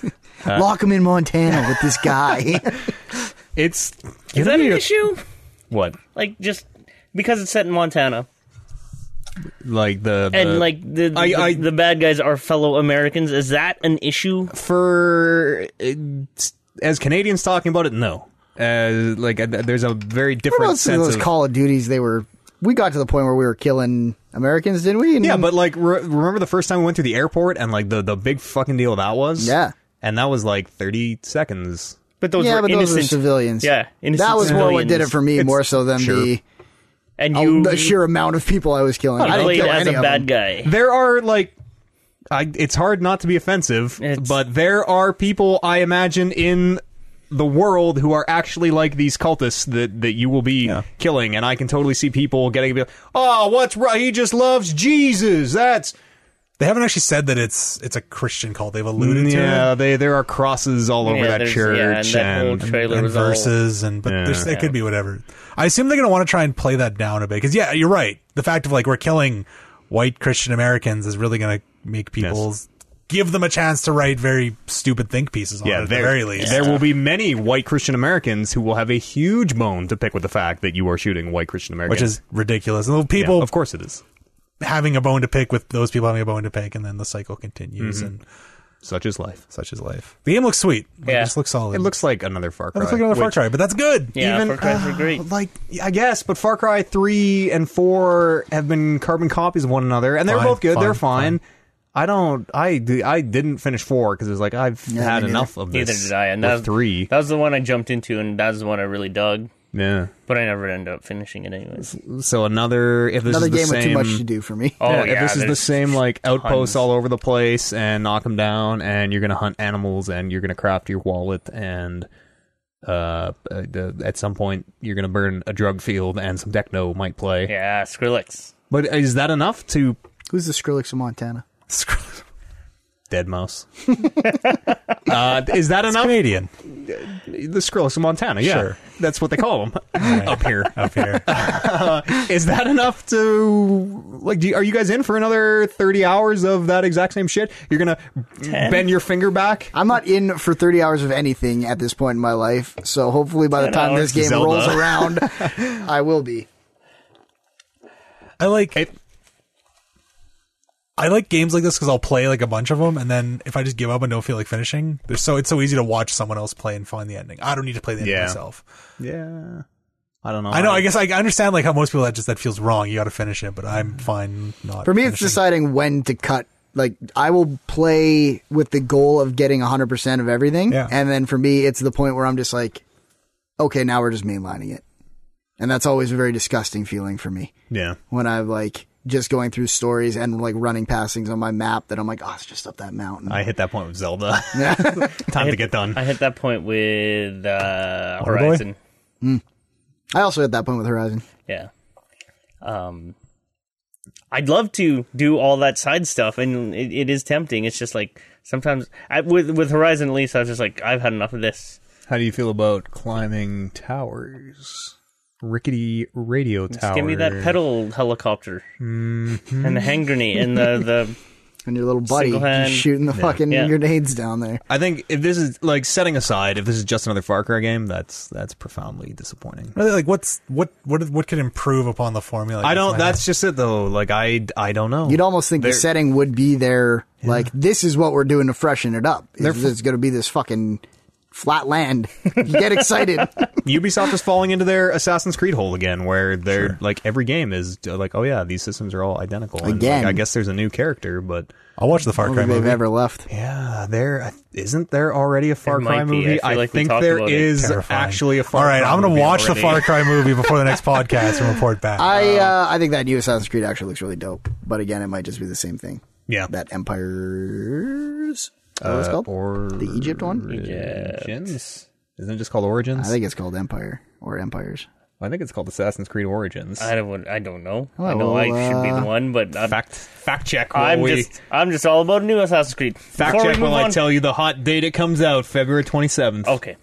A: Lock him in Montana with this guy.
B: It's
C: Is that an issue?
B: what
C: Like just because it's set in Montana
B: like
A: Uh,
B: the, the
C: and like the the,
B: I- I-
C: the bad guys are fellow Americans. Is that an issue?
B: for it's- as Canadians talking about it, no. As like uh, there's a very
A: What
B: different
A: about some of
B: sense
A: those
B: of
A: Call of Duties? They were. We got to the point where we were killing Americans, didn't we? And
B: Yeah, but like, re- remember the first time we went through the airport and like the the big fucking deal that was.
A: Yeah.
B: and that was like thirty seconds.
C: But those
A: yeah,
C: were
A: but
C: innocent
A: those are civilians.
C: Yeah, innocent
A: that was more what did it
C: civilians.
A: for me,
B: It's-
A: more so than
B: sure.
A: the,
C: and you
A: the sheer amount of people I was killing. I didn't
C: played
A: kill
C: as
A: any
C: a
A: of
C: bad
A: them.
C: guy.
B: There are like, I it's hard not to be offensive,
C: It's-
B: but there are people I imagine in the world who are actually like these cultists that that you will be killing, and I can totally see people getting a bit. Oh, what's right? He just loves Jesus. That's
D: they haven't actually said that it's it's a Christian cult. They've alluded to
B: yeah.
D: it
B: uh, They there are crosses all over
C: Yeah,
B: that
C: there's-
B: church
C: yeah, and that whole
B: and-
C: trailer
D: and
C: was all-
D: verses, and but
B: Yeah.
D: there's, it could be whatever. I assume they're going to want to try and play that down a bit because yeah, you're right. The fact of like we're killing white Christian Americans is really going to make people give them a chance to write very stupid think pieces. On it
B: Yeah,
D: at
B: there,
D: the very least,
B: there will be many white Christian Americans who will have a huge bone to pick with the fact that you are shooting white Christian Americans.
D: which is ridiculous. And the
B: Yeah,
D: people
B: of course it is.
D: having a bone to pick with those people having a bone to pick, and then the cycle continues
B: Mm-hmm.
D: and
B: Such is life.
D: such is life. The game looks sweet. Like,
C: Yeah.
D: It just looks solid.
B: It looks like another Far
D: It
B: Cry.
D: looks like another Far
B: which-
D: Cry, but that's good.
C: Yeah,
B: even-
C: Far Cry's were great.
B: Like I guess, but Far Cry three and four have been carbon copies of one another, and they're
D: Fine,
B: both good.
D: fine,
B: they're fine. I don't. I d- I didn't finish four because it was like I've had
A: me neither.
B: enough of this.
C: Neither did I. And
B: with
C: that was,
B: three.
C: That was the one I jumped into, and that was the one I really dug.
B: yeah.
C: But I never ended up finishing it, anyways.
B: So another. If this
A: Another
B: is the
A: game
B: same,
A: with too much to do for me.
C: Oh
B: Yeah,
C: yeah,
B: if this is the
C: there's-
B: same like outposts
C: tons.
B: all over the place and knock them down, and you're gonna hunt animals and you're gonna craft your wallet, and uh, uh, the- at some point you're gonna burn a drug field and some techno might play.
C: Yeah, Skrillex.
B: But is that enough to
A: Who's the Skrillex of Montana?
B: dead mouse? uh, is that enough?
D: Canadian
B: The Skrillex of Montana, yeah,
D: Sure.
B: that's what they call them up here.
D: up here.
B: Is that enough to like? Do you, are you guys in for another thirty hours of that exact same shit? You're gonna bend your finger back.
A: I'm not in for 30 hours of anything at this point in my life, so hopefully by the
C: 10
A: time this
C: hours
A: game
B: Zelda.
A: rolls around, I will be.
D: I like
B: It-
D: I like games like this because I'll play like a bunch of them, and then if I just give up and don't feel like finishing, they're so it's so easy to watch someone else play and find the ending. I don't need to play the ending
B: Yeah.
D: myself.
B: Yeah. I don't know.
D: I know. I guess I I understand like how most people that just that feels wrong. You got to finish it, but I'm fine not.
A: For me, it's
D: finishing.
A: deciding when to cut. Like, I will play with the goal of getting 100% of everything.
D: Yeah.
A: And then for me, it's the point where I'm just like, okay, now we're just mainlining it. And that's always a very disgusting feeling for me
B: Yeah.
A: when I'm like just going through stories and like running past things on my map that I'm like, oh, it's just up that mountain.
B: I hit that point with Zelda. Time to get done.
C: I hit that point with uh,
D: Waterboy?
C: Horizon.
A: I also hit that point with Horizon.
C: Yeah. Um, I'd love to do all that side stuff, and it, it is tempting. It's just like sometimes I, with with Horizon at least, I was just like, I've had enough of this.
B: How do you feel about climbing towers? Rickety radio towers.
C: Just give me that pedal helicopter
B: Mm-hmm.
C: and the hand grenade and the
A: And your little buddy
C: Single hand.
A: just shooting the fucking
C: Yeah.
A: grenades down there.
B: I think if this is like setting aside, if this is just another Far Cry game, that's that's profoundly disappointing.
D: Really, like what's what what what could improve upon the formula?
B: I don't.
D: guess?
B: That's just it though. Like I, I don't know.
A: You'd almost think the
B: They're-
A: setting would be there. Like this is what we're doing to freshen it up. Is it's going to be this fucking flat land. You get excited.
B: Ubisoft is falling into their Assassin's Creed hole again, where they're like every game is uh, like, oh yeah, these systems are all identical. And, like,
A: Again.
B: I guess there's a new character, but
D: I'll watch the Far
A: I don't
D: Cry
A: think they've
D: movie.
A: ever left.
B: yeah, there isn't there already a Far
C: There
B: Cry
C: might be. I
B: movie.
C: feel
B: I,
C: like we
B: think
C: talked
B: there
C: about it.
B: is
D: Terrifying.
B: actually a Far
D: All right,
B: Cry
D: I'm gonna
B: movie
D: watch the
B: already.
D: Far Cry movie before the next podcast and report back.
A: I uh, I think that new Assassin's Creed actually looks really dope. But again, it might just be the same thing.
B: Yeah.
A: That Empires. Uh, it's called?
B: or
A: the Egypt one?
B: Origins? Isn't it just called Origins?
A: I think it's called Empire or Empires.
B: I think it's called Assassin's Creed Origins.
C: I don't. I don't know. I
A: Well,
C: know I
A: well,
C: should be
A: uh,
C: the one, but I'm,
B: fact fact check while
C: I'm
B: we
C: just. I'm just all about new Assassin's Creed.
B: fact
C: Before we
B: check while
C: move
B: I
C: on-
B: tell you the hot date it comes out, February twenty seventh.
C: Okay.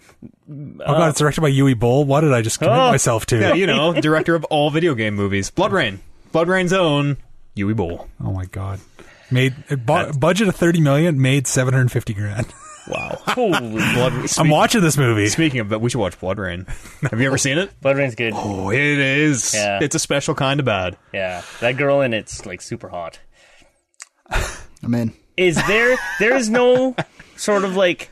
D: Oh god, it's directed by Yui Bull. What did I just commit
C: Oh.
D: myself to?
B: Yeah, you know, director of all video game movies, Blood Rain, Blood Rain's own Yui Bull.
D: Oh my god. Made it bought, budget of 30 million, made 750 grand.
B: Wow,
C: Holy
B: Blood.
D: I'm
B: Speak,
D: watching this movie.
B: speaking of that, we should watch Blood Rain. Have you ever seen it?
C: Blood Rain's good.
B: Oh, it is.
C: Yeah.
B: It's a special kind of bad.
C: Yeah, that girl in it's like super hot.
A: I'm in.
C: Is there? there is no sort of like,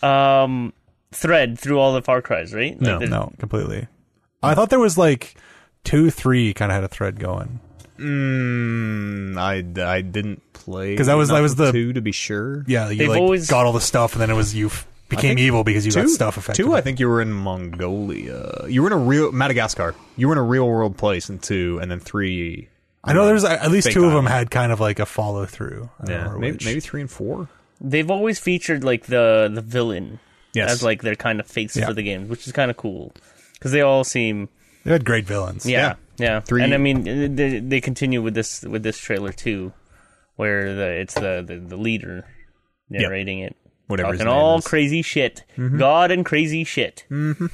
C: um, thread through all the Far Cries, right?
B: No.
C: Like, there's-
D: No, completely. I thought there was like 2 3 kind of had a thread going.
B: Mm, I, I didn't play
D: 'Cause that was- that
B: enough
D: was
B: of
D: the-
B: two to be sure.
D: Yeah, you
C: They've
D: like
C: always-
D: got all the stuff and then it was you f- became
B: think
D: evil because you
B: Two
D: got stuff effectively.
B: Two, I think you were in Mongolia. You were in a real Madagascar. You were in a real world place in two, and then three.
D: I know there's at least
B: Fake
D: two of them
B: island.
D: had kind of like a follow through.
B: Yeah, maybe, maybe three and four.
C: They've always featured like the the villain
B: Yes.
C: as like their kind of face
D: Yeah.
C: for the game, which is kind of cool because they all seem
D: They had great villains.
C: yeah yeah.
B: Three-
C: And I mean they, they continue with this with this trailer too, where the it's the the, the leader narrating it,
B: Whatever his
C: talking
B: name
C: all
B: is. Mm-hmm.
C: crazy shit, God and crazy shit. Mm-hmm.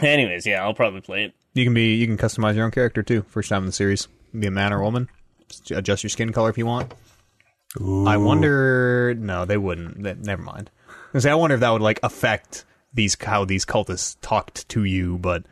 C: Anyways, yeah, I'll probably play it.
B: You can be you can customize your own character too. First time in the series, be a man or woman. Just Adjust your skin color if you want.
D: Ooh.
B: I wonder. No, they wouldn't. That, never mind. I was gonna say, I wonder if that would like affect these how these cultists talked to you. But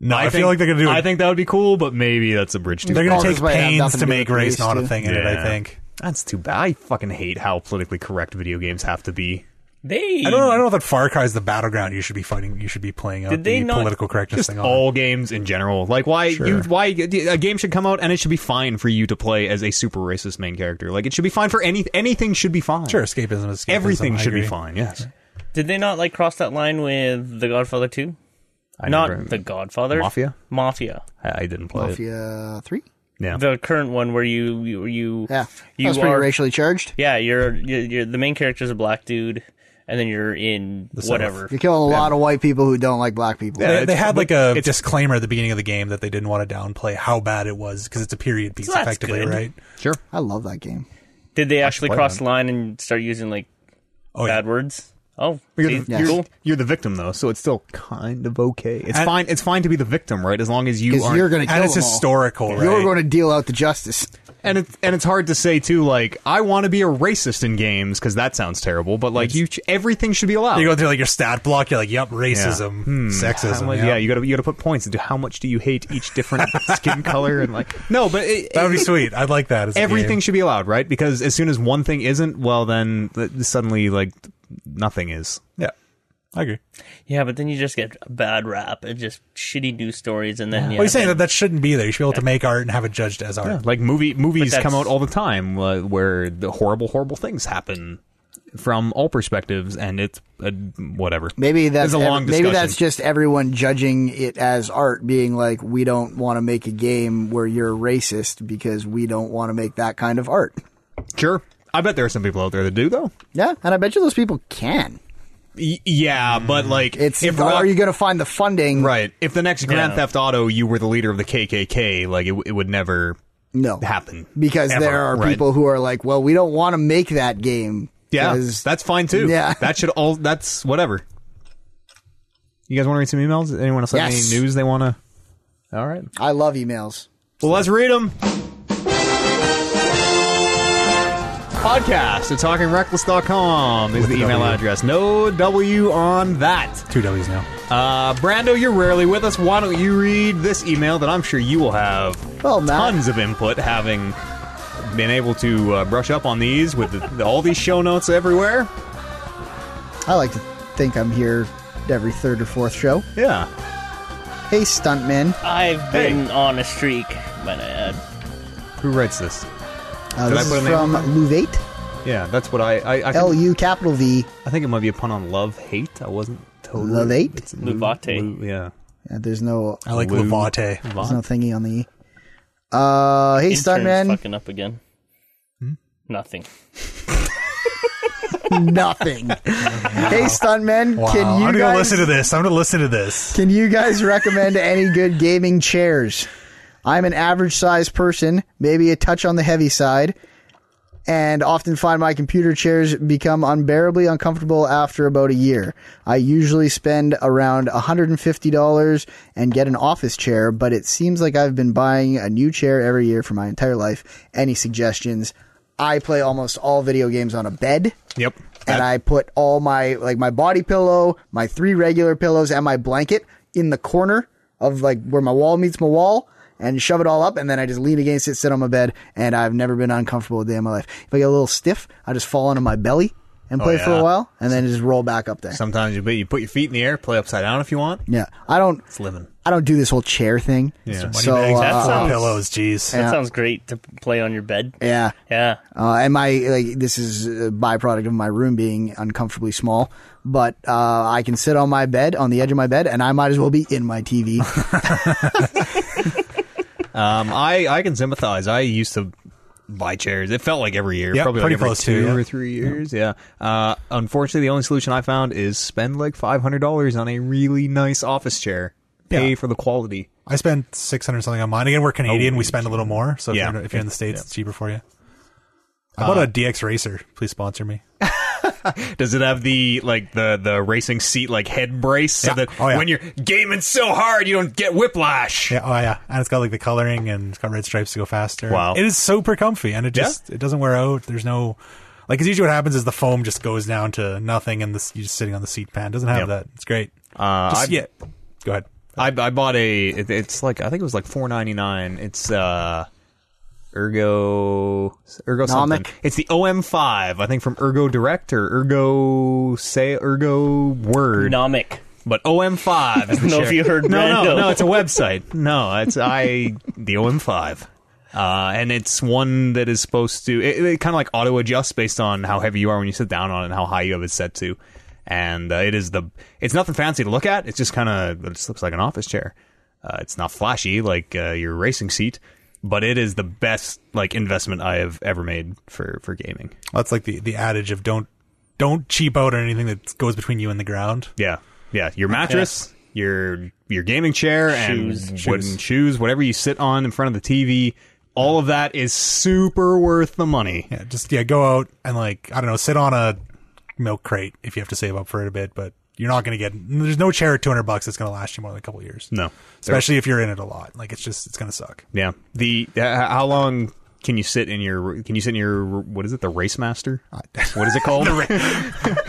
D: No, I,
B: think-
D: feel like they're gonna do.
B: I
D: it.
B: think that would be cool, but maybe that's a bridge too.
D: they're gonna
A: All
D: take
A: this might have
D: pains
A: nothing
D: to
A: to do
D: make
A: with
D: race
A: race,
D: not a
A: too.
D: thing in it. I
B: Yeah.
D: think.
B: That's too bad. I fucking hate how politically correct video games have to be.
C: They
D: I don't know. I don't know that Far Cry is the battleground you should be fighting. You should be playing out
C: Did they
D: the
C: not-
D: political correctness
B: Just
D: thing. on.
B: all games in general. Like why
D: Sure.
B: you why a game should come out and it should be fine for you to play as a super racist main character. Like it should be fine for any anything should be fine.
D: Sure, escapism is escapism.
B: Everything
D: I
B: should be
D: agree.
B: fine. Yes.
C: did they not like cross that line with The Godfather two?
B: I
C: Not
B: never-
C: The Godfather,
B: Mafia?
C: Mafia.
B: I I didn't play it.
A: Mafia three.
B: Yeah.
C: the current one where you you you
A: Yeah, that
C: you
A: was pretty
C: are
A: racially charged.
C: yeah you're, you're you're the main character's a black dude and then you're in
D: South.
C: whatever
A: You're killing a lot of white people who don't like black people.
D: They,
B: Yeah.
D: they
B: it's-
D: had like
B: but
D: a
B: it's-
D: disclaimer at the beginning of the game that they didn't want to downplay how bad it was because it's a period piece,
C: So that's
D: effectively,
C: good.
D: right?
B: sure.
A: I love that game.
C: did they actually
B: play
C: cross
B: that.
C: the line and start using like
D: Oh, yeah.
C: bad words oh
B: You're,
C: see,
B: the, you're-
C: cool
B: you're the victim though, so it's still kind of okay. It's
D: And-
B: fine. It's fine to be the victim, right? As long as you
A: Because
B: are
A: you're going to kill
D: and it's
A: them
D: historical,
A: all.
D: right?
A: You're going to deal out the justice.
B: and it's and it's hard to say too. Like I want to be a racist in games because that sounds terrible, but like you, everything should be allowed.
D: you go through like your stat block. You're like, "Yep, racism,
B: How
D: sexism."
B: much-
D: yeah.
B: Hmm. yeah. you gotta you gotta put points into how much do you hate each different skin color and like no, but it,
D: that would be
B: it-
D: sweet. I'd like that. As a
B: everything
D: game.
B: should be allowed, right? Because as soon as one thing isn't, well, then th- suddenly like nothing is.
D: Yeah, I agree.
C: yeah but then you just get a bad rap and just shitty news stories and then yeah,
D: well, you're saying
C: then-
D: that that shouldn't be there. You should be able to make art and have it judged as art.
B: Like movie movies
C: that's-
B: come out all the time uh, where the horrible horrible things happen from all perspectives, and it's uh, whatever.
A: Maybe that's
B: It's a
A: ev-
B: long
A: maybe
B: discussion.
A: that's just everyone judging it as art, being like, we don't want to make a game where you're racist because we don't want to make that kind of art.
B: sure. I bet there are some people out there that do though.
A: Yeah, and I bet you those people can.
B: Y- yeah, but like
A: It's
B: if
A: are
B: Rock-
A: you going to find the funding?
B: Right. If the next Grand
C: Yeah.
B: Theft Auto, you were the leader of the KKK, like it, w- it would never
A: No,
B: happen
A: because
B: Ever.
A: there are
B: Right.
A: people who are like, well, we don't want to make that game.
B: Yeah,
A: 'cause-
B: that's fine too.
A: Yeah.
B: that should all. That's whatever. You guys want to read some emails? Anyone else have
A: Yes.
B: any news they want to? All right.
A: I love emails.
B: Well, let's read them. Podcast at talkingreckless.com is
D: With
B: the
D: a
B: email
D: W.
B: address. No W on that.
D: Two W's now.
B: Uh, Brando, you're rarely with us. Why don't you read this email that I'm sure you will have
A: Well, Matt.
B: tons of input, having been able to uh, brush up on these with the, all these show notes everywhere.
A: I like to think I'm here every third or fourth show.
B: Yeah.
A: Hey, stuntman.
C: i've
B: Hey.
C: been on a streak but uh,
B: Who writes this?
A: Uh,
B: Did I
A: this
B: put
A: is
B: a name on
A: from Luvate.
B: Yeah, that's what I I, I,
A: L
B: think,
A: U capital V.
B: I think it might be a pun on love hate. I wasn't totally
A: Love hate?
B: It's
C: Luvate.
B: Lu- yeah.
A: Uh, there's no
D: I like
B: Lou.
D: Levante.
A: there's no thingy on the E. Uh, hey,
C: intern's
B: Hmm?
A: stuntman.
C: fucking up again nothing
A: nothing. Hey, stuntmen,
D: Wow.
A: can you
D: I'm gonna
A: guys
D: listen to this. I'm gonna listen to this.
A: can you guys recommend any good gaming chairs? I'm an average sized person, maybe a touch on the heavy side, and often find my computer chairs become unbearably uncomfortable after about a year. I usually spend around $150 and get an office chair, but it seems like I've been buying a new chair every year for my entire life. Any suggestions? I play almost all video games on a bed
B: Yep.
A: and I put all my like my body pillow, my three regular pillows, and my blanket in the corner of like where my wall meets my wall, and shove it all up, and then I just lean against it, sit on my bed, and I've never been uncomfortable a day in my life. If I get a little stiff, I just fall onto my belly and play for
B: Oh, yeah.
A: a while, and then just roll back up there.
B: Sometimes you, but you put your feet in the air, play upside down if you want.
A: yeah, I don't.
B: It's living.
A: I don't do this whole chair thing.
B: Yeah.
A: So
D: Money bags,
A: uh,
D: four
C: sounds-
D: pillows. Jeez.
C: That sounds great to play on your bed.
A: yeah,
C: Yeah.
A: Uh, and my like this is a byproduct of my room being uncomfortably small, but uh, I can sit on my bed on the edge of my bed, and I might as well be in my TV.
B: Um, I I can sympathize. I used to buy chairs. It felt like every year,
D: Yep,
B: probably like
D: pretty
B: every
D: close to,
B: two
D: yeah.
B: or three years. Yeah. Uh, unfortunately, the only solution I found is spend like five hundred dollars on a really nice office chair. Pay
D: Yeah.
B: for the quality.
D: I spend six hundred something on mine. Again, we're Canadian. we spend a little more. So if,
B: Yeah.
D: you're, if you're in the states, it's cheaper for you. I bought a DX Racer. Please sponsor me.
B: Does it have the like the the racing seat like head brace so
D: Yeah.
B: that
D: Oh, yeah.
B: when you're gaming so hard you don't get whiplash?
D: Yeah, oh yeah, and it's got like the coloring and it's got red stripes to go faster.
B: Wow.
D: it is super comfy, and it
B: Yeah.
D: just it doesn't wear out. There's no like 'cause usually what happens is the foam just goes down to nothing, and this you're just sitting on the seat pan. It doesn't have
B: Yep.
D: that. It's great.
B: Uh,
D: Just-
B: I've-
D: yeah, go ahead.
B: I, I bought a. It, it's like I think it was like four ninety nine. It's uh, ergo ergo something.
A: Nomic?
B: It's the OM five. I think from Ergo Direct or Ergo say Ergo Word.
C: Nomic.
B: But OM five.
C: I don't know if you heard
B: No, no,
C: Brando.
B: no. It's a website. No, it's I the OM five. Uh, and it's one that is supposed to it, it kind of like auto adjusts based on how heavy you are when you sit down on it and how high you have it set to. And uh, it is the it's nothing fancy to look at. It's just kind of it just looks like an office chair. Uh, it's not flashy like uh, your racing seat, but it is the best like investment I have ever made for for gaming.
D: That's like the the adage of don't don't cheap out on anything that goes between you and the ground.
B: Yeah, yeah. Your mattress, your your gaming chair,
C: Shoes.
B: and
C: Shoes.
B: wooden shoes, whatever you sit on in front of the TV, all of that is super worth the money.
D: Yeah, just yeah, go out and like I don't know, sit on a milk crate if you have to save up for it a bit, but you're not gonna get. There's no chair at 200 bucks that's gonna last you more than a couple years.
B: No,
D: especially if you're in it a lot. Like it's just it's gonna suck.
B: yeah. The uh, how long can you sit in your can you sit in your what is it the race master? What is it called?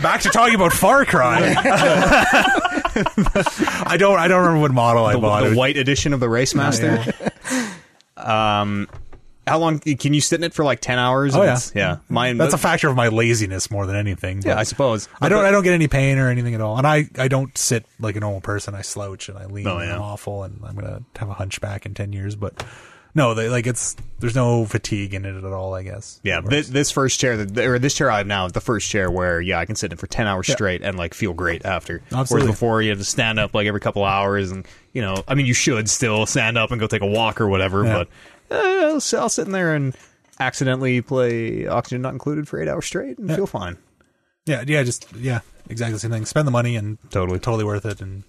D: Back to talking about Far Cry. I don't. I don't remember what model I
B: the,
D: bought.
B: the
D: It was-
B: white edition of the race master. um, how long can you sit in it for? Like ten hours?
D: Oh, yeah.
B: It's- yeah. Mine.
D: That's a factor of my laziness more than anything.
B: yeah,
D: but
B: I suppose.
D: I don't. I don't get any pain or anything at all, and I. I don't sit like a normal person. I slouch and I lean.
B: Oh,
D: and
B: yeah.
D: I'm awful, and I'm gonna have a hunchback in ten years. But no, they, like it's there's no fatigue in it at all. I guess.
B: Yeah, this, this first chair, that- or this chair I have now, is the first chair where yeah, I can sit in for ten hours straight and like feel great after.
D: Absolutely.
B: Whereas before you have to stand up like every couple hours, and you know, I mean, you should still stand up and go take a walk or whatever.
D: Yeah.
B: But uh, I'll, s- I'll sit in there and accidentally play oxygen not included for eight hours straight and feel fine.
D: Yeah. Yeah. Just yeah. Exactly the same thing. Spend the money and
B: Totally.
D: totally worth it. And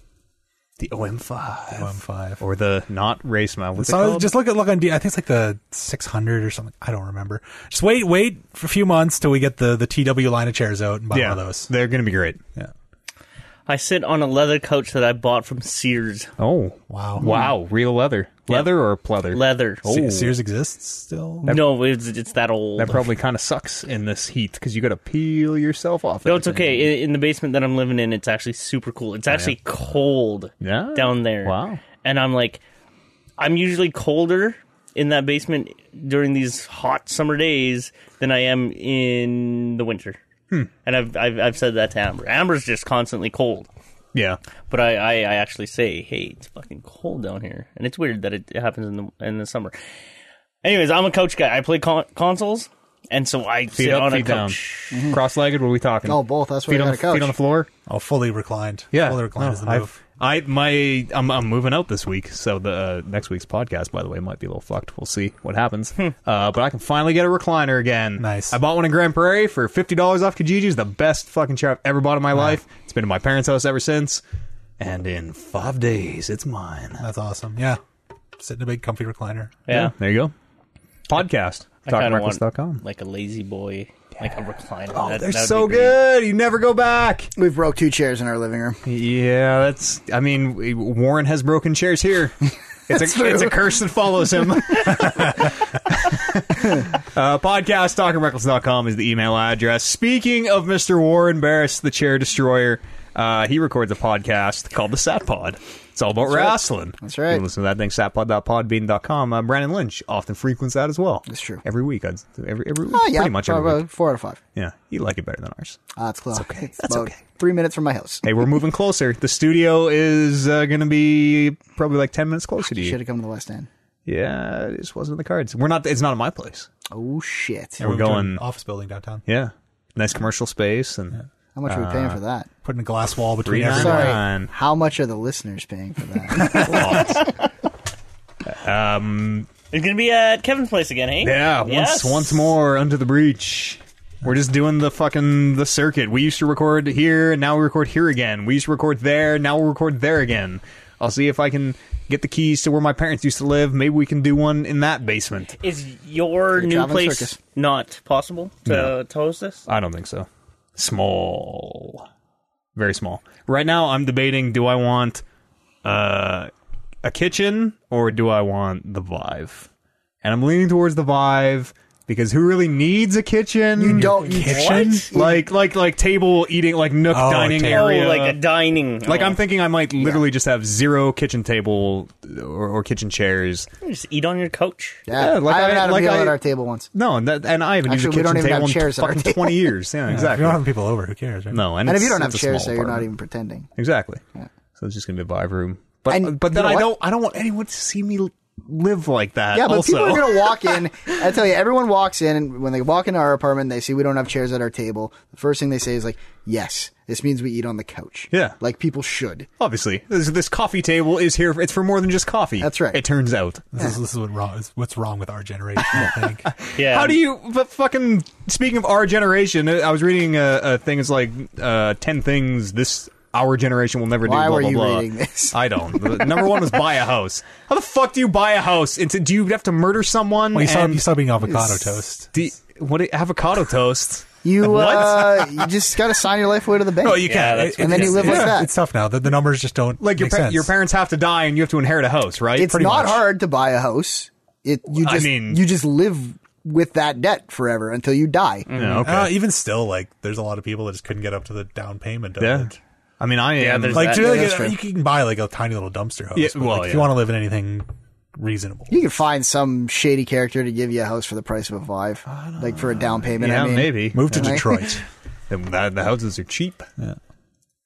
B: The OM five
D: I'm five.
B: or the not race mouth. What's it
D: So
B: called?
D: just look at look on D. I think it's like the 600 or something. I don't remember. Just wait, wait for a few months till we get the the TW line of chairs out and buy
B: yeah,
D: one of those.
B: they're gonna be great.
D: Yeah.
C: I sit on a leather couch that I bought from Sears.
B: Oh
D: Wow.
B: wow, real leather, leather or pleather.
C: Leather.
B: Oh,
D: Se- Sears exists still.
C: No, it's, it's that old.
B: That probably kind of sucks in this heat because you got to peel yourself off.
C: No, it's
B: everything.
C: okay. In, in the basement that I'm living in, it's actually super cool. It's actually cold
B: Oh, Yeah.
C: down there.
B: Wow.
C: And I'm like, I'm usually colder in that basement during these hot summer days than I am in the winter.
B: Hmm.
C: And I've, I've I've said that to Amber. Amber's just constantly cold.
B: Yeah.
C: But I, I, I actually say, hey, it's fucking cold down here, and it's weird that it happens in the in the summer. Anyways, I'm a coach guy. I play con- consoles, and so I
B: Feet
C: sit
B: up,
C: on
B: feet
C: a
B: down.
C: couch.
B: Cross-legged. What are we talking?
A: Mm-hmm. Oh, both. That's why
B: feet
A: I
B: on
A: got
B: the
A: a couch.
B: feet on the floor.
D: Oh, fully reclined.
B: Yeah.
D: Fully reclined
B: No,
D: is the
B: I've-
D: move.
B: I my I'm, I'm moving out this week, so the uh, next week's podcast, by the way, might be a little fucked. We'll see what happens.
A: Hmm.
B: uh, but I can finally get a recliner again.
D: Nice.
B: I bought one in Grand Prairie for fifty dollars off Kijiji's. The best fucking chair I've ever bought in my life. It's been in my parents' house ever since, and in five days, it's mine.
D: That's awesome. Yeah. Sit in a big comfy recliner.
C: Yeah.
B: there you go. Podcast.
C: I kind of
B: TalkingReckless.com.
C: want like a lazy boy, like a recliner.
B: Oh,
C: That-
B: they're
C: that would
B: so
C: be great.
B: good. You never go back.
A: We've broke two chairs in our living room.
B: Yeah, that's. I mean, we- Warren has broken chairs here. It's a, it's a curse that follows him. uh, podcast talkingreckless.com is the email address. Speaking of Mr. Warren Barris, the chair destroyer, uh, he records a podcast called The Sat Pod. It's all about wrestling.
A: That's right.
B: You can listen to that thing, satpod.podbean.com. Uh, Brandon Lynch often frequents that as well.
A: That's true.
B: Every week. I'd, every, every,
A: Oh yeah,
B: pretty much every
A: probably
B: week.
A: four out of five.
B: Yeah, you like it better than ours.
A: Ah, it's close.
B: okay.
A: It's
B: That's
A: about
B: okay.
A: Three minutes from my house.
B: Hey, we're moving closer. The studio is uh, going to be probably like 10 minutes closer to
A: You should
B: you.
A: have come to the West End.
B: Yeah, it just wasn't in the cards. We're not, it's not in my place.
A: Oh shit!
B: We're
D: Moved to an
B: going-
D: office building downtown.
B: Yeah. Nice commercial space and
A: How much are we paying for that?
D: Putting a glass wall between
B: Three
D: everyone.
B: nine-
A: Sorry.
B: uh, on.
A: How much are the listeners paying for that?
C: It's gonna be at Kevin's place again, hey?
B: yeah, once,
C: Yes.
B: once more under the breach. We're just doing the fucking, the circuit. We used to record here and now we record here again. We used to record there. Now we'll record there again. I'll see if I can get the keys to where my parents used to live. Maybe we can do one in that basement.
C: Is your new
A: job in
C: place
A: circus.
C: not possible to,
B: No.
C: to host this?
B: I don't think so. Small. Very small. Right now I'm debating do I want uh a kitchen or do I want the Vive? And I'm leaning towards the Vive because who really needs a kitchen?
A: you don't. You,
D: Kitchen?
B: like like like table eating like nook
D: Oh,
B: dining
D: table.
B: area.
C: Oh, like a dining.
B: Like,
C: oh.
B: I'm thinking I might literally just have zero kitchen table or, or kitchen chairs.
C: just eat on your couch.
A: Yeah,
B: Yeah, like
A: I haven't
B: I-
A: had a
B: like
A: meal
B: I-
A: at our table once.
B: No, and, that, and I
A: Actually,
B: haven't
A: we
B: used a kitchen
A: don't even
B: table
A: have
B: in
A: chairs at our
B: fucking
A: table.
B: 20 years. Yeah,
D: If you're
B: exactly.
D: not having people over, who cares? Right?
B: No, and,
A: And if
B: it's-
A: you don't have
B: it's a
A: chairs there,
B: small
A: you're not
B: apartment.
A: even pretending.
B: Exactly. So it's just going to be a vibe room. But
A: And
B: but then
A: you know
B: I
A: what?
B: don't I don't want anyone to see me l- live like that.
A: Yeah, but
B: also.
A: people are gonna walk in. I tell you, everyone walks in, and when they walk into our apartment, they see we don't have chairs at our table. The first thing they say is like, "Yes, this means we eat on the couch."
B: Yeah.
A: like people should.
B: Obviously, this, this coffee table is here. It's for more than just coffee.
A: That's right.
B: It turns out.
D: This is, this is what wrong, is what's wrong with our generation, I think.
C: Yeah.
B: How do you? But fucking speaking of our generation, I was reading a, a thing. It's like uh, ten things this our generation will never
A: Why
B: do. Blah
A: were
B: blah
A: you
B: blah.
A: reading this?
B: I don't. The number one was buy a house. How the fuck do you buy a house? Into, do you have to murder someone?
D: Well, you, saw,
B: and
D: you saw being avocado toast.
B: do you- what avocado toast?
A: You
B: What?
A: Uh, you just gotta sign your life away to the bank.
D: Oh, you
C: Yeah,
D: can't.
C: that's-
A: And then you live
D: it's,
A: like that.
D: It's tough now. The, the numbers just don't
B: like your
D: make
B: pa-
D: sense.
B: your parents have to die and you have to inherit a house, right?
A: it's
D: pretty
A: not
D: much.
A: hard to buy a house. It you
B: I
A: just
B: mean-
A: you just live with that debt forever until you die.
B: Yeah, Oh, okay.
D: Uh, even still, like there's a lot of people that just couldn't get up to the down payment. Of
B: yeah.
D: it.
B: I mean, I am.
C: there's
B: like,
D: Like, do
C: That-
D: you,
A: yeah,
D: like,
A: that's
D: uh,
A: true.
D: you can buy like a tiny little dumpster house.
B: Yeah,
D: but,
B: well,
D: like, if
B: yeah.
D: you want to live in anything reasonable,
A: You can find some shady character to give you a house for the price of a five, like for a down payment.
B: yeah,
A: I mean,
B: maybe.
D: move to
A: Right.
D: Detroit.
B: The, the, the houses are cheap. Yeah.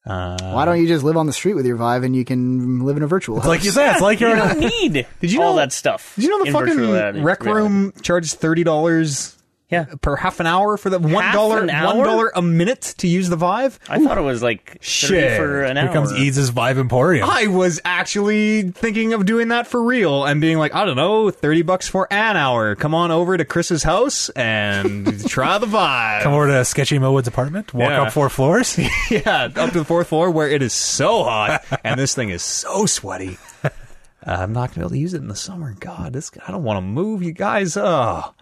A: Why don't you just live on the street with your Vive and you can live in a virtual house?
D: like you said, it's like you're.
C: You don't need
B: Did you
C: all
B: know-
C: that stuff.
B: Did you know the
C: in virtual
B: fucking
C: reality-
B: rec
C: reality.
B: room charges thirty dollars
C: Yeah.
B: per half an hour for the one
C: Half
B: dollar
C: an hour?
B: one dollar a minute to use the Vive?
C: I thought it was like 30
B: Shit.
C: for an hour.
D: Here comes Eads' Vibe Emporium.
B: I was actually thinking of doing that for real and being like, I don't know, thirty bucks for an hour. Come on over to Chris's house and try the Vive.
D: Come over to Sketchy Mo Woods' apartment. Walk
B: Yeah.
D: up four floors.
B: yeah, up to the fourth floor where it is so hot and this thing is so sweaty. Uh, I'm not gonna be able to use it in the summer. God, this I don't want to move, you guys. Oh,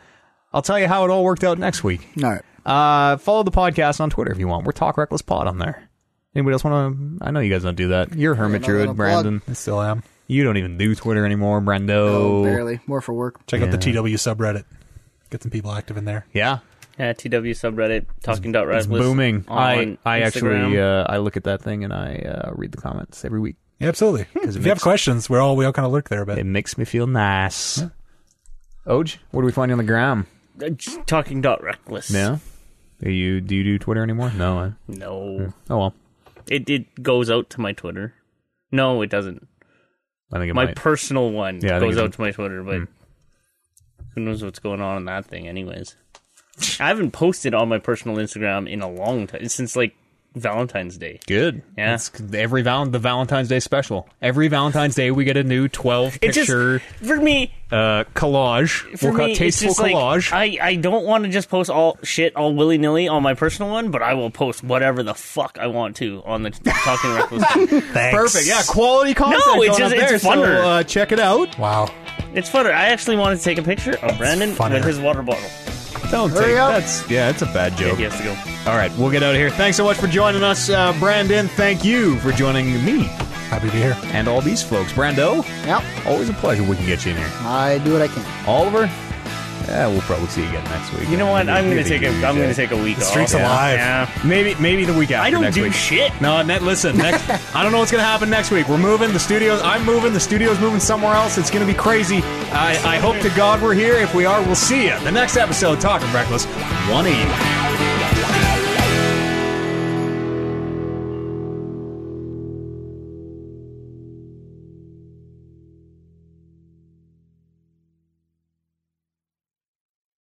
B: I'll tell you how it all worked out next week.
A: All right.
B: Uh, follow the podcast on Twitter if you want. We're Talk Reckless Pod on there. Anybody else want to? I know you guys don't do that. You're a hermit
A: no,
B: druid,
A: little plug.
B: Brandon.
D: I still am.
B: You don't even do Twitter anymore, Brando.
A: Oh, barely. More for work.
D: Check out the TW subreddit. Get some people active in there.
B: Yeah,
C: Yeah, TW subreddit talking about
B: it's booming. I I actually
C: Instagram.
B: uh, I look at that thing and I uh, read the comments every week.
D: Yeah, absolutely. If you have questions, we're all we all kind of lurk there a bit.
B: It makes me feel nice. Oj, what do we find on the gram?
C: Uh, just talking dot reckless.
B: Yeah. Are you do you do Twitter anymore? No. eh?
C: No,
B: Oh well.
C: it it goes out to my Twitter. No, it doesn't.
B: I think it
C: My
B: might.
C: personal one
B: Yeah, I think Hmm.
C: goes
B: it
C: out to my Twitter, but who knows what's going on in that thing, anyways. I haven't posted on my personal Instagram in a long time since like Valentine's Day.
B: Good.
C: Yeah.
B: It's every val- the Valentine's Day special. Every Valentine's Day we get a new 12
C: It just
B: picture
C: for me,
B: uh, collage.
C: for
B: we'll call it
C: me, it's
B: tasteful
C: just like
B: collage.
C: I, I don't want to just post all shit all willy nilly on my personal one, but I will post whatever the fuck I want to on the talking reckless. one.
D: Thanks.
B: Perfect. Yeah, quality content.
C: it's
B: going
C: just-
B: up there,
C: it's
B: so,
C: funner.
B: uh, check it out.
D: Wow.
C: It's funner. I actually wanted to take a picture of Brandon
D: funner.
C: with his water bottle.
B: Don't
A: Hurry
B: take
A: up.
B: that's yeah, it's a bad joke.
C: He has to go.
B: All right, we'll get out of here. Thanks so much for joining us, uh, Brandon. Thank you for joining me
D: Happy to be here.
B: and all these folks. Brando,
A: Yep.
B: always a pleasure. We can get you in here.
A: I do what I can.
B: Oliver, yeah, we'll probably see you again next week.
C: You know what? I'm gonna
B: Maybe
C: take a
B: Tuesday.
C: I'm gonna take a week. The
D: streak's
C: off.
D: alive.
C: Yeah.
B: Maybe maybe the week after.
C: I don't
B: next
C: do
B: week.
C: shit.
B: No, net. Listen, next, I don't know what's gonna happen next week. We're moving. The studios. I'm moving. The studio's moving somewhere else. It's gonna be crazy. I, I hope to God we're here. If we are, we'll see you. The next episode, Talking Reckless, one eighty.